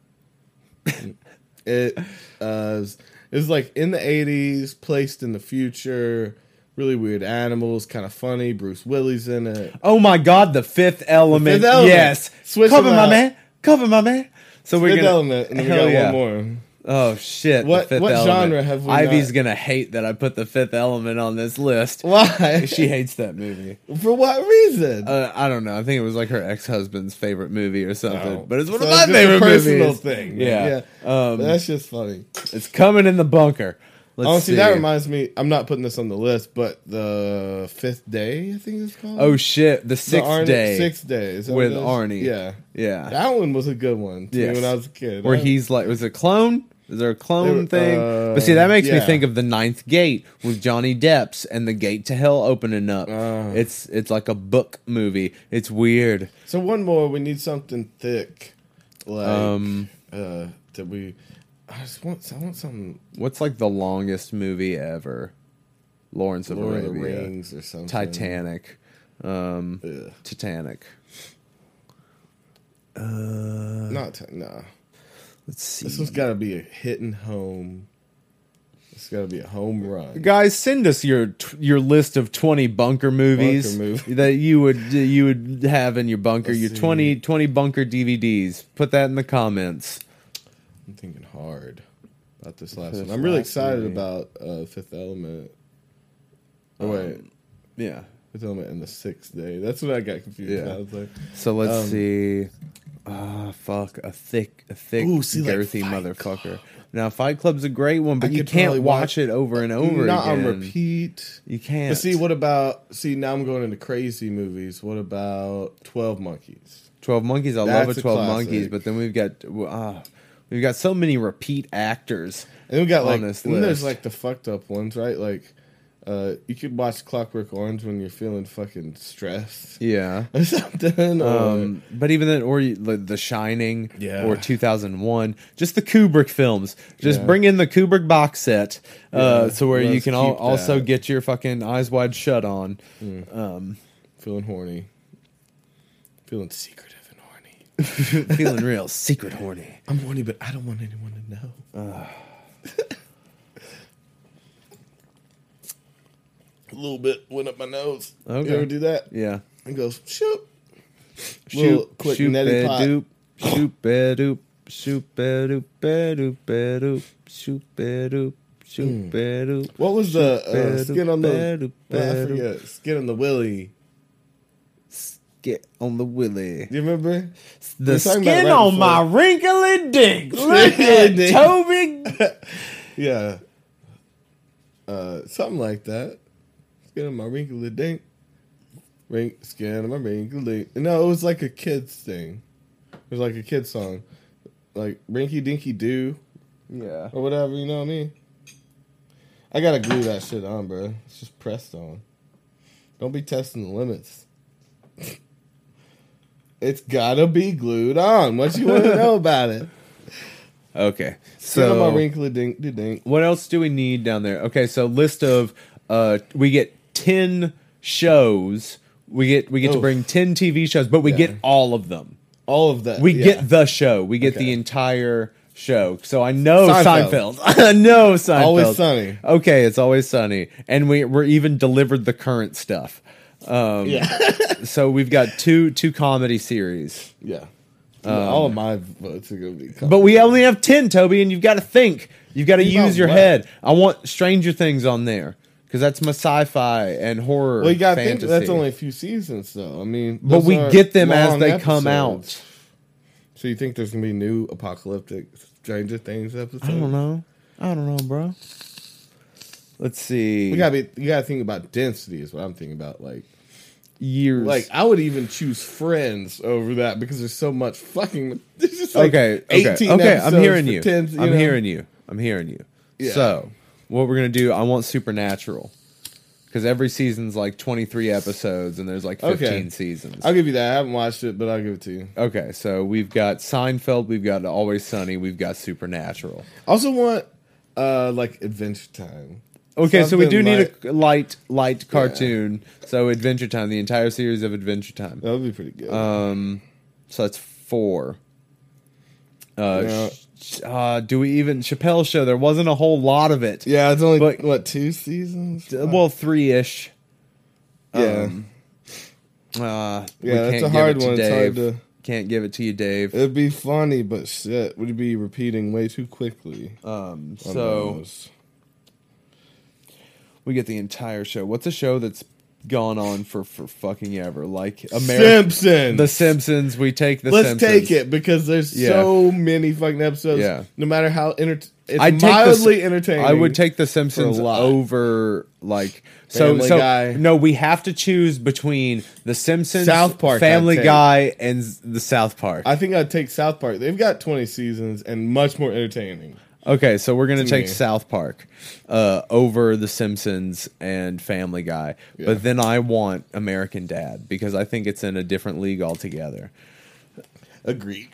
Speaker 1: It uh, is- is like in the eighties, placed in the future. Really weird animals, kind of funny. Bruce Willis in it.
Speaker 2: Oh my God, the Fifth Element.
Speaker 1: Fifth Element.
Speaker 2: Yes,
Speaker 1: Switch
Speaker 2: cover
Speaker 1: them
Speaker 2: my
Speaker 1: out.
Speaker 2: man, cover my man. So we're
Speaker 1: Fifth
Speaker 2: gonna.
Speaker 1: Element, and then we
Speaker 2: Hell
Speaker 1: got
Speaker 2: yeah.
Speaker 1: one more.
Speaker 2: Oh shit! the
Speaker 1: What-
Speaker 2: Fifth
Speaker 1: what
Speaker 2: Element.
Speaker 1: genre have we
Speaker 2: Ivy's
Speaker 1: not-
Speaker 2: gonna hate that I put the Fifth Element on this list.
Speaker 1: Why?
Speaker 2: she hates that movie.
Speaker 1: for what reason?
Speaker 2: Uh, I don't know. I think it was like her ex husband's favorite movie or something.
Speaker 1: No.
Speaker 2: But it's one
Speaker 1: So
Speaker 2: of my
Speaker 1: it's just a
Speaker 2: favorite
Speaker 1: personal
Speaker 2: movies.
Speaker 1: thing.
Speaker 2: Yeah. Um,
Speaker 1: That's just funny.
Speaker 2: It's coming in the bunker. Let's
Speaker 1: Honestly,
Speaker 2: see.
Speaker 1: that reminds me. I'm not putting this on the list, but the fifth day, I think it's called.
Speaker 2: oh shit! The
Speaker 1: The
Speaker 2: sixth
Speaker 1: Arnie-
Speaker 2: day.
Speaker 1: Sixth day is that
Speaker 2: with
Speaker 1: what it is?
Speaker 2: Arnie.
Speaker 1: Yeah,
Speaker 2: Yeah.
Speaker 1: that one was a good one. To me
Speaker 2: Yes.
Speaker 1: when I was a kid,
Speaker 2: where
Speaker 1: I-
Speaker 2: he's like, was it a clone? Is there a clone
Speaker 1: There-
Speaker 2: thing?
Speaker 1: uh,
Speaker 2: but see, that makes me
Speaker 1: yeah.
Speaker 2: think of the Ninth Gate with Johnny Depp's and the Gate to Hell opening up.
Speaker 1: Ah.
Speaker 2: It's it's like a book movie. It's weird.
Speaker 1: So one more. We need something thick, like
Speaker 2: Um,
Speaker 1: uh, that we. I just want. I want something
Speaker 2: What's like the longest movie ever? Lawrence of
Speaker 1: Lord of the
Speaker 2: Arabia,
Speaker 1: Rings or something.
Speaker 2: Titanic, um,
Speaker 1: Ugh.
Speaker 2: Titanic. Uh,
Speaker 1: Not ti- nah.
Speaker 2: let's
Speaker 1: This
Speaker 2: see.
Speaker 1: one's got to be a hitting home. It's got to be a home run.
Speaker 2: Guys, send us your t- your list of twenty bunker movies
Speaker 1: Bunker movie.
Speaker 2: that you would you would have in your bunker.
Speaker 1: Let's
Speaker 2: your
Speaker 1: see.
Speaker 2: 20, 20 bunker DVDs. Put that in the comments.
Speaker 1: I'm thinking hard about this last
Speaker 2: Fifth
Speaker 1: one. I'm really
Speaker 2: last
Speaker 1: excited
Speaker 2: movie.
Speaker 1: about uh, Fifth Element. Oh, wait,
Speaker 2: Um, Yeah.
Speaker 1: Fifth Element and the Sixth Day. That's what I got confused.
Speaker 2: Yeah.
Speaker 1: about. I was like,
Speaker 2: So let's
Speaker 1: Um,
Speaker 2: see. Ah, fuck a thick, a thick,
Speaker 1: Ooh, see, like,
Speaker 2: girthy
Speaker 1: Fight
Speaker 2: motherfucker. Now, Fight Club's a great one, but
Speaker 1: I
Speaker 2: you
Speaker 1: could
Speaker 2: can't
Speaker 1: probably
Speaker 2: watch,
Speaker 1: watch-
Speaker 2: it over and over
Speaker 1: not
Speaker 2: again.
Speaker 1: on repeat.
Speaker 2: You can't.
Speaker 1: But see, what about? See, now I'm going into crazy movies. What about Twelve Monkeys?
Speaker 2: Twelve Monkeys. I love a
Speaker 1: That's a
Speaker 2: Twelve
Speaker 1: classic.
Speaker 2: Monkeys, but then we've got ah, we've got so many repeat actors.
Speaker 1: And then we got
Speaker 2: On
Speaker 1: like,
Speaker 2: this
Speaker 1: and then there's
Speaker 2: list.
Speaker 1: like the fucked up ones, right? Like, uh, you could watch Clockwork Orange when you're feeling fucking stressed
Speaker 2: Yeah.
Speaker 1: or something. Or,
Speaker 2: Um, but even then, or you- like The Shining,
Speaker 1: Yeah.
Speaker 2: or 2001, just the Kubrick films. Just
Speaker 1: Yeah.
Speaker 2: bring in the Kubrick box set, uh,
Speaker 1: Yeah,
Speaker 2: so where you
Speaker 1: let's
Speaker 2: can al-
Speaker 1: keep
Speaker 2: also
Speaker 1: that. Mm.
Speaker 2: get your fucking eyes wide shut on. Um,
Speaker 1: feeling horny, feeling secretive and horny.
Speaker 2: feeling real secret horny.
Speaker 1: I'm horny, but I don't want anyone to know. a little bit went up my nose.
Speaker 2: Okay.
Speaker 1: You ever do that?
Speaker 2: Yeah,
Speaker 1: It goes shoot. Little
Speaker 2: shoot,
Speaker 1: quick
Speaker 2: shoot,
Speaker 1: neti pot.
Speaker 2: eh, doop, shoot, doop, shoot, doop, eh, doop, doop, shoot,
Speaker 1: Mm.
Speaker 2: doop, shoot, doop.
Speaker 1: What was the uh,
Speaker 2: Better,
Speaker 1: skin on
Speaker 2: better,
Speaker 1: the? Well, I
Speaker 2: better.
Speaker 1: forget. Skin on the willy.
Speaker 2: Get on the willy.
Speaker 1: Do you remember? We
Speaker 2: The
Speaker 1: were talking about
Speaker 2: skin
Speaker 1: right
Speaker 2: on
Speaker 1: before.
Speaker 2: my wrinkly dick. Look at
Speaker 1: Dick.
Speaker 2: Toby
Speaker 1: Yeah. Uh, something like that. Skin on my wrinkly dink. Ring, skin on my wrinkly dink. No, it was like a kid's thing. It was like a kid's song. Like Rinky Dinky Doo
Speaker 2: Yeah.
Speaker 1: or whatever, you know what I mean? I gotta glue that shit on, bro. It's just pressed on. Don't be testing the limits. it's gotta be glued on. What you wanna know about it?
Speaker 2: Okay.
Speaker 1: Skin on my
Speaker 2: So
Speaker 1: wrinkly dink doo dink.
Speaker 2: what else do we need down there? Okay, so list of uh we get 10 shows. We get we get to
Speaker 1: Oof.
Speaker 2: bring 10 TV shows, but we
Speaker 1: Yeah.
Speaker 2: get all of them.
Speaker 1: all of that.
Speaker 2: We
Speaker 1: yeah.
Speaker 2: get the show. We get the
Speaker 1: Okay.
Speaker 2: entire show. So I know
Speaker 1: Seinfeld.
Speaker 2: Seinfeld. I know Seinfeld.
Speaker 1: Always Sunny.
Speaker 2: Okay, it's always sunny, and we we're even delivered the current stuff. Um,
Speaker 1: yeah,
Speaker 2: so we've got two two comedy series,
Speaker 1: yeah. all of my votes are gonna be.
Speaker 2: Um, but we only have ten, Toby, and you've got to think. You've got to
Speaker 1: Think about
Speaker 2: use your
Speaker 1: what?
Speaker 2: head. I want Stranger Things on there because that's my sci-fi and horror.
Speaker 1: Well, you got to think
Speaker 2: fantasy.
Speaker 1: that's only a few seasons, though. I mean,
Speaker 2: but
Speaker 1: those
Speaker 2: we
Speaker 1: aren't
Speaker 2: get them as
Speaker 1: long
Speaker 2: they come
Speaker 1: episodes.
Speaker 2: out.
Speaker 1: So you think there's gonna be new apocalyptic Stranger Things episodes?
Speaker 2: I don't know. I don't know, bro. Let's see.
Speaker 1: You gotta be. You gotta think about density. Is what I'm thinking about. Like,
Speaker 2: years.
Speaker 1: like I would even choose Friends over that because there's so much fucking. There's just like
Speaker 2: okay, okay,
Speaker 1: 18
Speaker 2: okay. I'm
Speaker 1: episodes
Speaker 2: hearing
Speaker 1: for
Speaker 2: you.
Speaker 1: 10
Speaker 2: I'm
Speaker 1: know?
Speaker 2: hearing you. I'm hearing you.
Speaker 1: Yeah.
Speaker 2: So, what we're gonna do? I want Supernatural because every season's like 23 episodes, and there's like 15
Speaker 1: Okay.
Speaker 2: seasons.
Speaker 1: I'll give you that. I haven't watched it, but I'll give it to you.
Speaker 2: Okay, so we've got Seinfeld, we've got Always Sunny, we've got Supernatural.
Speaker 1: I also want uh like Adventure Time.
Speaker 2: Okay, so we do
Speaker 1: Something
Speaker 2: need
Speaker 1: like-
Speaker 2: a light, light cartoon. So Adventure Time, the entire series of Adventure Time.
Speaker 1: That would be pretty good.
Speaker 2: Um, so that's four. Uh,
Speaker 1: Yeah.
Speaker 2: sh- uh, do we even Chappelle show? There wasn't a whole lot of it.
Speaker 1: yeah, it's only
Speaker 2: but-
Speaker 1: what two seasons?
Speaker 2: Uh, Well, three ish.
Speaker 1: Oh. yeah,
Speaker 2: um, Uh, we
Speaker 1: Yeah, that's
Speaker 2: can't
Speaker 1: a
Speaker 2: give
Speaker 1: hard
Speaker 2: it to
Speaker 1: one. It's
Speaker 2: Dave.
Speaker 1: hard to-
Speaker 2: Can't give it to you, Dave.
Speaker 1: it'd be funny, but shit, would be repeating way too quickly.
Speaker 2: Um,
Speaker 1: on
Speaker 2: so
Speaker 1: those.
Speaker 2: we get the entire show. What's a show that's gone on for for fucking ever? Like America,
Speaker 1: Simpsons.
Speaker 2: The Simpsons. We take the.
Speaker 1: Let's
Speaker 2: Simpsons.
Speaker 1: take it because there's
Speaker 2: Yeah.
Speaker 1: so many fucking episodes.
Speaker 2: Yeah.
Speaker 1: No matter how enter- it's
Speaker 2: I'd take the
Speaker 1: mildly
Speaker 2: Sim-
Speaker 1: entertaining.
Speaker 2: I would take the Simpsons
Speaker 1: lot.
Speaker 2: over like so
Speaker 1: Family
Speaker 2: so
Speaker 1: Guy.
Speaker 2: no we have to choose between the Simpsons
Speaker 1: South Park, I'd
Speaker 2: Family
Speaker 1: take.
Speaker 2: Guy and s- the South Park.
Speaker 1: I think I'd take South Park. They've got 20 seasons and much more entertaining.
Speaker 2: okay, so we're going to take
Speaker 1: me.
Speaker 2: South Park uh over the Simpsons and Family Guy.
Speaker 1: Yeah.
Speaker 2: But then I want American Dad because I think it's in a different league altogether.
Speaker 1: Agreed.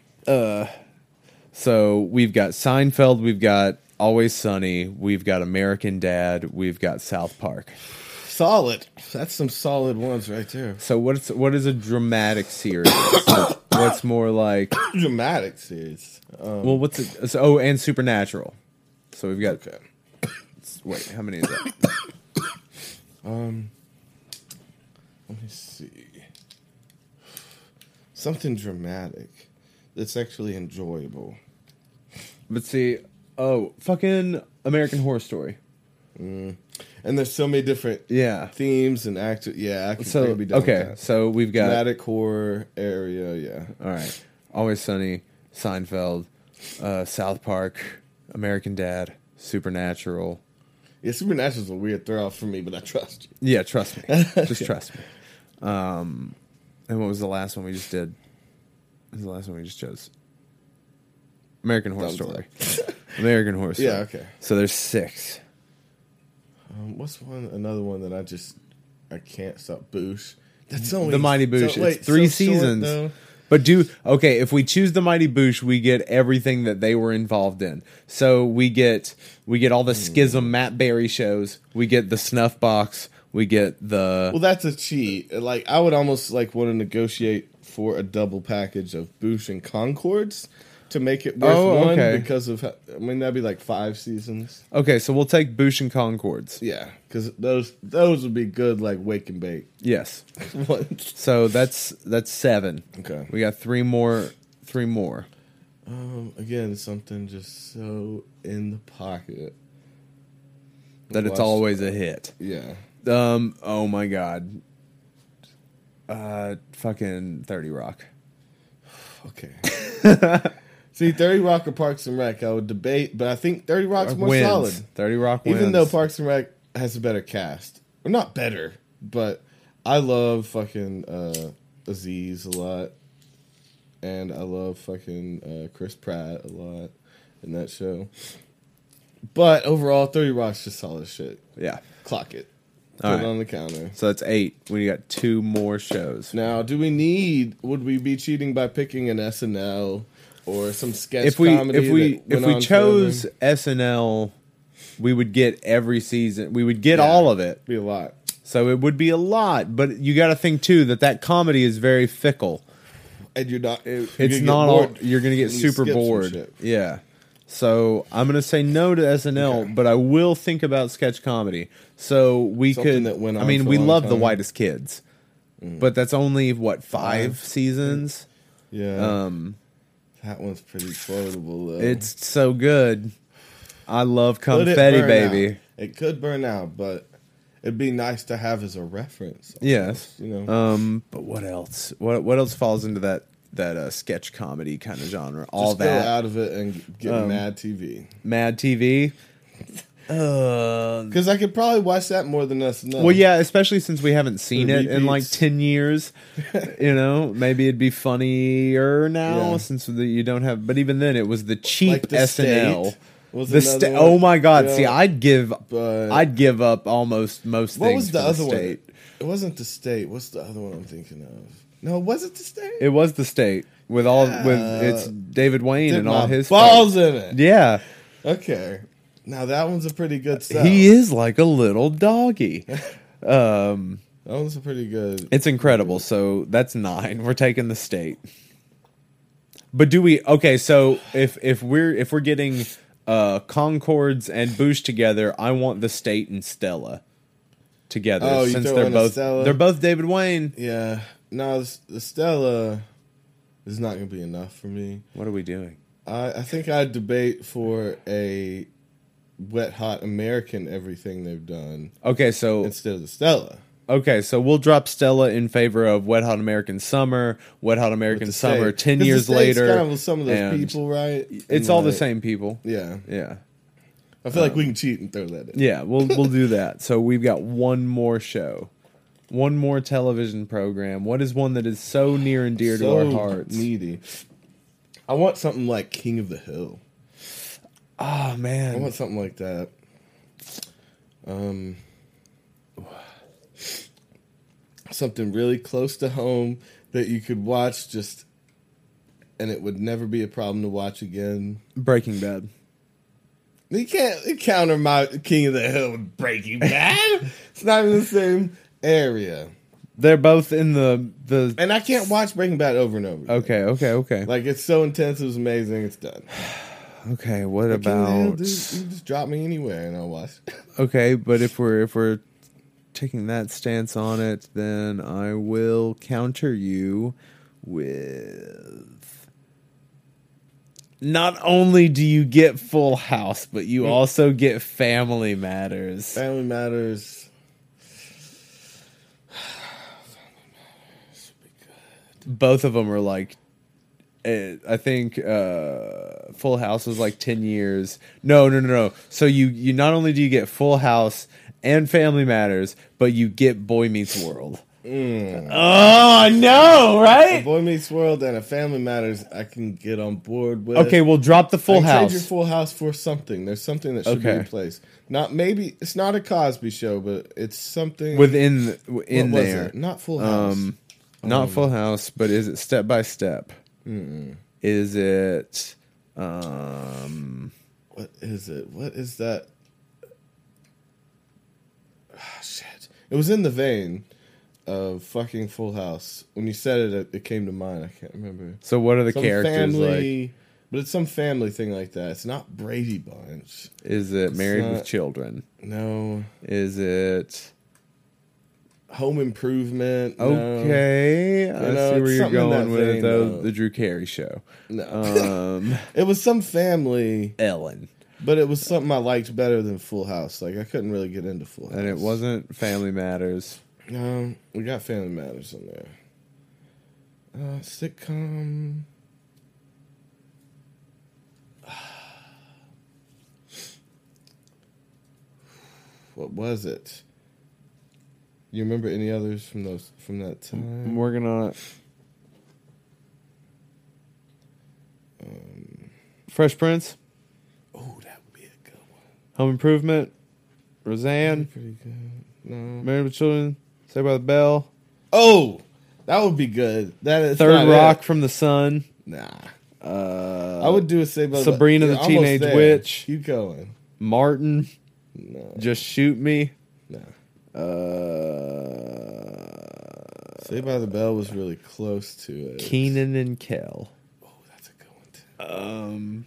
Speaker 2: So we've got Seinfeld, we've got Always Sunny, we've got American Dad, we've got South Park.
Speaker 1: Solid. That's some solid ones right there.
Speaker 2: So what's what is a dramatic series? what's more like
Speaker 1: Dramatic series. Um,
Speaker 2: well, what's it? so- oh, and Supernatural. So we've got
Speaker 1: okay.
Speaker 2: wait, how many is that?
Speaker 1: Let me see. Something dramatic that's actually enjoyable.
Speaker 2: Let's see. Oh, fucking American Horror Story.
Speaker 1: And there's so many different
Speaker 2: Yeah.
Speaker 1: themes and actors. Yeah, I could
Speaker 2: So
Speaker 1: probably be done with
Speaker 2: okay,
Speaker 1: that.
Speaker 2: so we've got
Speaker 1: Dramatic horror area, yeah.
Speaker 2: all right. Always Sunny, Seinfeld, uh, South Park, American Dad, Supernatural.
Speaker 1: Yeah, Supernatural's a weird throw off for me, but I trust you.
Speaker 2: Yeah, trust me. Just trust me. Um, and what was the last one we just did? What was the last one we just chose? American Horror
Speaker 1: Thumbs
Speaker 2: Story. American Horror Story.
Speaker 1: Yeah, okay.
Speaker 2: So there's six.
Speaker 1: Um, what's one another one that I just I can't stop? Boosh. That's only
Speaker 2: The Mighty Boosh.
Speaker 1: so-
Speaker 2: it's
Speaker 1: wait,
Speaker 2: three
Speaker 1: so short,
Speaker 2: seasons.
Speaker 1: though.
Speaker 2: but do okay, if we choose the Mighty Boosh, we get everything that they were involved in. So we get we get
Speaker 1: Hmm.
Speaker 2: all the Schism Matt Berry shows, we get the Snuff Box, we get the
Speaker 1: well, that's a cheat. Like I would almost like want to negotiate for a double package of Boosh and Concords to make it worth
Speaker 2: Oh,
Speaker 1: one
Speaker 2: okay.
Speaker 1: because of how, I mean that'd be like five seasons.
Speaker 2: Okay, so we'll take Boosh and Concords.
Speaker 1: Yeah, because those those would be good like wake and bake
Speaker 2: Yes.
Speaker 1: ones.
Speaker 2: So that's that's seven.
Speaker 1: Okay.
Speaker 2: We got three more three more.
Speaker 1: Um, again, something just so in the pocket.
Speaker 2: That it's
Speaker 1: Watched-
Speaker 2: always a hit.
Speaker 1: yeah.
Speaker 2: Um oh my god. Uh fucking thirty rock.
Speaker 1: Okay. See, Thirty Rock or Parks and Rec, I would debate, but I think Thirty Rock's more
Speaker 2: Uh, Wins.
Speaker 1: solid.
Speaker 2: Thirty rock wins.
Speaker 1: Even though Parks and Rec has a better cast, or not better, but I love fucking uh, Aziz a lot, and I love fucking uh, Chris Pratt a lot in that show. But overall, Thirty Rock's just solid shit.
Speaker 2: Yeah.
Speaker 1: Clock it, put
Speaker 2: All
Speaker 1: it
Speaker 2: right.
Speaker 1: on the counter.
Speaker 2: So that's eight. We got two more shows.
Speaker 1: Now, do we need? Would we be cheating by picking an SNL or some sketch
Speaker 2: if we
Speaker 1: comedy?
Speaker 2: if we
Speaker 1: that
Speaker 2: if
Speaker 1: went
Speaker 2: we
Speaker 1: on
Speaker 2: chose
Speaker 1: forever?
Speaker 2: SNL, we would get every season. We would get
Speaker 1: Yeah.
Speaker 2: all of it.
Speaker 1: be a lot.
Speaker 2: So it would be a lot, but you got to think too that that comedy is very fickle.
Speaker 1: and you're not. You're
Speaker 2: it's
Speaker 1: gonna
Speaker 2: not
Speaker 1: get
Speaker 2: all.
Speaker 1: bored.
Speaker 2: You're gonna get
Speaker 1: and you
Speaker 2: super
Speaker 1: skip some
Speaker 2: bored.
Speaker 1: shit.
Speaker 2: Yeah. So I'm gonna say no to SNL,
Speaker 1: Okay.
Speaker 2: but I will think about sketch comedy. So we
Speaker 1: Something
Speaker 2: could.
Speaker 1: that went
Speaker 2: I
Speaker 1: on
Speaker 2: mean,
Speaker 1: for a
Speaker 2: we
Speaker 1: long
Speaker 2: love the
Speaker 1: time. Mm.
Speaker 2: whitest kids, but that's only what five,
Speaker 1: Five. Mm.
Speaker 2: seasons.
Speaker 1: Yeah,
Speaker 2: Um,
Speaker 1: that one's pretty quotable though.
Speaker 2: it's so good. I love
Speaker 1: Could it
Speaker 2: confetti,
Speaker 1: burn
Speaker 2: baby.
Speaker 1: out? It could burn out, but it'd be nice to have as a reference.
Speaker 2: Yes.
Speaker 1: you know.
Speaker 2: Um, but what else? What what else falls into that that uh, sketch comedy kind of genre? All
Speaker 1: Just
Speaker 2: that Um,
Speaker 1: go out of it and get Mad TV
Speaker 2: Mad TV. Uh,
Speaker 1: because I could probably watch that more than us. No.
Speaker 2: well, yeah, especially since we haven't seen it in like
Speaker 1: repeats.
Speaker 2: ten years. you know, maybe it'd be funnier now
Speaker 1: Yeah.
Speaker 2: since the, you don't have. But even then, it was the cheap
Speaker 1: like the
Speaker 2: SNL.
Speaker 1: State was
Speaker 2: The
Speaker 1: another
Speaker 2: sta-
Speaker 1: one.
Speaker 2: oh my god!
Speaker 1: Yeah.
Speaker 2: See, I'd give,
Speaker 1: But-
Speaker 2: I'd give up almost most
Speaker 1: what
Speaker 2: things.
Speaker 1: was the
Speaker 2: for
Speaker 1: other
Speaker 2: state.
Speaker 1: one? It wasn't the state. What's the other one I'm thinking of? No, was it the state?
Speaker 2: It was the state with all
Speaker 1: Yeah.
Speaker 2: with it's David Wayne
Speaker 1: Dip
Speaker 2: and
Speaker 1: my
Speaker 2: all his
Speaker 1: balls
Speaker 2: fights.
Speaker 1: in it.
Speaker 2: Yeah,
Speaker 1: Okay, now that one's a pretty good. Sell.
Speaker 2: he is like a little doggy. um,
Speaker 1: That one's a pretty good.
Speaker 2: it's incredible. So that's nine. We're taking the state. But do we? Okay, so if if we're if we're getting uh Concords and Bush together, I want the state and Stella together
Speaker 1: Oh, you
Speaker 2: since
Speaker 1: throw
Speaker 2: they're
Speaker 1: in a
Speaker 2: both
Speaker 1: Stella?
Speaker 2: they're both David Wayne.
Speaker 1: yeah. No, s- the Stella is not gonna be enough for me.
Speaker 2: What are we doing?
Speaker 1: I, I think I debate for a wet hot American everything they've done
Speaker 2: Okay, so
Speaker 1: instead of the Stella.
Speaker 2: Okay, so we'll drop Stella in favor of Wet Hot American Summer. Wet Hot American
Speaker 1: The
Speaker 2: Summer.
Speaker 1: state-
Speaker 2: Ten
Speaker 1: 'cause the
Speaker 2: years
Speaker 1: state's
Speaker 2: later,
Speaker 1: kind of some of those
Speaker 2: and
Speaker 1: people, right?
Speaker 2: It's
Speaker 1: And,
Speaker 2: all the
Speaker 1: like,
Speaker 2: same Uh, people.
Speaker 1: Yeah,
Speaker 2: Yeah,
Speaker 1: I feel like we can cheat and throw that in.
Speaker 2: yeah. We'll we'll do that. So we've got one more show, one more television program. What is one that is so near and dear to our hearts?
Speaker 1: needy. I want something like King of the Hill.
Speaker 2: oh
Speaker 1: I
Speaker 2: man,
Speaker 1: want something like that. Um, something really close to home that you could watch just, and it would never be a problem to watch again.
Speaker 2: Breaking Bad.
Speaker 1: You can't counter my King of the Hill with Breaking Bad. it's not even the same area,
Speaker 2: They're both in the the.
Speaker 1: and I can't watch Breaking Bad over and over. again.
Speaker 2: Okay, okay, okay,
Speaker 1: Like it's so intense, it was amazing. It's done.
Speaker 2: okay. What
Speaker 1: King of the Hill,
Speaker 2: about?
Speaker 1: dude, you just drop me anywhere and I'll watch.
Speaker 2: Okay, but if we're if we're taking that stance on it, then I will counter you with not only do you get full house, but you also get family matters.
Speaker 1: Family Matters.
Speaker 2: Both of them are like eh, I think uh, Full House was like ten years. No, no, no, no. So you you not only do you get Full House and Family Matters, but you get Boy Meets World. Oh, I know,
Speaker 1: A
Speaker 2: right?
Speaker 1: Mm. Boy Meets World and a Family Matters, I can get on board with.
Speaker 2: Okay, we'll drop the
Speaker 1: I
Speaker 2: Full
Speaker 1: can trade your
Speaker 2: House.
Speaker 1: Full House for something. There's something that should
Speaker 2: Okay.
Speaker 1: be replaced. Not maybe it's not a Cosby show, but it's something
Speaker 2: within th-
Speaker 1: What
Speaker 2: in
Speaker 1: was
Speaker 2: there.
Speaker 1: it? Not Full House. Mm.
Speaker 2: Um, not Full House, but is it step by step? Is it? Um,
Speaker 1: what is it? What is that? Ah, shit! It was in the vein of fucking Full House. When you said it, it, it came to mind. I can't remember.
Speaker 2: so what are the
Speaker 1: Some
Speaker 2: characters like?
Speaker 1: family, but it's some family thing like that. It's not Brady Bunch.
Speaker 2: Is it Married with
Speaker 1: not-
Speaker 2: Children?
Speaker 1: No.
Speaker 2: Is it?
Speaker 1: Home Improvement. no.
Speaker 2: Okay, I
Speaker 1: know,
Speaker 2: see
Speaker 1: it's
Speaker 2: where you're
Speaker 1: something in
Speaker 2: going
Speaker 1: that
Speaker 2: with it,
Speaker 1: vein,
Speaker 2: though.
Speaker 1: though.
Speaker 2: The Drew Carey Show.
Speaker 1: No.
Speaker 2: Um,
Speaker 1: It was some family,
Speaker 2: Ellen,
Speaker 1: but it was something I liked better than Full House. Like I couldn't really get into Full House.
Speaker 2: and it wasn't Family Matters.
Speaker 1: No, Um, we got Family Matters in there. Uh, sitcom. What was it? You remember any others from those from that
Speaker 2: I'm
Speaker 1: time?
Speaker 2: working on it. Um, Fresh Prince,
Speaker 1: Oh, that would be a good one.
Speaker 2: Home Improvement, Roseanne,
Speaker 1: Pretty good. No.
Speaker 2: Married with Children, Saved by the Bell,
Speaker 1: Oh, that would be good. That is
Speaker 2: Third
Speaker 1: not it.
Speaker 2: Rock from the Sun.
Speaker 1: Nah,
Speaker 2: Uh,
Speaker 1: I would do a say by
Speaker 2: Sabrina
Speaker 1: You're
Speaker 2: the
Speaker 1: almost
Speaker 2: Teenage
Speaker 1: there.
Speaker 2: Witch.
Speaker 1: Keep going.
Speaker 2: Martin,
Speaker 1: No,
Speaker 2: uh, Just Shoot Me.
Speaker 1: no.
Speaker 2: Uh,
Speaker 1: Say by the Bell was really close to it.
Speaker 2: Keenan and Kel.
Speaker 1: Oh, that's a good one too.
Speaker 2: Um,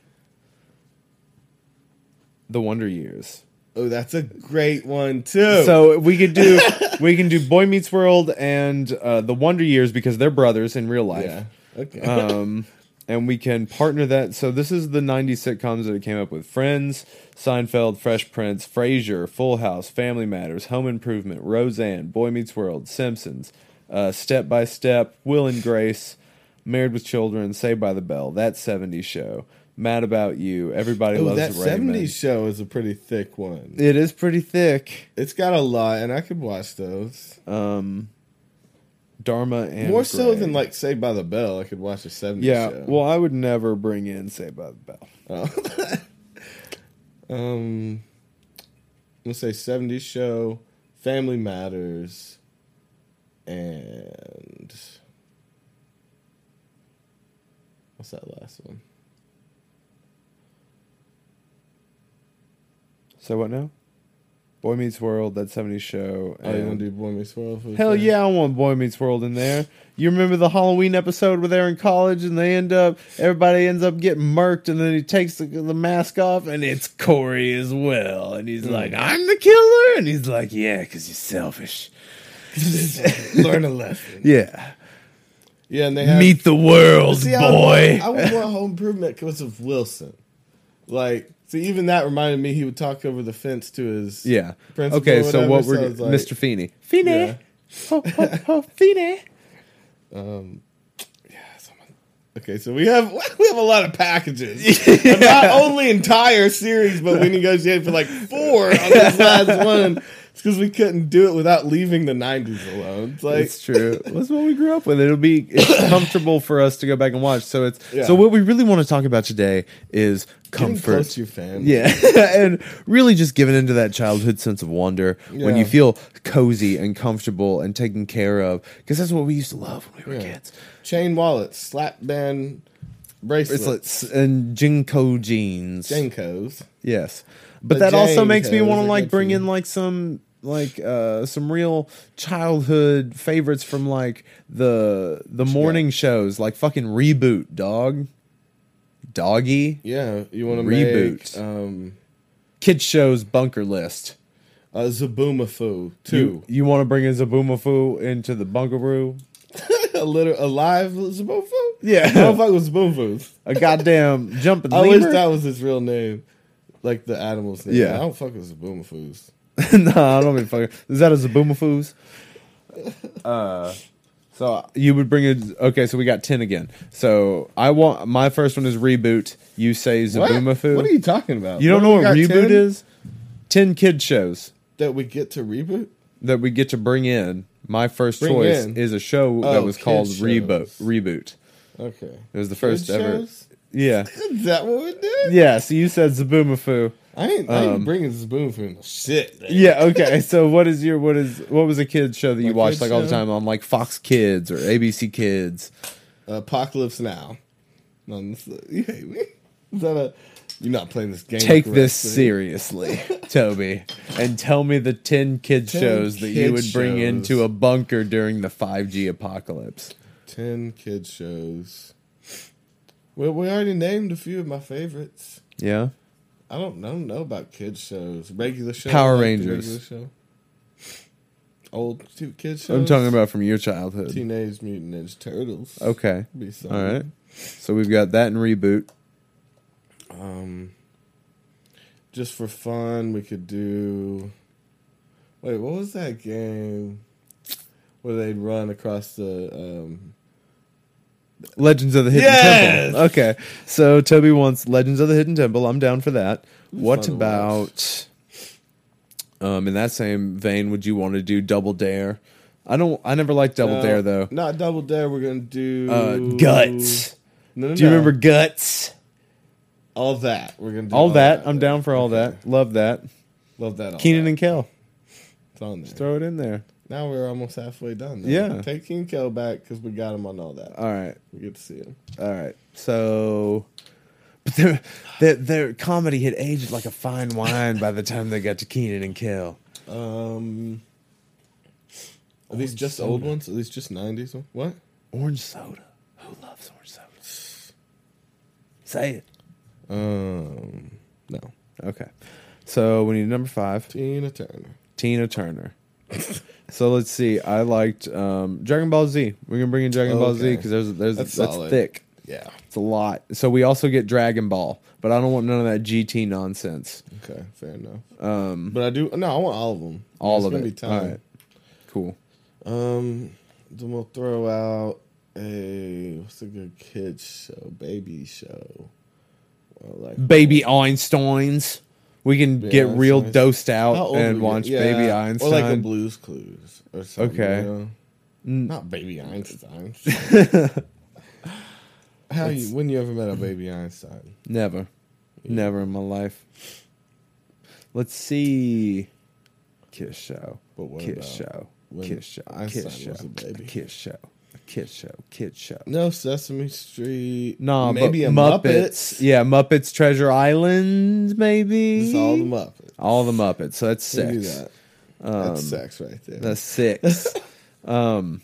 Speaker 2: the Wonder Years.
Speaker 1: Oh, that's a great one too.
Speaker 2: So we could do we can do Boy Meets World and uh, the Wonder Years because they're brothers in real life.
Speaker 1: yeah. Okay.
Speaker 2: um, and we can partner that. So this is the '90s sitcoms that it came up with: Friends, Seinfeld, Fresh Prince, Frasier, Full House, Family Matters, Home Improvement, Roseanne, Boy Meets World, Simpsons, uh, Step by Step, Will and Grace, Married with Children, Saved by the Bell, That '70s Show, Mad About You, Everybody
Speaker 1: oh,
Speaker 2: Loves
Speaker 1: that
Speaker 2: Raymond.
Speaker 1: '70s show is a pretty thick one.
Speaker 2: It is pretty thick.
Speaker 1: It's got a lot, and I could watch those
Speaker 2: Um, Dharma and
Speaker 1: more so
Speaker 2: Greg.
Speaker 1: than like Say by the Bell. I could watch a '70s
Speaker 2: yeah.
Speaker 1: show.
Speaker 2: Well, I would never bring in Saved by the Bell.
Speaker 1: Oh. um, I'm gonna say '70s show, Family Matters, and what's that last one?
Speaker 2: So what now? Boy Meets World, that 70s show.
Speaker 1: Oh, you
Speaker 2: and-
Speaker 1: want to do Boy Meets World? For the
Speaker 2: Hell
Speaker 1: show?
Speaker 2: yeah, I want Boy Meets World in there. You remember the Halloween episode where they're in college and they end up, everybody ends up getting murked and then he takes the, the mask off and it's Corey as well. And he's like, I'm the killer. And he's like, yeah, because you're selfish.
Speaker 1: Learn a lesson.
Speaker 2: Yeah.
Speaker 1: Yeah, and they have
Speaker 2: the world,
Speaker 1: See, I would, I would want Home Improvement because of Wilson. Like, see, even that reminded me he would talk over the fence to his
Speaker 2: yeah.
Speaker 1: principal
Speaker 2: okay,
Speaker 1: or
Speaker 2: so
Speaker 1: whatever,
Speaker 2: what
Speaker 1: so
Speaker 2: we're,
Speaker 1: it's like-
Speaker 2: Mr. Feeney. Feeney.
Speaker 1: Yeah.
Speaker 2: Ho, ho, ho, Feeney.
Speaker 1: Okay, so we have we have a lot of packages. And Not only entire series, but we negotiated for like four on this last one. It's because we couldn't do it without leaving the '90s alone. It's like
Speaker 2: it's true. That's what we grew up with. It'll be it's comfortable for us to go back and watch. So it's
Speaker 1: Yeah.
Speaker 2: so what we really want to talk about today is
Speaker 1: getting close
Speaker 2: comfort.
Speaker 1: to your family.
Speaker 2: Yeah, and really just giving into that childhood sense of wonder when
Speaker 1: Yeah.
Speaker 2: you feel cozy and comfortable and taken care of, because that's what we used to love when we were
Speaker 1: Yeah.
Speaker 2: kids.
Speaker 1: Chain wallets, slap band bracelets,
Speaker 2: Bracelets and jinko jeans.
Speaker 1: Jenkos.
Speaker 2: Yes, but
Speaker 1: The
Speaker 2: that also
Speaker 1: Jane
Speaker 2: makes me
Speaker 1: codes
Speaker 2: want
Speaker 1: are
Speaker 2: to like
Speaker 1: good for
Speaker 2: bring
Speaker 1: you.
Speaker 2: in like some like uh some real childhood favorites from like the the morning shows, like fucking reboot dog, doggy
Speaker 1: Yeah, you want to
Speaker 2: Reboot.
Speaker 1: make um,
Speaker 2: kids shows bunker list.
Speaker 1: a Zaboomafu
Speaker 2: You,
Speaker 1: too.
Speaker 2: you want to bring in Zaboomafoo into the bunkaroo?
Speaker 1: a little a live Zaboomafu.
Speaker 2: Yeah.
Speaker 1: motherfucker was Zaboomafu.
Speaker 2: A goddamn jumping
Speaker 1: I
Speaker 2: lemur?
Speaker 1: wish that was his real name, like the animal's name.
Speaker 2: Yeah.
Speaker 1: I don't fuck with Zaboomafus.
Speaker 2: nah, I don't even fucking. Is that a Zaboomafoo's? Uh, so you would bring a okay. So we got ten again. So I want my first one is reboot. You say
Speaker 1: What?
Speaker 2: Zaboomafoo.
Speaker 1: What are you talking about?
Speaker 2: You don't know
Speaker 1: we
Speaker 2: what
Speaker 1: got
Speaker 2: reboot
Speaker 1: 10
Speaker 2: is? Ten kid shows
Speaker 1: That we get to reboot?
Speaker 2: that we get to bring in. My first
Speaker 1: Bring
Speaker 2: choice
Speaker 1: in.
Speaker 2: is a show that
Speaker 1: Oh,
Speaker 2: was
Speaker 1: kid
Speaker 2: called
Speaker 1: shows.
Speaker 2: Reboot. Reboot.
Speaker 1: Okay.
Speaker 2: It was the first
Speaker 1: Good
Speaker 2: ever.
Speaker 1: shows?
Speaker 2: Yeah.
Speaker 1: Is that what we did?
Speaker 2: Yeah. So you said Zaboomafoo.
Speaker 1: I ain't, I ain't
Speaker 2: Um,
Speaker 1: bringing Zaboomafoo no shit. man.
Speaker 2: Yeah. Okay. So what is your what is what was a kids show that you
Speaker 1: My
Speaker 2: watched
Speaker 1: kids
Speaker 2: like all the
Speaker 1: show?
Speaker 2: time on like Fox Kids or ABC Kids?
Speaker 1: Apocalypse Now. No, this- you hate me? Is that a. You're not playing this game.
Speaker 2: Take this
Speaker 1: correctly.
Speaker 2: seriously, Toby, and tell me the ten kid
Speaker 1: 10
Speaker 2: shows that you
Speaker 1: kid
Speaker 2: would bring
Speaker 1: shows.
Speaker 2: into a bunker during the five G apocalypse.
Speaker 1: 10 kid shows. Well, we already named a few of my favorites.
Speaker 2: Yeah.
Speaker 1: I don't, I don't know about kids shows. Regular show.
Speaker 2: Power
Speaker 1: the
Speaker 2: Rangers.
Speaker 1: regular show. Old two kids shows.
Speaker 2: I'm talking about from your childhood.
Speaker 1: Teenage Mutant Ninja Turtles.
Speaker 2: Okay.
Speaker 1: Be something.
Speaker 2: All right. So we've got that and reboot.
Speaker 1: Um, just for fun, we could do. Wait, what was that game where they'd run across the? Um,
Speaker 2: Legends of the Hidden
Speaker 1: Yes!
Speaker 2: Temple. Okay. So Toby wants Legends of the Hidden Temple. I'm down for that. What
Speaker 1: fun to
Speaker 2: about um in that same vein would you want to do Double Dare? I don't I never liked Double
Speaker 1: no,
Speaker 2: Dare though.
Speaker 1: Not Double Dare. We're gonna do
Speaker 2: Uh Guts.
Speaker 1: No, no,
Speaker 2: Do you
Speaker 1: no.
Speaker 2: remember Guts?
Speaker 1: all that? We're gonna do
Speaker 2: All that. I'm down for all that. Love that.
Speaker 1: Love that. All
Speaker 2: Keenan
Speaker 1: that.
Speaker 2: and Kel.
Speaker 1: It's on there.
Speaker 2: Throw it in there.
Speaker 1: Now we're almost halfway done. though.
Speaker 2: Yeah.
Speaker 1: take King Kel back because we got him on all that.
Speaker 2: All right.
Speaker 1: We get to see him.
Speaker 2: All right. So but their, their their comedy had aged like a fine wine by the time they got to Keenan and Kel.
Speaker 1: Um, Are these just old ones? Are these just 90s ones? What?
Speaker 2: Orange soda. Who loves orange soda? Say it.
Speaker 1: Um, no.
Speaker 2: Okay. So we need number five.
Speaker 1: Tina Turner.
Speaker 2: Tina Turner. so let's see. I liked um, Dragon Ball Z. We're gonna bring in Dragon Ball Z
Speaker 1: Okay.
Speaker 2: because there's there's that's,
Speaker 1: That's solid.
Speaker 2: thick.
Speaker 1: Yeah.
Speaker 2: It's a lot. So we also get Dragon Ball, but I don't want none of that GT nonsense.
Speaker 1: Okay, fair enough.
Speaker 2: Um,
Speaker 1: But I do. No, I want all of them.
Speaker 2: all
Speaker 1: It's
Speaker 2: of
Speaker 1: gonna
Speaker 2: it.
Speaker 1: Be time.
Speaker 2: All right. Cool.
Speaker 1: Um, then we'll throw out a what's a good kids show, baby show. Well, like
Speaker 2: Baby Einsteins. We can
Speaker 1: Baby
Speaker 2: get real
Speaker 1: Einsteins.
Speaker 2: dosed
Speaker 1: How
Speaker 2: out
Speaker 1: old were
Speaker 2: and
Speaker 1: you?
Speaker 2: watch
Speaker 1: Yeah,
Speaker 2: Baby Einstein.
Speaker 1: or like a Blues Clues or something.
Speaker 2: Okay.
Speaker 1: Okay, not Baby Einstein. How you when you ever met a Baby Einstein?
Speaker 2: Never. Never in my life. Let's see. Kiss show.
Speaker 1: But what
Speaker 2: Kiss
Speaker 1: about
Speaker 2: show.
Speaker 1: when
Speaker 2: Kiss show.
Speaker 1: Einstein
Speaker 2: Kiss show.
Speaker 1: was a baby?
Speaker 2: Kiss show. Kiss show. Kiss show.
Speaker 1: No Sesame Street.
Speaker 2: Nah,
Speaker 1: maybe
Speaker 2: but
Speaker 1: a Muppets.
Speaker 2: Yeah, Muppets Treasure Island, maybe.
Speaker 1: It's all the Muppets.
Speaker 2: All the Muppets. So that's
Speaker 1: We do
Speaker 2: six.
Speaker 1: that. That's sex right there.
Speaker 2: Um, That's six. um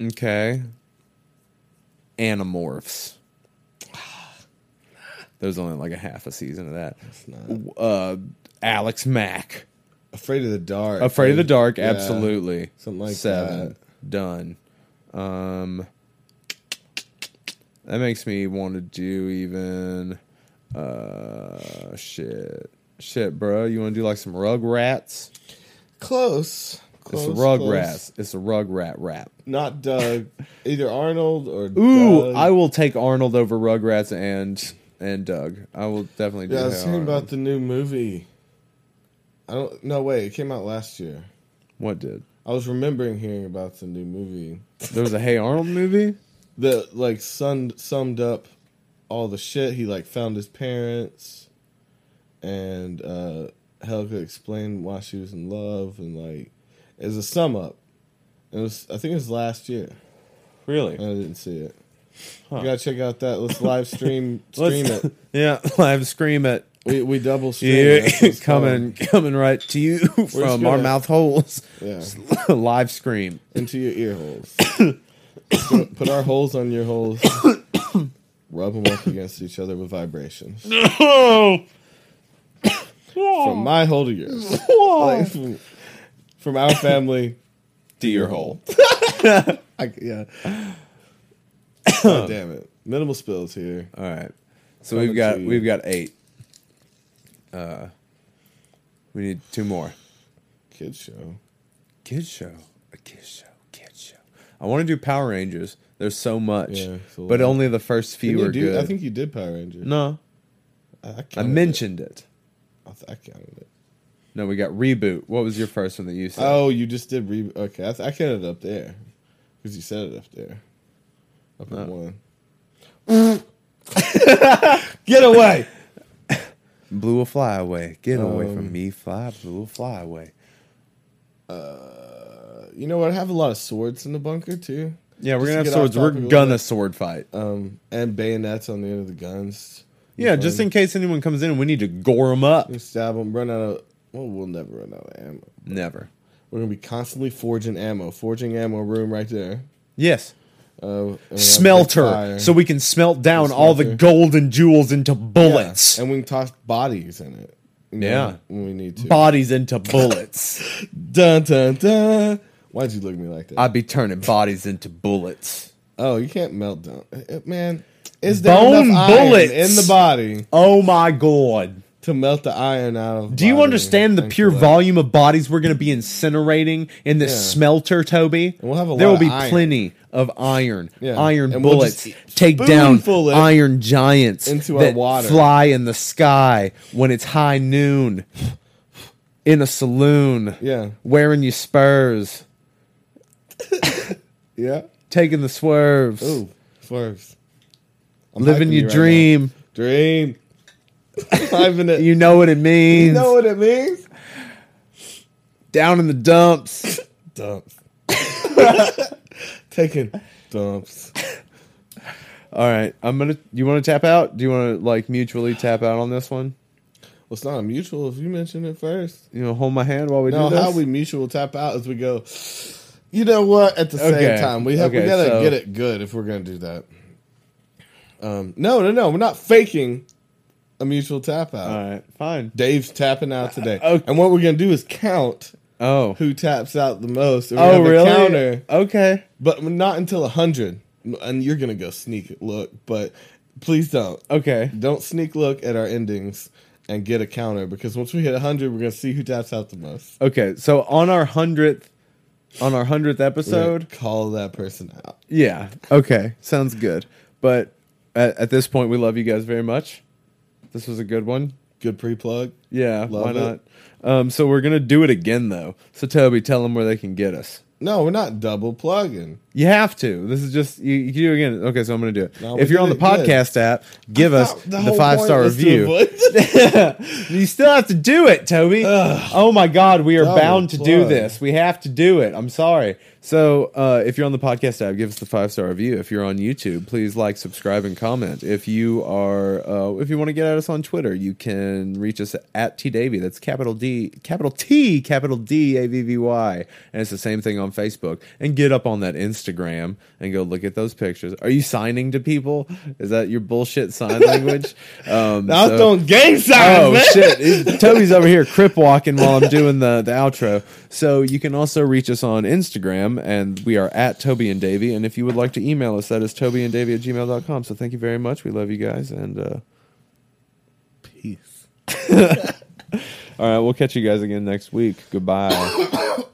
Speaker 2: Okay. Animorphs. There's only like a half a season of that.
Speaker 1: It's not
Speaker 2: uh, Alex Mack.
Speaker 1: afraid of the dark.
Speaker 2: Afraid of the Dark,
Speaker 1: Yeah.
Speaker 2: absolutely.
Speaker 1: Something like
Speaker 2: Done. Um, that makes me want to do even. Uh, shit. Shit, bro. You want to do like some Rugrats?
Speaker 1: Close.
Speaker 2: It's
Speaker 1: Close,
Speaker 2: a
Speaker 1: close.
Speaker 2: Rugrats. It's a Rugrat rap.
Speaker 1: Not Doug. Either Arnold or
Speaker 2: Ooh,
Speaker 1: Doug.
Speaker 2: I will take Arnold over Rugrats and and Doug. I will definitely do
Speaker 1: Yeah, I was hearing
Speaker 2: Arnold.
Speaker 1: about the new movie. I don't. No, wait. It came out last year.
Speaker 2: what did.
Speaker 1: I was remembering hearing about the new movie
Speaker 2: There was a Hey Arnold movie?
Speaker 1: that like summed summed up all the shit. He like found his parents, and uh Helga explained why she was in love, and like as a sum up. It was. I think it was last year.
Speaker 2: Really?
Speaker 1: I didn't see it.
Speaker 2: Huh.
Speaker 1: You gotta check out that. Let's live stream stream
Speaker 2: Let's-
Speaker 1: it.
Speaker 2: Yeah, live scream it.
Speaker 1: We we double stream.
Speaker 2: Yeah,
Speaker 1: that's what it's
Speaker 2: coming coming right to you from our
Speaker 1: gonna-
Speaker 2: mouth holes.
Speaker 1: called. Yeah,
Speaker 2: Live scream.
Speaker 1: into your ear holes. So put our holes on your holes. Rub them up against each other with vibrations. From my hole to yours. Like, from, from our family
Speaker 2: to your hole.
Speaker 1: I, yeah. God damn it. Minimal spills here.
Speaker 2: All right. So
Speaker 1: Coming
Speaker 2: we've got
Speaker 1: to you.
Speaker 2: we've got eight. Uh, we need two more.
Speaker 1: Kids show.
Speaker 2: Kids show, a kids show, kids show. I want to do Power Rangers. There's so much,
Speaker 1: Yeah, it's a
Speaker 2: but
Speaker 1: lot.
Speaker 2: only the first
Speaker 1: Didn't
Speaker 2: few
Speaker 1: you
Speaker 2: are
Speaker 1: do-
Speaker 2: good.
Speaker 1: I think Oh, you did Power Rangers.
Speaker 2: no,
Speaker 1: I, I
Speaker 2: I
Speaker 1: counted it.
Speaker 2: mentioned it.
Speaker 1: I, th- I counted it.
Speaker 2: No, we got reboot. What was your first one that you said?
Speaker 1: Oh, you just did re. Okay, I, th- I counted it up there because you said it up there. Up at one. Get away!
Speaker 2: Blew a fly away. Get away from
Speaker 1: Um,
Speaker 2: me, fly. Blew a fly away.
Speaker 1: Uh, you know what? I have a lot of swords in the bunker too.
Speaker 2: Yeah, we're
Speaker 1: Just to
Speaker 2: gonna have
Speaker 1: get off
Speaker 2: swords. We're
Speaker 1: topic a little
Speaker 2: gonna
Speaker 1: bit.
Speaker 2: sword fight.
Speaker 1: Um, and bayonets on the end of the guns.
Speaker 2: Yeah, just in case anyone comes in and we need to gore them up.
Speaker 1: We stab them. Run out of. Well, we'll never run out of ammo.
Speaker 2: Never.
Speaker 1: We're gonna be constantly forging ammo. Forging ammo room right there.
Speaker 2: Yes.
Speaker 1: Uh,
Speaker 2: Smelter, so we can smelt down all the
Speaker 1: Smelter.
Speaker 2: gold and jewels into bullets,
Speaker 1: and we can toss bodies in it. you know,
Speaker 2: Yeah.
Speaker 1: when we need to.
Speaker 2: bodies into bullets.
Speaker 1: Dun dun dun. Why'd you look at me like that?
Speaker 2: I'd be turning bodies into bullets.
Speaker 1: oh, you can't melt down, Uh, man. Is there
Speaker 2: Bone
Speaker 1: enough iron
Speaker 2: bullets.
Speaker 1: in the body
Speaker 2: Oh my god.
Speaker 1: to melt the iron out of? the
Speaker 2: Do you
Speaker 1: body
Speaker 2: understand the
Speaker 1: and
Speaker 2: pure
Speaker 1: collect-
Speaker 2: volume of bodies we're going to be incinerating in this
Speaker 1: Yeah.
Speaker 2: smelter, Toby?
Speaker 1: And we'll have a
Speaker 2: there
Speaker 1: lot
Speaker 2: will be
Speaker 1: of iron.
Speaker 2: plenty of iron,
Speaker 1: Yeah.
Speaker 2: iron
Speaker 1: And we'll
Speaker 2: bullets.
Speaker 1: just
Speaker 2: take down
Speaker 1: spoonful it
Speaker 2: iron giants
Speaker 1: into our
Speaker 2: that
Speaker 1: water.
Speaker 2: fly in the sky when it's high noon in a saloon,
Speaker 1: Yeah,
Speaker 2: wearing your spurs,
Speaker 1: yeah.
Speaker 2: taking the swerves,
Speaker 1: Ooh, first. I'm
Speaker 2: living
Speaker 1: hyping
Speaker 2: your
Speaker 1: you right
Speaker 2: dream.
Speaker 1: now. dream. Hyping it.
Speaker 2: You know what it means.
Speaker 1: You know what it means?
Speaker 2: Down in the dumps.
Speaker 1: Dumps. Taking dumps.
Speaker 2: All right, I'm gonna. You want to tap out? Do you want to like mutually tap out on this one?
Speaker 1: Well, it's not a mutual if you mention it first.
Speaker 2: You know, hold my hand while we
Speaker 1: No,
Speaker 2: do this.
Speaker 1: how we mutual tap out is we go. You know what? At the
Speaker 2: Okay.
Speaker 1: same time, we have we
Speaker 2: Okay,
Speaker 1: gotta
Speaker 2: so-
Speaker 1: get it good if we're gonna do that. Um, no, no, no. We're not faking a mutual tap out.
Speaker 2: All right, fine.
Speaker 1: Dave's tapping out today,
Speaker 2: Uh, okay.
Speaker 1: and what we're gonna do is count
Speaker 2: Oh,
Speaker 1: who taps out the most. and we're
Speaker 2: oh,
Speaker 1: gonna
Speaker 2: really?
Speaker 1: Counter,
Speaker 2: Okay.
Speaker 1: but not until hundred. And you're gonna go sneak it, look, but please don't.
Speaker 2: Okay.
Speaker 1: Don't sneak look at our endings and get a counter because once we hit 100, we're going to see who taps out the most.
Speaker 2: Okay. So on our hundredth, on our hundredth
Speaker 1: We're
Speaker 2: episode,
Speaker 1: gonna call that person out.
Speaker 2: yeah. Okay, sounds good. But at, at this point, we love you guys very much. This was a good one.
Speaker 1: Good pre plug.
Speaker 2: Yeah. why
Speaker 1: Love
Speaker 2: not?
Speaker 1: it.
Speaker 2: Um, so we're gonna do it again though. So Toby, tell them where they can get us.
Speaker 1: No, we're not double plugging.
Speaker 2: You have to. This is just you. You can do it again. Okay, so I'm gonna do it.
Speaker 1: No, we
Speaker 2: if you're
Speaker 1: did
Speaker 2: on the
Speaker 1: it good.
Speaker 2: podcast app, give us
Speaker 1: Not-
Speaker 2: the,
Speaker 1: whole
Speaker 2: five star
Speaker 1: point is to
Speaker 2: review.
Speaker 1: avoid-
Speaker 2: you still have to do it, Toby. Oh my God, we are
Speaker 1: Double
Speaker 2: bound to do
Speaker 1: plug.
Speaker 2: this. We have to do it. I'm sorry. So, uh, if you're on the podcast app, give us the five star review. If you're on YouTube, please like, subscribe, and comment. If you are, uh, if you want to get at us on Twitter, you can reach us at T Davy. That's capital D, capital T, capital D A V V Y, and it's the same thing on Facebook. And get up on that Instagram and go look at those pictures. Are you signing to people? Is that your bullshit sign language? Um,
Speaker 1: I was
Speaker 2: so-
Speaker 1: throwing gang signs,
Speaker 2: Oh
Speaker 1: man.
Speaker 2: shit! It- Toby's over here crip walking while I'm doing the, the outro. So you can also reach us on Instagram, and we are at Toby and Davy. And if you would like to email us, that is Toby and Davy at gmail.com. So thank you very much. We love you guys, and uh,
Speaker 1: Peace.
Speaker 2: all right, we'll catch you guys again next week. Goodbye.